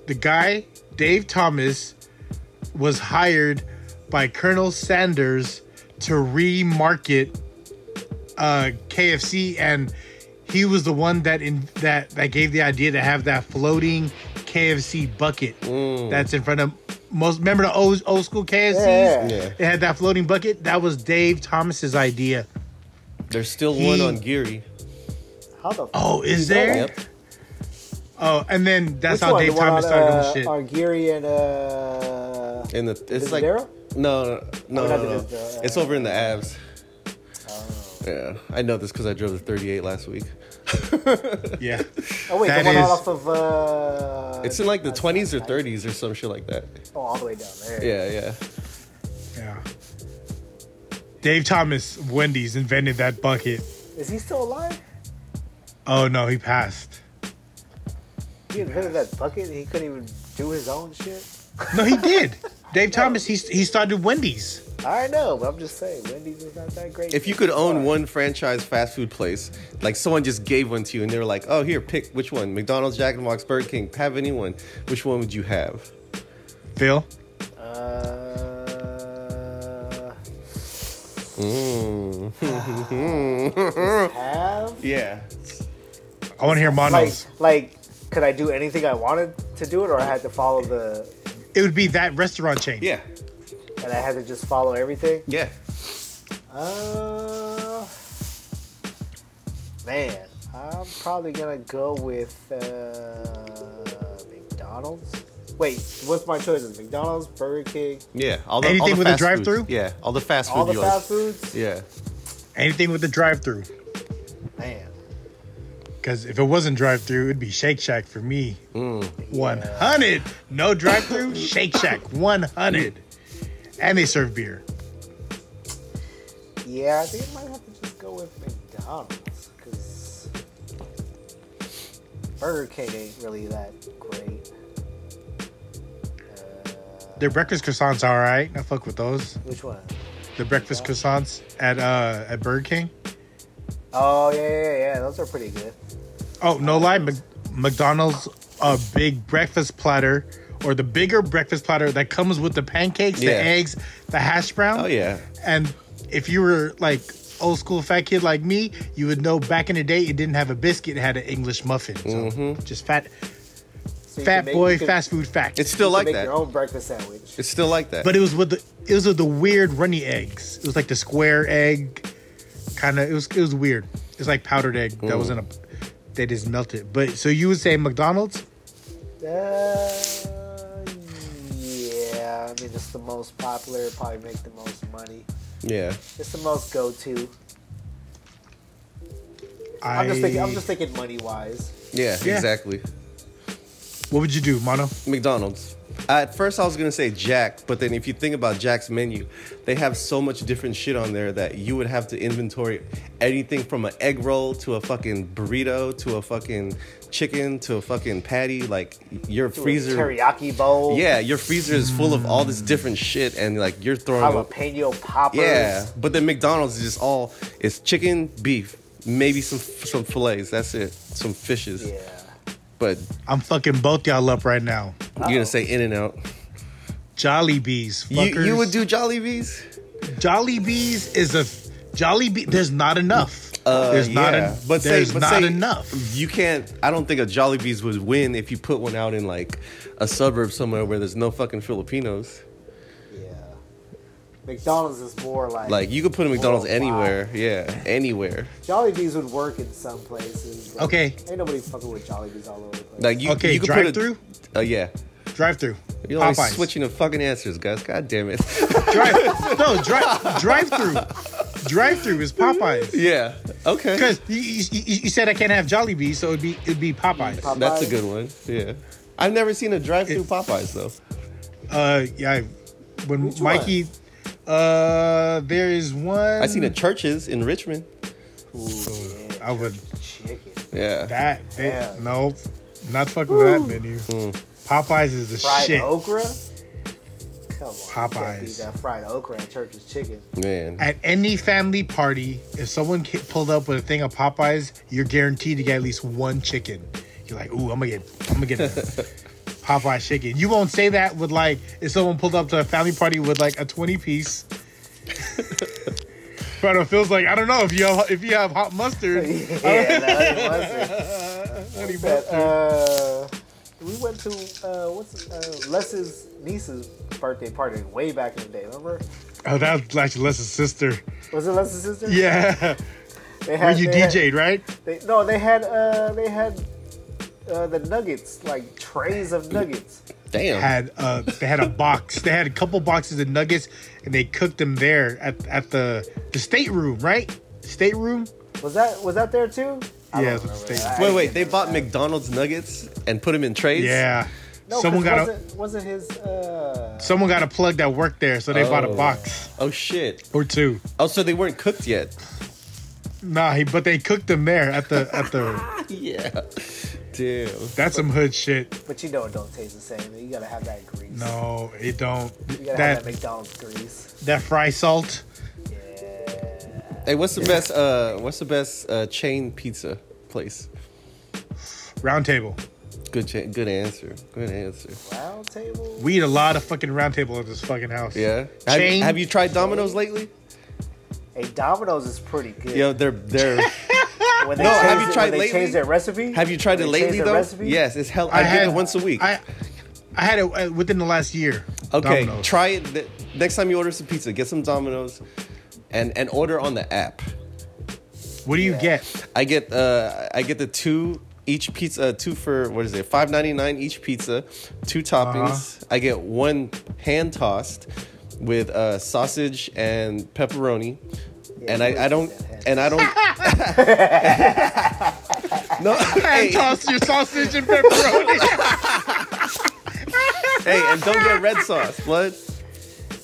Speaker 1: the guy dave thomas was hired by colonel sanders to remarket uh, kfc and he was the one that in that that gave the idea to have that floating KFC bucket that's in front of most. Remember the old old school KFCs?
Speaker 4: Yeah.
Speaker 3: Yeah.
Speaker 1: It had that floating bucket. That was Dave Thomas's idea.
Speaker 3: There's still
Speaker 1: He-
Speaker 3: one on Geary.
Speaker 4: How the
Speaker 1: Oh, is there?
Speaker 3: Yep.
Speaker 1: Oh, and then that's
Speaker 4: Which
Speaker 1: how
Speaker 4: one?
Speaker 1: Dave
Speaker 4: the one
Speaker 1: Thomas
Speaker 4: on,
Speaker 1: started
Speaker 4: uh,
Speaker 1: doing shit.
Speaker 4: Argyri and uh,
Speaker 3: In the it's like no
Speaker 4: Veradero?
Speaker 3: no no,
Speaker 4: Oh,
Speaker 3: no,
Speaker 4: not
Speaker 3: no.
Speaker 4: the-
Speaker 3: it's over in the abs.
Speaker 4: Oh.
Speaker 3: Yeah, I know this because I drove the 38 last week.
Speaker 1: Yeah.
Speaker 4: oh wait,
Speaker 1: That
Speaker 4: the one
Speaker 1: is-
Speaker 4: off of uh,
Speaker 3: It's in like the
Speaker 4: that's
Speaker 3: 20s or
Speaker 4: not
Speaker 3: 30s or some shit like that.
Speaker 4: nice. Oh, all the way down there.
Speaker 3: Yeah, yeah.
Speaker 1: Yeah. Dave Thomas, Wendy's invented that bucket.
Speaker 4: Is he still alive?
Speaker 1: Oh no, he passed.
Speaker 4: He invented that bucket. and He couldn't even do his own shit.
Speaker 1: No, he did. Dave Thomas, he, he started Wendy's.
Speaker 4: I know, but I'm just saying, Wendy's is not that great.
Speaker 3: If you could own one franchise fast food place, like someone just gave one to you and they were like, "Oh, here, pick which one: McDonald's, Jack in the Box, Burger King. Have anyone? Which one would you have?"
Speaker 1: Phil?
Speaker 4: Uh,
Speaker 3: Mm.
Speaker 4: have
Speaker 3: Yeah.
Speaker 1: I want to hear
Speaker 4: like
Speaker 1: Monos.
Speaker 4: like could I do anything I wanted to do it, or I had to follow the
Speaker 1: It would be that restaurant chain.
Speaker 3: Yeah.
Speaker 4: and I had to just follow everything?
Speaker 3: Yeah.
Speaker 4: Uh, man, I'm probably gonna go with uh, McDonald's. Wait, what's my choices? McDonald's, Burger King,
Speaker 3: Yeah. All
Speaker 1: Anything with a
Speaker 3: fast food.
Speaker 1: drive-through?
Speaker 3: Yeah. All the fast food.
Speaker 4: all the
Speaker 3: you
Speaker 4: fast
Speaker 3: like.
Speaker 4: foods.
Speaker 3: Yeah.
Speaker 1: Anything with the drive through.
Speaker 4: Man,
Speaker 1: Because if it wasn't drive through, it'd be Shake Shack for me.
Speaker 4: Mm.
Speaker 1: 100. No drive through, Shake Shack. 100. And they serve beer.
Speaker 4: yeah, I think I might have to just go with McDonald's because Burger King ain't really that great. Uh,
Speaker 1: Their breakfast croissants are all right. I fuck with those.
Speaker 4: which one?
Speaker 1: The breakfast croissants at uh at Burger King.
Speaker 4: Oh yeah, yeah, yeah. Those are pretty good.
Speaker 1: Oh, no lie, Mc- McDonald's a big breakfast platter or the bigger breakfast platter that comes with the pancakes,
Speaker 3: Yeah.
Speaker 1: the eggs, the hash brown.
Speaker 3: Oh yeah.
Speaker 1: And if you were like old school fat kid like me, you would know back in the day it didn't have a biscuit, it had an English muffin. So
Speaker 3: Mm-hmm.
Speaker 1: just fat
Speaker 4: So you
Speaker 1: fat
Speaker 4: can make-
Speaker 1: boy
Speaker 4: you can-
Speaker 1: fast food fact.
Speaker 3: It's still
Speaker 4: you can
Speaker 3: like
Speaker 4: make
Speaker 3: that.
Speaker 4: your own breakfast sandwich.
Speaker 3: It's still like that.
Speaker 1: but it was with the it was with the weird runny eggs. It was like the square egg kind of it was it was weird. It's like powdered egg that
Speaker 3: Mm.
Speaker 1: was in a they just melted. But so you would say McDonald's?
Speaker 4: Uh, yeah, I mean it's the most popular. Probably make the most money.
Speaker 3: yeah.
Speaker 4: It's the most go-to.
Speaker 1: I,
Speaker 4: I'm just thinking. I'm just thinking money-wise.
Speaker 3: Yeah.
Speaker 1: Yeah.
Speaker 3: Exactly.
Speaker 1: What would you do, Mono?
Speaker 3: McDonald's. At first, I was gonna say Jack, but then if you think about Jack's menu, they have so much different shit on there that you would have to inventory anything from an egg roll to a fucking burrito to a fucking chicken to a fucking patty. Like your freezer,
Speaker 4: teriyaki bowl.
Speaker 3: yeah, your freezer is full of all this different shit, and like you're throwing up.
Speaker 4: Jalapeno poppers.
Speaker 3: Yeah, but then McDonald's is just all it's chicken, beef, maybe some some fillets. That's it, some fishes.
Speaker 4: Yeah.
Speaker 3: But
Speaker 1: I'm fucking both y'all up right now.
Speaker 3: you're gonna say In and Out.
Speaker 1: Jolly Bees.
Speaker 3: You,
Speaker 1: Fuckers.
Speaker 3: you would do Jollibees.
Speaker 1: Jolly Bees is a Jolly Bee. There's not enough.
Speaker 3: Uh,
Speaker 1: there's not
Speaker 3: yeah.
Speaker 1: en- there's not enough.
Speaker 3: You can't. I don't think a Jollibees would win if you put one out in like a suburb somewhere where there's no fucking Filipinos.
Speaker 4: Yeah. McDonald's is more like
Speaker 3: Like you could put a McDonald's
Speaker 1: Oh,
Speaker 4: Worldwide.
Speaker 3: anywhere. Yeah, anywhere.
Speaker 4: Jolly Bees would work in some places. but
Speaker 1: Okay.
Speaker 4: Ain't nobody fucking with Jolly Bees all over the place.
Speaker 3: Like you.
Speaker 1: Okay,
Speaker 3: you could put a-
Speaker 1: drive-thru?
Speaker 3: Uh, yeah.
Speaker 1: Drive through.
Speaker 3: You're always
Speaker 1: Popeyes.
Speaker 3: switching the fucking answers, guys. God damn it.
Speaker 1: Drive. no, drive. Drive through. Drive through is Popeyes.
Speaker 3: yeah. Okay.
Speaker 1: Because you, you, you you said I can't have Jolly Bees, so it'd be it'd be Popeyes.
Speaker 4: Popeyes.
Speaker 3: That's a good one. Yeah. I've never seen a drive-through
Speaker 1: It-
Speaker 3: Popeyes though.
Speaker 1: Uh, yeah. I- When
Speaker 4: Which one?
Speaker 1: Mikey, uh, there is one.
Speaker 3: I seen a churches in Richmond.
Speaker 4: Ooh, yeah.
Speaker 1: I would
Speaker 4: chicken.
Speaker 3: Yeah.
Speaker 1: that. eh,
Speaker 4: Yeah.
Speaker 1: Nope. Not fucking with that menu. Popeyes is the
Speaker 4: Fried
Speaker 1: shit.
Speaker 4: okra? Come on. you can't beat
Speaker 1: Popeyes.
Speaker 4: that fried okra and Church's chicken.
Speaker 3: Man.
Speaker 1: At any family party, if someone ca- pulled up with a thing of Popeyes, you're guaranteed to get at least one chicken. You're like, ooh, I'm gonna get, I'm gonna get a Popeye chicken. You won't say that with like if someone pulled up to a family party with like a 20 piece. Fredo feels like I don't know if you have, if you have hot mustard.
Speaker 4: yeah, that was it.
Speaker 1: honey mustard.
Speaker 4: But, uh, we went to uh, what's uh, Les's niece's birthday party way back in the day. Remember?
Speaker 1: oh, that was actually Les's sister. Oh,
Speaker 4: Was it Les's sister?
Speaker 1: Yeah,
Speaker 4: They
Speaker 1: where you
Speaker 4: they
Speaker 1: DJ'd, right?
Speaker 4: They, no, they had uh, they had uh, the nuggets, like trays of nuggets.
Speaker 3: Damn.
Speaker 1: Had uh, they had a box. They had a couple boxes of nuggets, and they cooked them there at at the the stateroom, right? Stateroom.
Speaker 4: Was that was that there too? I
Speaker 1: Yeah,
Speaker 4: don't
Speaker 1: it's a
Speaker 4: remember.
Speaker 1: steak.
Speaker 4: I-
Speaker 3: Wait, wait. They bought McDonald's nuggets and put them in trays.
Speaker 1: Yeah.
Speaker 4: No, 'cause
Speaker 1: someone got a
Speaker 4: wasn't, wasn't his uh,
Speaker 1: someone got a plug that worked there, so they bought a
Speaker 3: Oh.
Speaker 1: box
Speaker 3: Oh shit.
Speaker 1: or two.
Speaker 3: Oh, so they weren't cooked yet.
Speaker 1: Nah, he, but they cooked them there at the at the.
Speaker 3: Yeah. Damn.
Speaker 1: That's some hood shit.
Speaker 4: but you know it don't taste the same. You gotta have that grease.
Speaker 1: No, it don't.
Speaker 4: You gotta have
Speaker 1: That
Speaker 4: that McDonald's grease.
Speaker 1: that fry salt.
Speaker 4: Yeah.
Speaker 3: Hey, what's the best? Uh, what's the best uh, chain pizza place?
Speaker 1: Round table.
Speaker 3: Good, cha- good answer. Good answer.
Speaker 4: Round table.
Speaker 1: We eat a lot of fucking round table at this fucking house.
Speaker 3: Yeah. Have,
Speaker 1: Chain-
Speaker 3: have you tried Domino's lately?
Speaker 4: Hey, Domino's is pretty good.
Speaker 3: Yo, they're they're.
Speaker 4: When they
Speaker 3: No,
Speaker 4: changed
Speaker 3: have you
Speaker 4: it-
Speaker 3: tried
Speaker 4: when they
Speaker 3: lately?
Speaker 4: changed their recipe?
Speaker 3: Have you tried
Speaker 4: When
Speaker 3: it
Speaker 4: they changed
Speaker 3: lately
Speaker 4: their
Speaker 3: though?
Speaker 4: Recipe?
Speaker 3: Yes, it's hell. I, get it once a week.
Speaker 1: I, I had it uh, within the last year.
Speaker 3: okay,
Speaker 1: Domino's.
Speaker 3: try it the, next time you order some pizza. Get some Domino's, and and order on the app.
Speaker 1: What do you
Speaker 4: Yeah.
Speaker 1: get?
Speaker 3: I get uh I get the two each pizza uh, two for what is it five ninety nine each pizza, two toppings. I get one hand tossed with uh, sausage and pepperoni, and
Speaker 4: you
Speaker 3: I, I don't
Speaker 4: always get that
Speaker 3: and I don't. no, hey,
Speaker 1: And toss your sausage and pepperoni.
Speaker 3: hey, and don't get red sauce, blood.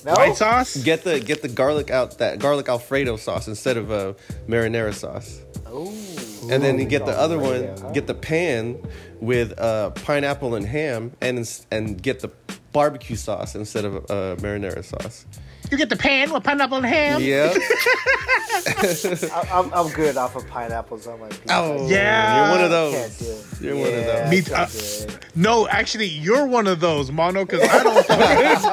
Speaker 4: No?
Speaker 1: White sauce.
Speaker 3: Get the get the garlic out that garlic Alfredo sauce instead of uh, marinara sauce.
Speaker 4: Ooh.
Speaker 3: and then you get the other one,
Speaker 4: Alfredo, huh?
Speaker 3: get the pan with uh, pineapple and ham, and ins- and get the barbecue sauce instead of uh, marinara sauce.
Speaker 1: You get the pan with pineapple and ham.
Speaker 3: Yeah,
Speaker 4: I, I'm, I'm good off of pineapples on my pizza.
Speaker 3: oh,
Speaker 1: Yeah. uh,
Speaker 3: you're one of
Speaker 4: I can't do
Speaker 3: those.
Speaker 4: it.
Speaker 3: You're one of
Speaker 4: Yeah,
Speaker 3: those.
Speaker 4: I
Speaker 1: Me
Speaker 4: can't
Speaker 1: too.
Speaker 4: do it.
Speaker 1: No, actually, you're one of those, Mono, because I don't fuck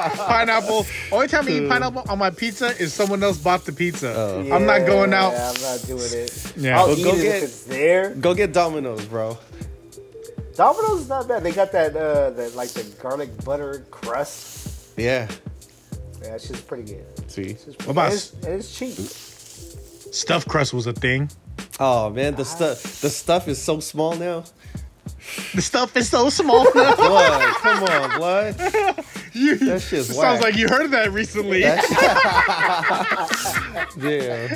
Speaker 1: with pineapple. Only time I eat pineapple on my pizza is someone else bought the pizza.
Speaker 3: Oh.
Speaker 1: I'm not going
Speaker 4: Yeah,
Speaker 1: out.
Speaker 4: I'm not doing it.
Speaker 1: Yeah.
Speaker 4: I'll
Speaker 1: Well,
Speaker 4: eat
Speaker 3: go
Speaker 4: it
Speaker 3: get-
Speaker 4: if it's there.
Speaker 3: Go get Domino's, bro.
Speaker 4: Domino's is not bad. They got that, uh, that like the garlic butter crust.
Speaker 3: Yeah,
Speaker 4: Yeah, it's just pretty good.
Speaker 3: see.
Speaker 4: It's just pretty
Speaker 1: What about
Speaker 4: and it's, and it's cheap.
Speaker 1: Stuffed crust was a thing.
Speaker 3: Oh man, the stuff the stuff is so small now.
Speaker 1: The stuff is so small.
Speaker 3: Blood, come on, blood.
Speaker 1: you,
Speaker 3: That shit's
Speaker 1: sounds
Speaker 3: whack.
Speaker 1: like you heard that recently.
Speaker 3: Yeah,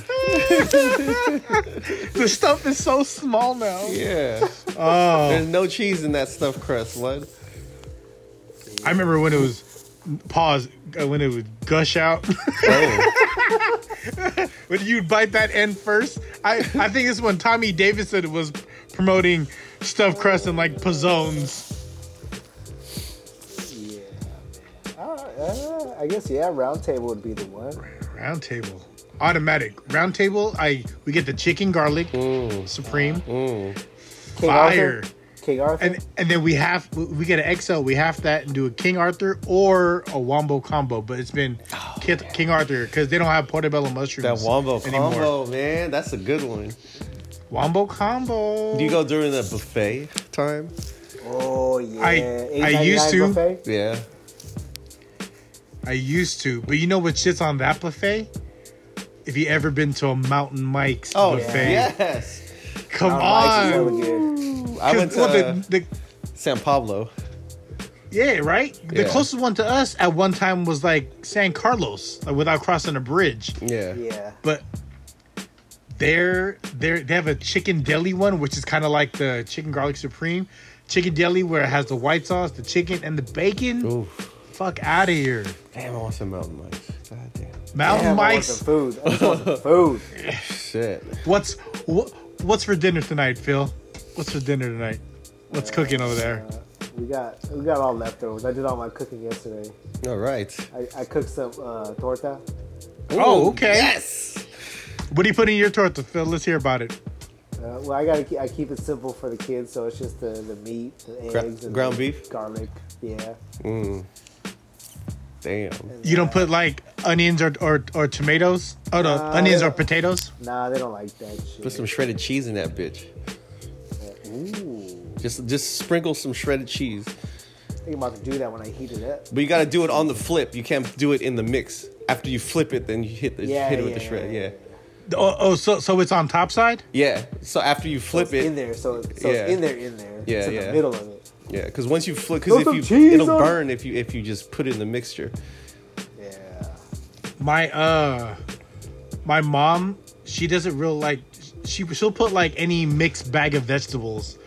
Speaker 1: the stuff is so small now.
Speaker 3: yeah.
Speaker 1: Oh,
Speaker 3: There's no cheese in that stuffed crust, blood.
Speaker 1: I remember when it was pause uh, when it would gush out.
Speaker 3: Oh,
Speaker 1: when you'd bite that end first. I I think it's when Tommy Davidson was promoting stuffed crust and like pizzones.
Speaker 4: Yeah, man. I, don't- uh, I guess yeah, round table would be the one.
Speaker 1: Round table. Automatic. Round table, I we get the chicken garlic
Speaker 3: Mm,
Speaker 1: supreme.
Speaker 4: King
Speaker 1: Fire.
Speaker 4: Arthur. King Arthur.
Speaker 1: And and then we have we get an XL, we have that and do a King Arthur or a Wombo combo, but it's been Ki- King Arthur because they don't have portobello
Speaker 3: Oh, that
Speaker 1: mushrooms.
Speaker 3: wombo combo, man. That's a good one.
Speaker 1: Wombo combo.
Speaker 3: Do you go during the buffet time?
Speaker 4: oh yeah.
Speaker 1: I- I used
Speaker 4: $8.99
Speaker 1: to-
Speaker 4: buffet?
Speaker 3: Yeah.
Speaker 1: I used to, but you know what shits on that buffet? If you ever been to a Mountain Mike's
Speaker 3: Oh
Speaker 1: buffet,
Speaker 3: yes.
Speaker 1: come
Speaker 4: Mike's is
Speaker 1: on.
Speaker 4: hella Oh, good.
Speaker 3: I
Speaker 1: 'Cause,
Speaker 3: went to
Speaker 1: well,
Speaker 3: uh,
Speaker 1: the, the,
Speaker 3: San Pablo.
Speaker 1: yeah, right. The
Speaker 3: Yeah.
Speaker 1: closest one to us at one time was like San Carlos, like, without crossing a bridge.
Speaker 3: Yeah.
Speaker 4: Yeah.
Speaker 1: But they're, they're they have a chicken deli one, which is kind of like the chicken garlic supreme, chicken deli where it has the white sauce, the chicken, and the bacon.
Speaker 3: Ooh.
Speaker 1: Fuck out of here,
Speaker 3: Damn, I want some mountain mics. God damn.
Speaker 1: Mountain
Speaker 4: Damn, I want
Speaker 1: Mike's.
Speaker 4: some food. I just want some food.
Speaker 3: Shit.
Speaker 1: What's wh- what's for dinner tonight, Phil? What's for dinner tonight? What's cooking over there?
Speaker 4: We got we got all leftovers. I did all my cooking yesterday.
Speaker 3: All right.
Speaker 4: I, I cooked some uh, torta.
Speaker 1: Oh,
Speaker 3: Ooh,
Speaker 1: okay.
Speaker 3: Yes.
Speaker 1: What do you put in your torta, Phil? Let's hear about it.
Speaker 4: Uh, well, I gotta keep, I keep it simple for the kids, so it's just the, the meat, the eggs, and
Speaker 3: ground
Speaker 4: the
Speaker 3: beef?
Speaker 4: garlic. Yeah,
Speaker 3: Mm. Damn.
Speaker 1: You don't put like onions or or, or tomatoes. Oh no,
Speaker 4: Nah,
Speaker 1: onions
Speaker 4: yeah.
Speaker 1: or potatoes.
Speaker 4: Nah, they don't like that shit.
Speaker 3: Put some shredded cheese in that bitch.
Speaker 4: Ooh.
Speaker 3: Just just sprinkle some shredded cheese.
Speaker 4: think I'm about to do that when I heat it up.
Speaker 3: But you gotta do it on the flip. You can't do it in the mix. After you flip it, then you hit the
Speaker 4: Yeah,
Speaker 3: hit it with
Speaker 4: yeah,
Speaker 3: the shred.
Speaker 4: yeah,
Speaker 3: Yeah.
Speaker 1: Oh, oh so so it's on top side.
Speaker 3: yeah, So after you flip
Speaker 4: It's
Speaker 3: it,
Speaker 4: in there, so, so
Speaker 3: Yeah.
Speaker 4: it's in there, in there.
Speaker 3: Yeah,
Speaker 4: it's in
Speaker 3: yeah.
Speaker 4: the middle of it.
Speaker 3: yeah, because once you flip,
Speaker 4: Throw
Speaker 3: because
Speaker 4: some
Speaker 3: if you
Speaker 4: cheese
Speaker 3: it'll
Speaker 4: on it.
Speaker 3: burn if you if you just put it in the mixture.
Speaker 4: Yeah.
Speaker 1: My uh, my mom, she doesn't real like. She she'll put like any mixed bag of vegetables.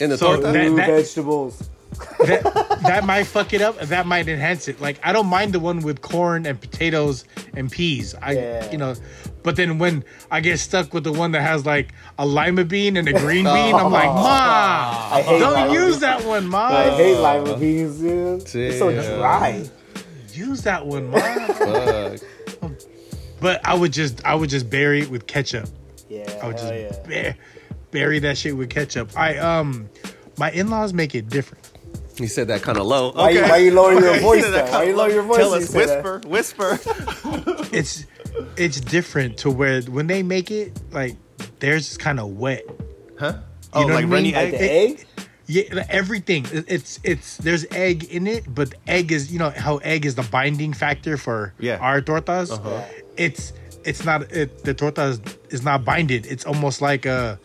Speaker 3: In the
Speaker 1: So
Speaker 3: torta.
Speaker 1: that-
Speaker 4: Ooh, vegetables.
Speaker 1: That that might fuck it up. and That might enhance it. Like I don't mind the one with corn and potatoes and peas. I
Speaker 4: Yeah.
Speaker 1: you know, but then when I get stuck with the one that has like a lima bean and a green bean, I'm like, ma,
Speaker 4: I hate
Speaker 1: don't
Speaker 4: lima
Speaker 1: use
Speaker 4: beans.
Speaker 1: that one, ma.
Speaker 4: I hate lima beans, dude. It's so
Speaker 3: Oh. Damn.
Speaker 4: dry.
Speaker 1: use that one, ma.
Speaker 3: Fuck.
Speaker 1: But I would just I would just bury it with ketchup.
Speaker 4: Yeah.
Speaker 1: I would just
Speaker 4: hell yeah.
Speaker 1: bur- bury that shit with ketchup. I um my in-laws make it different.
Speaker 3: You said that kind of low.
Speaker 4: Why, you,
Speaker 3: Okay.
Speaker 4: why you lower your
Speaker 3: You
Speaker 4: voice
Speaker 3: said
Speaker 4: though?
Speaker 3: that
Speaker 4: Why you lower your voice?
Speaker 3: Tell
Speaker 4: when
Speaker 3: us,
Speaker 4: you say that?
Speaker 3: whisper, whisper.
Speaker 1: It's it's different to where when they make it, like theirs is kind of wet.
Speaker 3: Huh? Oh,
Speaker 1: know what I
Speaker 3: like
Speaker 1: mean?
Speaker 3: runny
Speaker 1: Like
Speaker 3: egg.
Speaker 4: The
Speaker 1: It-
Speaker 4: egg?
Speaker 1: Yeah, like, everything. It- It's it's there's egg in it, but the egg is you know how egg is the binding factor for
Speaker 3: Yeah.
Speaker 1: our tortas.
Speaker 4: Uh-huh.
Speaker 1: It's it's not it, the torta is, is not binded. It's almost like a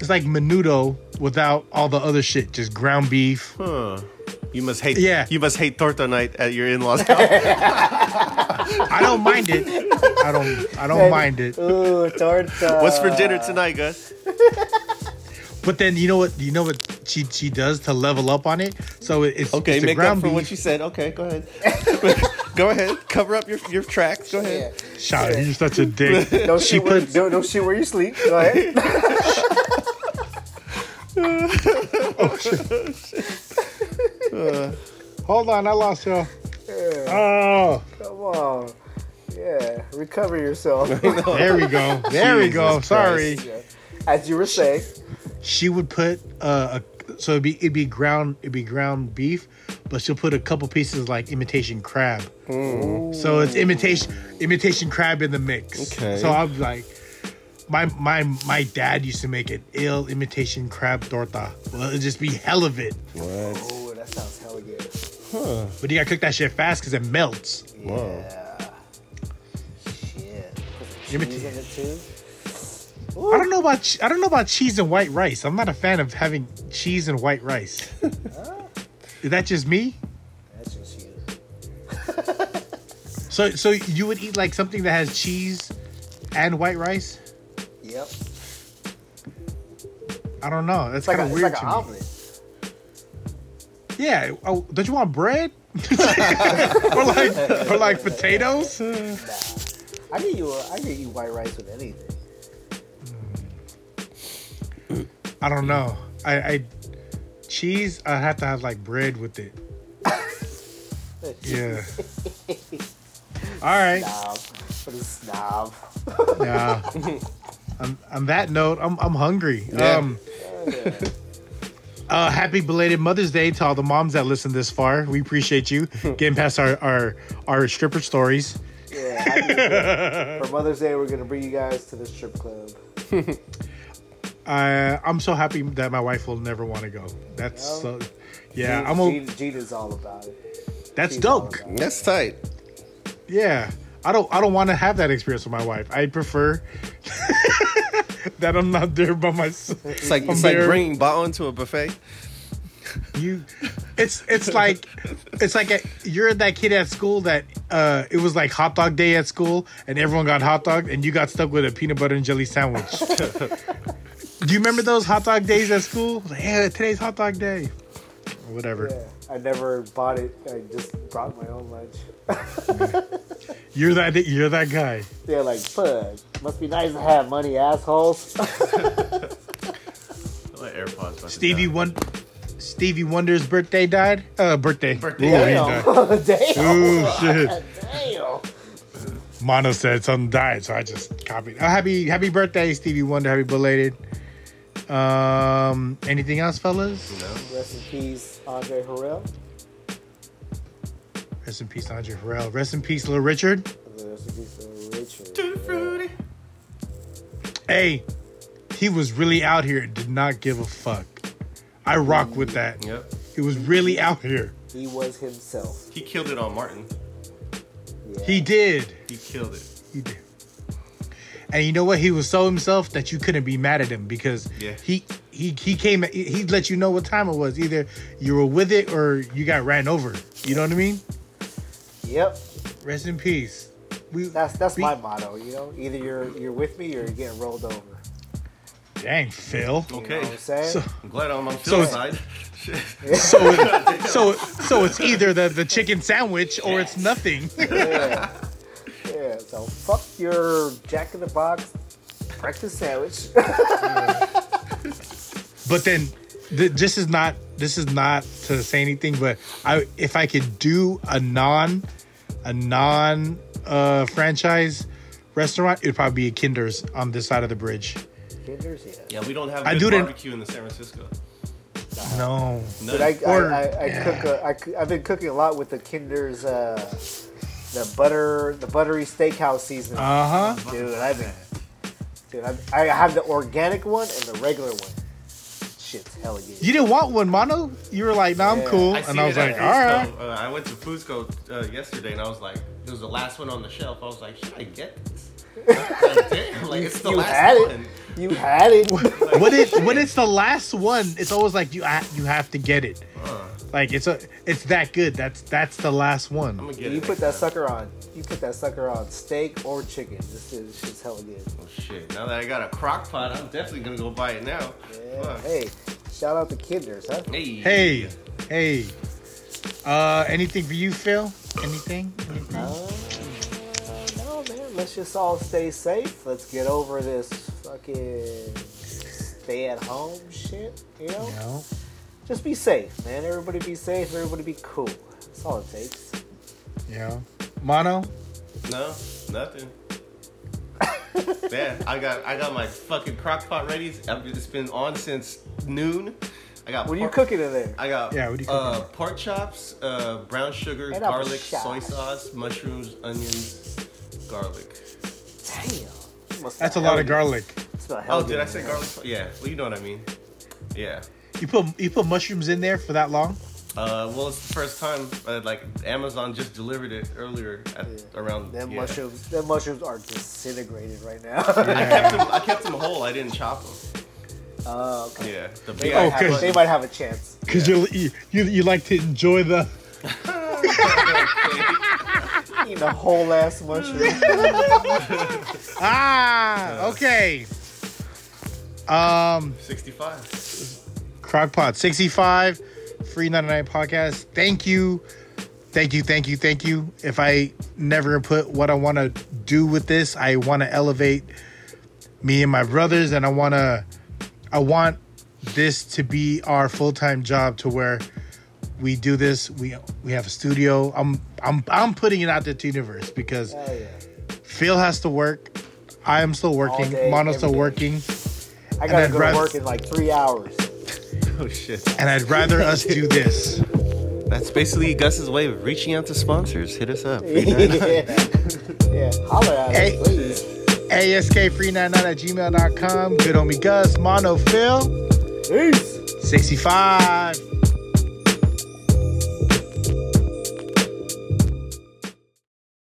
Speaker 1: it's like menudo without all the other shit, just ground beef.
Speaker 3: You must hate.
Speaker 1: Yeah.
Speaker 3: You must hate torta night at your in-laws' house.
Speaker 1: I don't mind it. I don't I don't mind it.
Speaker 3: Uh.
Speaker 4: Ooh, torta.
Speaker 3: What's for dinner tonight, Gus?
Speaker 1: But then you know what you know what she she does to level up on it. So it- it's
Speaker 3: Okay,
Speaker 1: it's the
Speaker 3: make up
Speaker 1: ground
Speaker 3: for
Speaker 1: beef.
Speaker 3: what you said. Okay, go ahead. go ahead. Cover up your your tracks. Go
Speaker 4: Yeah.
Speaker 3: ahead.
Speaker 1: Shout out, you're such a dick.
Speaker 4: Don't
Speaker 1: She
Speaker 4: shoot where,
Speaker 1: puts-
Speaker 4: don't, don't shoot where you sleep. Go ahead.
Speaker 1: Hold on, I lost y'all. Oh,
Speaker 4: Come on. Yeah. Recover yourself.
Speaker 1: there we go. There we go.
Speaker 3: Jesus
Speaker 1: Sorry.
Speaker 4: As you were saying.
Speaker 1: She would put uh, a so it'd be it'd be ground it'd be ground beef, but she'll put a couple pieces like imitation crab. So it's imitation imitation crab in the mix.
Speaker 3: Okay.
Speaker 1: So I'm like, my my my dad used to make an ill imitation crab torta. Well, it'd just be hell of it.
Speaker 3: What?
Speaker 4: Oh, that sounds hella good.
Speaker 1: But you gotta cook that shit fast because it melts.
Speaker 3: Whoa.
Speaker 4: Yeah. Shit. Put some
Speaker 1: Give me
Speaker 4: cheese
Speaker 1: t-
Speaker 4: in it too.
Speaker 1: I don't know about che- I don't know about cheese and white rice. I'm not a fan of having cheese and white rice. Is that just me?
Speaker 4: That's just you.
Speaker 1: So so you would eat like something that has cheese and white rice?
Speaker 4: Yep.
Speaker 1: I don't know. That's
Speaker 4: It's like,
Speaker 1: kind of
Speaker 4: a, it's
Speaker 1: weird
Speaker 4: like an
Speaker 1: to me.
Speaker 4: omelet.
Speaker 1: Yeah. Oh, don't you want bread? or like or like potatoes?
Speaker 4: Nah. I can you. I can eat white rice with anything.
Speaker 1: I don't know. I, I cheese. I have to have like bread with it. Yeah. All right.
Speaker 4: Snob. What a snob.
Speaker 1: Yeah. on, on that note, I'm, I'm hungry.
Speaker 3: Yeah.
Speaker 1: Um, uh, happy belated Mother's Day to all the moms that listened this far. We appreciate you getting past our our, our stripper stories.
Speaker 4: Yeah. I can- For Mother's Day, we're gonna bring you guys to the strip club.
Speaker 1: Uh, I'm so happy that my wife will never want to go. That's so, yeah. I'm a,
Speaker 4: Gene, Gene is all about it.
Speaker 1: that's
Speaker 4: Gene's all
Speaker 1: dope.
Speaker 4: about it.
Speaker 3: That's tight.
Speaker 1: Yeah. I don't I don't want to have that experience with my wife. I prefer that I'm not there by myself.
Speaker 3: It's like
Speaker 1: I'm
Speaker 3: it's like
Speaker 1: there.
Speaker 3: bringing baon to a buffet.
Speaker 1: You, it's it's like it's like a, you're that kid at school that uh it was like hot dog day at school and everyone got hot dog and you got stuck with a peanut butter and jelly sandwich. Do you remember those hot dog days at school? Like, yeah, today's hot dog day. Or whatever.
Speaker 4: Yeah. I never bought it. I just brought my own lunch.
Speaker 1: You're that you're that guy.
Speaker 4: They're like, fuck. Must be nice to have money, assholes.
Speaker 3: AirPods.
Speaker 1: Stevie one Stevie Wonder's birthday died. Uh birthday. Ooh, he
Speaker 4: Damn.
Speaker 1: died.
Speaker 4: Damn.
Speaker 1: Ooh shit.
Speaker 4: Damn.
Speaker 1: Mono said something died, so I just copied. Oh, happy happy birthday, Stevie Wonder. Happy belated. Um, anything else, fellas?
Speaker 4: Rest in peace, Andre Harrell.
Speaker 1: Rest in peace, Andre Pharrell. Rest in peace, Little Richard. Hey, he was really out here. Did not give a fuck. I rock with that.
Speaker 3: Yep.
Speaker 1: He was really out here.
Speaker 4: He was himself.
Speaker 3: He killed it on Martin.
Speaker 4: Yeah.
Speaker 1: He did.
Speaker 3: He killed it.
Speaker 1: He did. And you know what? He was so himself that you couldn't be mad at him because
Speaker 3: Yeah.
Speaker 1: he he he came. He he let you know what time it was. Either you were with it or you got ran over. You know what I mean?
Speaker 4: Yep.
Speaker 1: Rest in peace. We,
Speaker 4: That's that's
Speaker 1: we-
Speaker 4: my motto. You know, either you're you're with me or you're getting rolled over.
Speaker 1: dang Phil.
Speaker 4: You
Speaker 3: Okay.
Speaker 4: know what I'm saying?
Speaker 1: So-
Speaker 3: I'm glad I'm on
Speaker 1: So
Speaker 3: Phil's
Speaker 1: it's-
Speaker 3: side.
Speaker 1: So it, so so it's either the the chicken sandwich or it's nothing.
Speaker 4: yeah. yeah. So fuck your Jack in the Box breakfast sandwich.
Speaker 1: but then th- this is not this is not to say anything but i if i could do a non a non uh franchise restaurant it would probably be a kinder's on this side of the bridge
Speaker 4: Kinders, yeah.
Speaker 3: Yeah, we don't have
Speaker 1: I
Speaker 3: good
Speaker 1: do it in-
Speaker 3: barbecue in the San Francisco.
Speaker 1: no
Speaker 3: No.
Speaker 4: But I,
Speaker 1: Or-
Speaker 4: I, I, I cook. A, I, coo- I've been cooking a lot with the Kinder's, uh, the butter, the buttery steakhouse seasoning.
Speaker 1: uh-huh
Speaker 4: dude, I've been, dude, I've, I have the organic one and the regular one. Shit's hella good.
Speaker 1: you didn't want one mono you were like no i'm
Speaker 4: Yeah.
Speaker 1: cool
Speaker 3: I
Speaker 1: and
Speaker 3: seen
Speaker 1: i was
Speaker 3: it
Speaker 1: like
Speaker 3: at
Speaker 1: all right
Speaker 3: Fusco. Uh, I went to Fusco uh, yesterday and I was like, it was the last one on the shelf. I was like, should I get this? like, damn, like, it's the
Speaker 4: you
Speaker 3: last
Speaker 4: had
Speaker 3: one.
Speaker 4: it. You had it.
Speaker 1: when it when it's the last one it's always like you ha- you have to get it like it's a it's that good that's that's the last
Speaker 3: I'm
Speaker 1: one
Speaker 3: gonna get
Speaker 4: you
Speaker 3: it.
Speaker 4: put that
Speaker 3: next time.
Speaker 4: sucker on. You put that sucker on steak or chicken. This, is, this shit's hella good.
Speaker 3: Oh, shit. Now that I got a crock pot, I'm definitely gonna go buy it now.
Speaker 4: Yeah.
Speaker 3: Fuck.
Speaker 4: Hey, shout out to Kinders, huh?
Speaker 3: Hey.
Speaker 1: hey hey uh anything for you phil anything anything
Speaker 4: Uh, no, man. Let's just all stay safe. Let's get over this fucking stay at home shit. You know,
Speaker 1: No.
Speaker 4: just be safe, man. Everybody be safe. Everybody be cool. That's all it takes.
Speaker 1: Yeah. Mono?
Speaker 3: No, nothing. Man, I got I got my fucking crock pot ready. I've- It's been on since noon. I got
Speaker 4: What are you
Speaker 3: pork-
Speaker 4: cooking in there?
Speaker 3: I got
Speaker 1: Yeah, what are you
Speaker 3: uh,
Speaker 1: cooking?
Speaker 3: pork chops, uh, brown sugar,
Speaker 4: And a
Speaker 3: garlic,
Speaker 4: shot.
Speaker 3: soy sauce, mushrooms, onions, garlic.
Speaker 4: Damn. You must
Speaker 1: That's a
Speaker 4: smell
Speaker 1: lot of
Speaker 4: hella
Speaker 1: garlic.
Speaker 4: good. Smell hella
Speaker 3: Oh, did
Speaker 4: good
Speaker 3: I
Speaker 4: in
Speaker 3: say
Speaker 4: there.
Speaker 3: garlic? Yeah, well, you know what I mean. Yeah.
Speaker 1: You put you put mushrooms in there for that long?
Speaker 3: Uh, well, it's the first time. Uh, like Amazon just delivered it earlier at
Speaker 4: Yeah.
Speaker 3: around.
Speaker 4: Them
Speaker 3: yeah.
Speaker 4: mushrooms. Them mushrooms are disintegrated right now.
Speaker 3: I kept them. I kept them whole. I didn't chop them.
Speaker 4: Oh, okay.
Speaker 3: Yeah. The
Speaker 4: They,
Speaker 3: big
Speaker 4: might
Speaker 1: Oh,
Speaker 4: have, a-
Speaker 1: 'cause-
Speaker 4: they might have a chance.
Speaker 1: Cause you, you you like to enjoy the
Speaker 4: Eating a whole ass mushroom.
Speaker 1: ah okay. Um,
Speaker 3: 65.
Speaker 1: Crockpot sixty five, free ninety nine podcast. Thank you, thank you, thank you, thank you. If I never put what I want to do with this, I want to elevate me and my brothers, and I want to, I want this to be our full time job to where we do this. We we have a studio. I'm I'm I'm putting it out there to universe because
Speaker 4: Hell yeah.
Speaker 1: Phil has to work. I am still working.
Speaker 4: day,
Speaker 1: Mono's
Speaker 4: every
Speaker 1: still
Speaker 4: day.
Speaker 1: working.
Speaker 4: I gotta
Speaker 1: then
Speaker 4: go
Speaker 1: Brad-
Speaker 4: to work in like three hours.
Speaker 3: Oh shit.
Speaker 1: And I'd rather us do this.
Speaker 3: That's basically Gus's way of reaching out to sponsors. Hit us up.
Speaker 4: yeah. yeah. Holler at
Speaker 1: Hey.
Speaker 4: us, please.
Speaker 1: ASK399 at gmail.com. Good homie Gus, Mono Phil,
Speaker 4: Peace.
Speaker 1: 65.